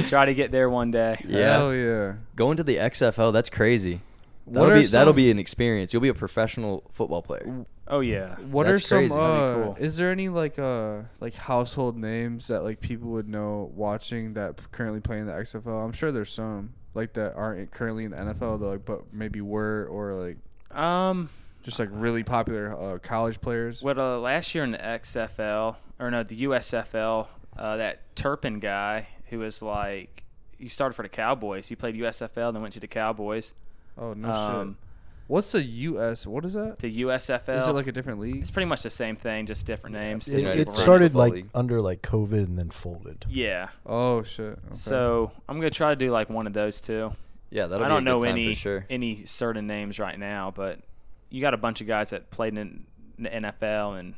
[SPEAKER 4] Try to get there one day.
[SPEAKER 1] Yeah.
[SPEAKER 2] Hell yeah.
[SPEAKER 1] Going to the XFL, that's crazy.
[SPEAKER 2] What
[SPEAKER 1] That'll
[SPEAKER 2] are
[SPEAKER 1] be that'll
[SPEAKER 2] some-
[SPEAKER 1] be an experience. You'll be a professional football player.
[SPEAKER 4] Oh yeah.
[SPEAKER 2] What
[SPEAKER 1] That's
[SPEAKER 2] are some?
[SPEAKER 1] crazy.
[SPEAKER 2] Uh,
[SPEAKER 4] That'd be cool.
[SPEAKER 2] Is there any like uh like household names that like people would know watching that p- currently play in the XFL? I'm sure there's some like that aren't currently in the NFL though, like, but maybe were or like
[SPEAKER 4] Um,
[SPEAKER 2] just like really popular uh, college players.
[SPEAKER 4] what uh, last year in the XFL or no the USFL, uh, that Turpin guy who was like he started for the Cowboys. He played USFL, then went to the Cowboys.
[SPEAKER 2] Oh no
[SPEAKER 4] um,
[SPEAKER 2] shit. What's the US? What is that?
[SPEAKER 4] to USFL.
[SPEAKER 2] Is it like a different league?
[SPEAKER 4] it's pretty much the same thing, just different names.
[SPEAKER 3] It,
[SPEAKER 1] Yeah,
[SPEAKER 4] different
[SPEAKER 3] it
[SPEAKER 4] people
[SPEAKER 1] it's
[SPEAKER 4] run
[SPEAKER 3] started
[SPEAKER 1] Football
[SPEAKER 3] like
[SPEAKER 1] League.
[SPEAKER 3] under like COVID and then folded.
[SPEAKER 4] it. yeah.
[SPEAKER 2] Oh shit. Okay.
[SPEAKER 4] So I'm gonna try to do like one of those two.
[SPEAKER 1] Yeah, that'll
[SPEAKER 4] I
[SPEAKER 1] be
[SPEAKER 4] don't
[SPEAKER 1] a good
[SPEAKER 4] know
[SPEAKER 1] time
[SPEAKER 4] any
[SPEAKER 1] for sure.
[SPEAKER 4] any certain names right now, but you got a bunch of guys that played in the NFL and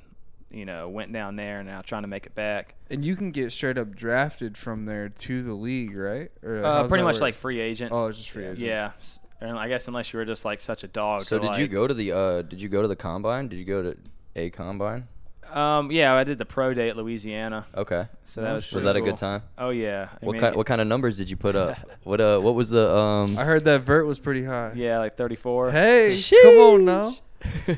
[SPEAKER 4] you know, went down there and now trying to make it back.
[SPEAKER 2] And you can get straight up drafted from there to the league, right? Or
[SPEAKER 4] Uh,
[SPEAKER 2] how's
[SPEAKER 4] pretty
[SPEAKER 2] that
[SPEAKER 4] much
[SPEAKER 2] work?
[SPEAKER 4] like free agent.
[SPEAKER 2] oh, it's just free agent.
[SPEAKER 4] Yeah. S- And I guess unless you were just like such a dog.
[SPEAKER 1] So
[SPEAKER 4] to,
[SPEAKER 1] did you
[SPEAKER 4] like-
[SPEAKER 1] go to the uh did you go to the combine? Did you go to a combine?
[SPEAKER 4] Um, yeah, I did the pro day at Louisiana.
[SPEAKER 1] Okay.
[SPEAKER 4] So that
[SPEAKER 2] No
[SPEAKER 4] was
[SPEAKER 2] shit.
[SPEAKER 4] pretty
[SPEAKER 1] Oh, Was that a
[SPEAKER 4] cool.
[SPEAKER 1] good time?
[SPEAKER 4] Oh yeah. I
[SPEAKER 1] What
[SPEAKER 4] mean,
[SPEAKER 1] kind what kind of numbers did you put up? What uh what was the um
[SPEAKER 2] I heard that vert was pretty high.
[SPEAKER 4] Yeah, like 34.
[SPEAKER 2] Hey, come on now,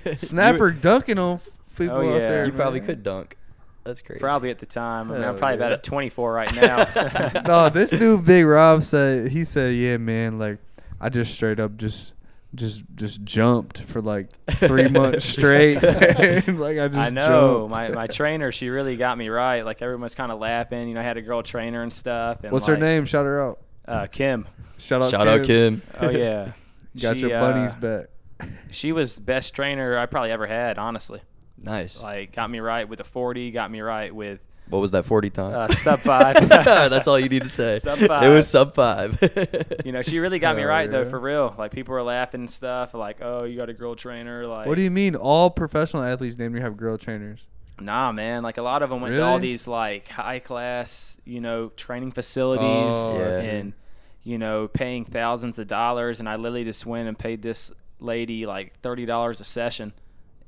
[SPEAKER 1] You-
[SPEAKER 2] snapper dunking on f- people
[SPEAKER 4] Oh,
[SPEAKER 2] out
[SPEAKER 4] yeah.
[SPEAKER 2] there.
[SPEAKER 1] You probably
[SPEAKER 2] man.
[SPEAKER 1] could dunk. That's crazy.
[SPEAKER 4] Probably at the time. I mean, I'm
[SPEAKER 2] Hell
[SPEAKER 4] probably about
[SPEAKER 2] yeah.
[SPEAKER 4] at 24 right now.
[SPEAKER 2] no, this dude Big Rob said he said, "Yeah, man, like I just straight up just just just jumped for like 3 months straight." like I just
[SPEAKER 4] I know
[SPEAKER 2] jumped.
[SPEAKER 4] my, my trainer. She really got me right. Like everyone's kind of laughing. You know, I had a girl trainer and stuff. And
[SPEAKER 2] What's her
[SPEAKER 4] like,
[SPEAKER 2] name? Shout her out.
[SPEAKER 4] Uh, Kim.
[SPEAKER 2] Shout out
[SPEAKER 1] Shout
[SPEAKER 2] Kim.
[SPEAKER 1] out Kim.
[SPEAKER 4] Oh yeah.
[SPEAKER 2] Got
[SPEAKER 4] She,
[SPEAKER 2] your
[SPEAKER 4] uh,
[SPEAKER 2] bunnies back.
[SPEAKER 4] She was best trainer I probably ever had. Honestly,
[SPEAKER 1] Nice.
[SPEAKER 4] like got me right with a 40. Got me right with
[SPEAKER 1] What was that 40 time?
[SPEAKER 4] Uh, sub five.
[SPEAKER 1] That's all you need to say.
[SPEAKER 4] Sub
[SPEAKER 1] It
[SPEAKER 4] five.
[SPEAKER 1] was sub 5.
[SPEAKER 4] you know. She really got
[SPEAKER 1] Oh,
[SPEAKER 4] me
[SPEAKER 2] Hell
[SPEAKER 4] right though
[SPEAKER 2] yeah.
[SPEAKER 4] for real. Like people were laughing and stuff. Like oh, you got a girl trainer. Like
[SPEAKER 2] What do you mean? All professional athletes damn near have girl trainers.
[SPEAKER 4] Nah, man. Like a lot of them went to all
[SPEAKER 2] Really?
[SPEAKER 4] these like high class, you know, training facilities
[SPEAKER 2] Oh,
[SPEAKER 1] I see.
[SPEAKER 4] and you know paying thousands of dollars. And I literally just went and paid this lady like thirty dollars a session.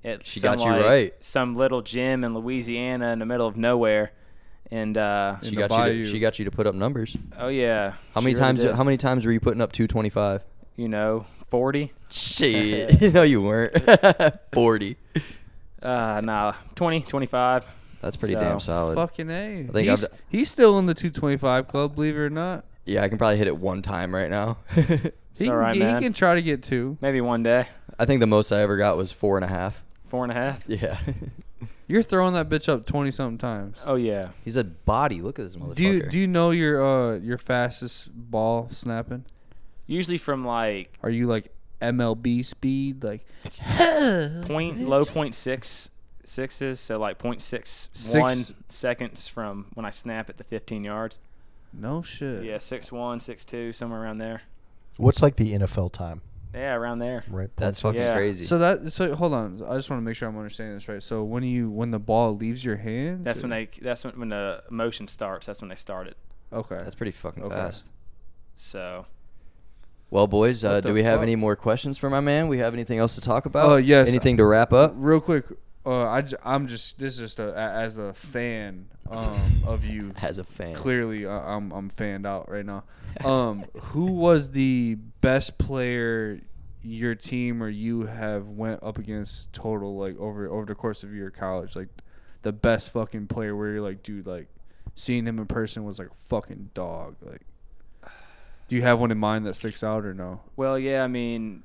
[SPEAKER 4] At
[SPEAKER 1] She
[SPEAKER 4] some,
[SPEAKER 1] got you
[SPEAKER 4] like,
[SPEAKER 1] right.
[SPEAKER 4] Some little gym in Louisiana in the middle of nowhere. And uh,
[SPEAKER 1] she
[SPEAKER 2] In the
[SPEAKER 1] got you
[SPEAKER 2] bayou.
[SPEAKER 1] to, she got you to put up numbers.
[SPEAKER 4] oh yeah,
[SPEAKER 1] How many
[SPEAKER 4] she really
[SPEAKER 1] times
[SPEAKER 4] did.
[SPEAKER 1] how many times were you putting up 225?
[SPEAKER 4] you know forty?
[SPEAKER 1] Shit. no you weren't. 40.
[SPEAKER 4] Uh, nah, 20, 25.
[SPEAKER 1] That's pretty
[SPEAKER 4] So,
[SPEAKER 1] damn solid.
[SPEAKER 2] Fucking A.
[SPEAKER 1] I think
[SPEAKER 2] he's,
[SPEAKER 1] I've-
[SPEAKER 2] he's still in the 225 club, believe it or not.
[SPEAKER 1] Yeah, I can probably hit it one time right now.
[SPEAKER 2] He,
[SPEAKER 4] all
[SPEAKER 2] can,
[SPEAKER 4] right,
[SPEAKER 2] get-
[SPEAKER 4] man.
[SPEAKER 2] he can try to get two.
[SPEAKER 4] Maybe one day,
[SPEAKER 1] I think the most I ever got was four and a half.
[SPEAKER 4] four and a half.
[SPEAKER 1] Yeah.
[SPEAKER 2] You're throwing that bitch up 20 something times.
[SPEAKER 4] Oh yeah.
[SPEAKER 1] He's a body. Look at this motherfucker.
[SPEAKER 2] do you do you know your uh your fastest ball snapping?
[SPEAKER 4] Usually from like
[SPEAKER 2] Are you like MLB speed? Like
[SPEAKER 4] point low point six sixes, so like point six
[SPEAKER 2] Six-
[SPEAKER 4] one seconds from when I snap at the fifteen yards.
[SPEAKER 2] no shit.
[SPEAKER 4] Yeah, six one, six two, somewhere around there.
[SPEAKER 3] What's like the NFL time?
[SPEAKER 4] Yeah, around there.
[SPEAKER 3] Right.
[SPEAKER 1] That's
[SPEAKER 3] Points-
[SPEAKER 1] fucking
[SPEAKER 4] Yeah.
[SPEAKER 1] crazy.
[SPEAKER 2] So that so hold on. I just want to make sure I'm understanding this right. So when you when the ball leaves your hands,
[SPEAKER 4] That's when
[SPEAKER 2] or-
[SPEAKER 4] they. That's when when the motion starts. That's when they start it.
[SPEAKER 2] Okay.
[SPEAKER 1] That's pretty fucking
[SPEAKER 2] Okay.
[SPEAKER 1] fast.
[SPEAKER 4] So
[SPEAKER 1] Well, boys,
[SPEAKER 2] What
[SPEAKER 1] uh, do
[SPEAKER 2] the
[SPEAKER 1] we have
[SPEAKER 2] fuck?
[SPEAKER 1] any more questions for my man? We have anything else to talk about?
[SPEAKER 2] Uh, yes.
[SPEAKER 1] Anything to wrap up?
[SPEAKER 2] real quick uh I j- i'm just this is just a, a- as a fan um of you
[SPEAKER 1] As a fan.
[SPEAKER 2] clearly I, i'm i'm fanned out right now um who was the best player your team or you have went up against total like over over the course of your college like the best fucking player where you're like dude like seeing him in person was like a fucking dog like do you have one in mind that sticks out or no
[SPEAKER 4] well, yeah. I mean,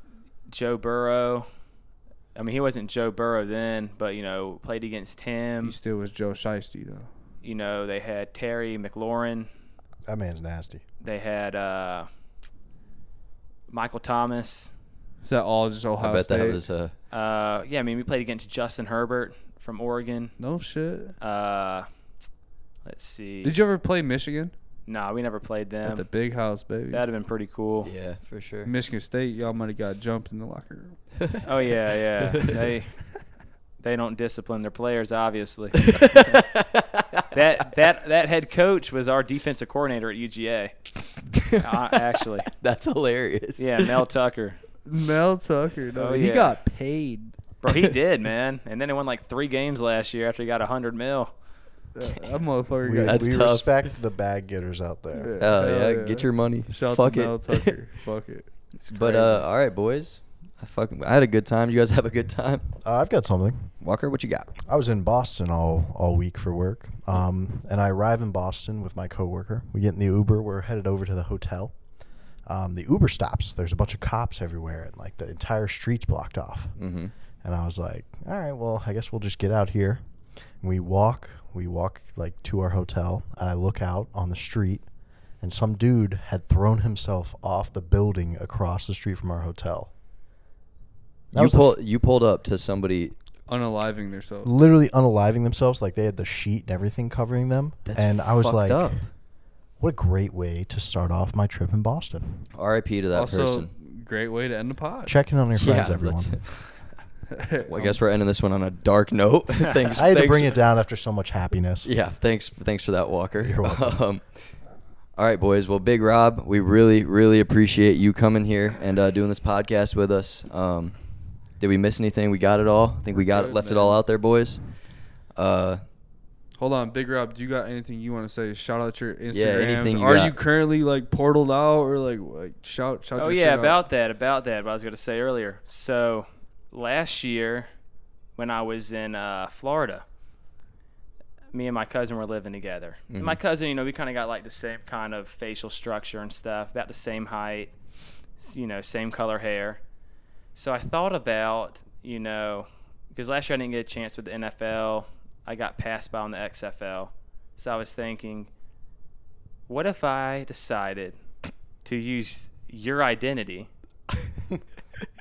[SPEAKER 4] Joe Burrow. I mean, he wasn't Joe Burrow then, but you know, played against him.
[SPEAKER 2] he still was joe Shiesty though
[SPEAKER 4] You know, they had Terry McLaurin.
[SPEAKER 3] That man's nasty.
[SPEAKER 4] They had uh, Michael Thomas.
[SPEAKER 2] is that all just ohio
[SPEAKER 1] I bet
[SPEAKER 2] State?
[SPEAKER 1] that was uh,
[SPEAKER 4] Uh, yeah, I mean, we played against Justin Herbert from Oregon.
[SPEAKER 2] no shit
[SPEAKER 4] Uh, let's see.
[SPEAKER 2] Did you ever play Michigan?
[SPEAKER 4] Nah, we never played
[SPEAKER 2] At
[SPEAKER 4] them.
[SPEAKER 2] the big house, baby.
[SPEAKER 4] That'd have been pretty cool.
[SPEAKER 1] yeah, for sure.
[SPEAKER 2] Michigan State, y'all might have got jumped in the locker room.
[SPEAKER 4] Oh yeah, yeah. they they don't discipline their players, obviously. that that that head coach was our defensive coordinator at UGA. Uh, actually,
[SPEAKER 1] That's hilarious.
[SPEAKER 4] yeah, Mel Tucker.
[SPEAKER 2] Mel Tucker,
[SPEAKER 4] Oh,
[SPEAKER 2] though.
[SPEAKER 4] yeah.
[SPEAKER 2] He got paid.
[SPEAKER 4] Bro, he did, man. And then he won like three games last year after he got hundred mil.
[SPEAKER 2] Uh, that motherfucker
[SPEAKER 3] We,
[SPEAKER 2] got
[SPEAKER 1] That's
[SPEAKER 3] we
[SPEAKER 1] tough.
[SPEAKER 3] respect the bag getters out there.
[SPEAKER 1] Oh,
[SPEAKER 2] hell
[SPEAKER 1] yeah, get your money.
[SPEAKER 2] Shout out
[SPEAKER 1] Fuck
[SPEAKER 2] to
[SPEAKER 1] it.
[SPEAKER 2] Mel Tucker. Fuck it.
[SPEAKER 4] It's
[SPEAKER 1] But
[SPEAKER 4] crazy.
[SPEAKER 1] uh, all right, boys. I fucking I had a good time. You guys have a good time.
[SPEAKER 3] Uh, I've got something.
[SPEAKER 1] Walker, what you got?
[SPEAKER 3] I was in Boston all, all week for work. Um, and I arrive in Boston with my coworker. We get in the Uber. We're headed over to the hotel. Um, the Uber stops. There's a bunch of cops everywhere, and like the entire street's blocked off.
[SPEAKER 1] Mm-hmm.
[SPEAKER 3] And I was like, all right, well, I guess we'll just get out here. And we walk, we walk like to our hotel. And I look out on the street, and some dude had thrown himself off the building across the street from our hotel. That
[SPEAKER 1] You
[SPEAKER 3] was the
[SPEAKER 1] pull,
[SPEAKER 3] f-
[SPEAKER 1] you pulled up to somebody.
[SPEAKER 2] Unaliving themselves.
[SPEAKER 3] literally unaliving themselves. Like they had the sheet and everything covering them.
[SPEAKER 1] That's
[SPEAKER 3] and I was
[SPEAKER 1] fucked
[SPEAKER 3] like,
[SPEAKER 1] up.
[SPEAKER 3] what a great way to start off my trip in Boston.
[SPEAKER 1] R.I.P. to that
[SPEAKER 2] Also,
[SPEAKER 1] person.
[SPEAKER 2] great way to end the pod.
[SPEAKER 3] Checking on your friends,
[SPEAKER 1] Yeah,
[SPEAKER 3] everyone.
[SPEAKER 1] let's- Well, I guess we're ending this one on a dark note. thanks.
[SPEAKER 3] I had to
[SPEAKER 1] thanks-
[SPEAKER 3] bring it down after so much happiness.
[SPEAKER 1] Yeah, thanks. Thanks for that, Walker.
[SPEAKER 3] You're welcome.
[SPEAKER 1] Um, all right, boys. Well, Big Rob, we really, really appreciate you coming here and uh, doing this podcast with us. Um, did we miss anything? We got it all. I think we got it,
[SPEAKER 2] good,
[SPEAKER 1] left it
[SPEAKER 2] man.
[SPEAKER 1] all out there, boys. Uh,
[SPEAKER 2] Hold on, Big Rob. Do you got anything you want to say? Shout out your Instagram.
[SPEAKER 1] anything you
[SPEAKER 2] Are
[SPEAKER 1] got.
[SPEAKER 2] you currently like portaled out or like like shout shout?
[SPEAKER 4] Oh
[SPEAKER 2] your
[SPEAKER 4] yeah,
[SPEAKER 2] shit
[SPEAKER 4] about
[SPEAKER 2] out.
[SPEAKER 4] that, about that. What I was gonna say earlier. So last year, when I was in uh, Florida, me and my cousin were living together. And My cousin, you know, we kind of got like the same kind of facial structure and stuff, about the same height, s- you know, same color hair. So I thought about, you know, because last year I didn't get a chance with the NFL. I got passed by on the XFL. So I was thinking, what if I decided to use your identity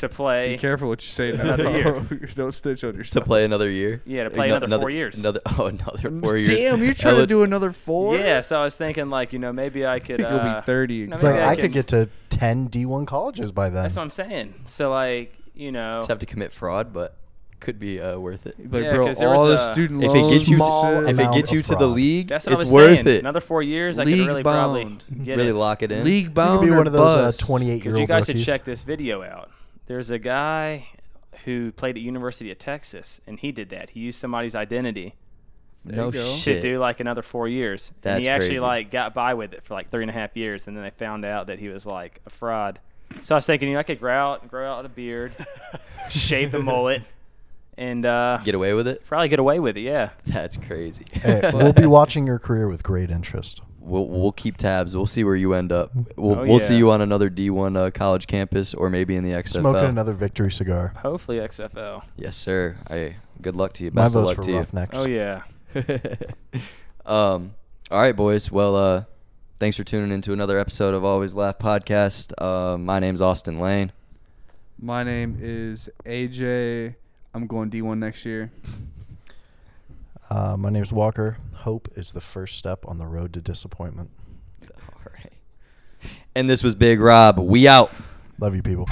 [SPEAKER 4] to play?
[SPEAKER 2] Be careful what you say now.
[SPEAKER 4] Another year.
[SPEAKER 2] Don't stitch on
[SPEAKER 1] to
[SPEAKER 2] yourself.
[SPEAKER 1] play another year.
[SPEAKER 4] Yeah, to play
[SPEAKER 1] Ano-
[SPEAKER 4] another four years.
[SPEAKER 1] Another oh, another four years.
[SPEAKER 2] Damn, you're trying
[SPEAKER 1] Ella-
[SPEAKER 2] to do another four?
[SPEAKER 4] Yeah, so I was thinking like, you know, maybe I could.
[SPEAKER 2] You'll
[SPEAKER 4] uh,
[SPEAKER 2] be 30.
[SPEAKER 4] you know,
[SPEAKER 2] It's
[SPEAKER 3] It's like
[SPEAKER 4] maybe
[SPEAKER 3] I could get
[SPEAKER 1] uh,
[SPEAKER 3] to ten D1 colleges by then.
[SPEAKER 4] That's what I'm saying. So like, you know,
[SPEAKER 1] Just have to commit fraud, but could be uh, worth it.
[SPEAKER 2] Like,
[SPEAKER 4] Oh. Yeah,
[SPEAKER 2] bro,
[SPEAKER 4] 'cause there was
[SPEAKER 2] all the
[SPEAKER 4] a-
[SPEAKER 2] student
[SPEAKER 1] If
[SPEAKER 2] loans.
[SPEAKER 1] it gets you,
[SPEAKER 3] Small
[SPEAKER 1] if it
[SPEAKER 3] amount
[SPEAKER 1] gets you
[SPEAKER 3] of
[SPEAKER 1] to the
[SPEAKER 3] fraud.
[SPEAKER 1] league,
[SPEAKER 4] that's what I
[SPEAKER 1] it's
[SPEAKER 4] was
[SPEAKER 1] worth
[SPEAKER 4] saying.
[SPEAKER 1] it.
[SPEAKER 4] Another four years, I
[SPEAKER 2] League
[SPEAKER 4] could really
[SPEAKER 2] bound.
[SPEAKER 4] probably get
[SPEAKER 1] Really
[SPEAKER 4] it.
[SPEAKER 1] lock it in.
[SPEAKER 2] league
[SPEAKER 3] You
[SPEAKER 2] bound
[SPEAKER 3] could be
[SPEAKER 2] or
[SPEAKER 3] one of those uh,
[SPEAKER 2] bust.
[SPEAKER 3] 28 year
[SPEAKER 4] Because
[SPEAKER 3] old
[SPEAKER 4] you guys
[SPEAKER 3] rookies.
[SPEAKER 4] should check this video out. There's a guy who played at University of Texas, and he did that. He used somebody's identity
[SPEAKER 1] No
[SPEAKER 2] you go.
[SPEAKER 4] to
[SPEAKER 1] shit.
[SPEAKER 4] do like another four years.
[SPEAKER 1] That's
[SPEAKER 4] and he actually
[SPEAKER 1] crazy.
[SPEAKER 4] like got by with it for like three and a half years, and then they found out that he was like a fraud. So I was thinking, you know, I could grow out, grow out a beard, shave the mullet, and uh,
[SPEAKER 1] Get away with it.
[SPEAKER 4] probably get away with it. Yeah.
[SPEAKER 1] That's crazy.
[SPEAKER 3] Hey, we'll be watching your career with great interest.
[SPEAKER 1] we'll we'll keep tabs. We'll see where you end up. We'll,
[SPEAKER 4] Oh,
[SPEAKER 1] we'll see
[SPEAKER 4] yeah.
[SPEAKER 1] you on another D1 uh, college campus or maybe in the XFL.
[SPEAKER 3] Smoking another victory cigar.
[SPEAKER 4] Hopefully XFL.
[SPEAKER 1] Yes, sir. I good luck to you.
[SPEAKER 3] My
[SPEAKER 1] Best of
[SPEAKER 3] vote's
[SPEAKER 1] luck
[SPEAKER 3] for
[SPEAKER 1] to you.
[SPEAKER 3] Roughnecks.
[SPEAKER 4] Oh yeah.
[SPEAKER 1] um, all right, boys. Well, uh, thanks for tuning into another episode of Always Laugh podcast. Uh, my name's Austin Lane.
[SPEAKER 2] My name is AJ. I'm going D1 next year.
[SPEAKER 3] Uh, my name's Walker. Hope is the first step on the road to disappointment.
[SPEAKER 1] All right. And this was Big Rob. We out.
[SPEAKER 3] Love you, people.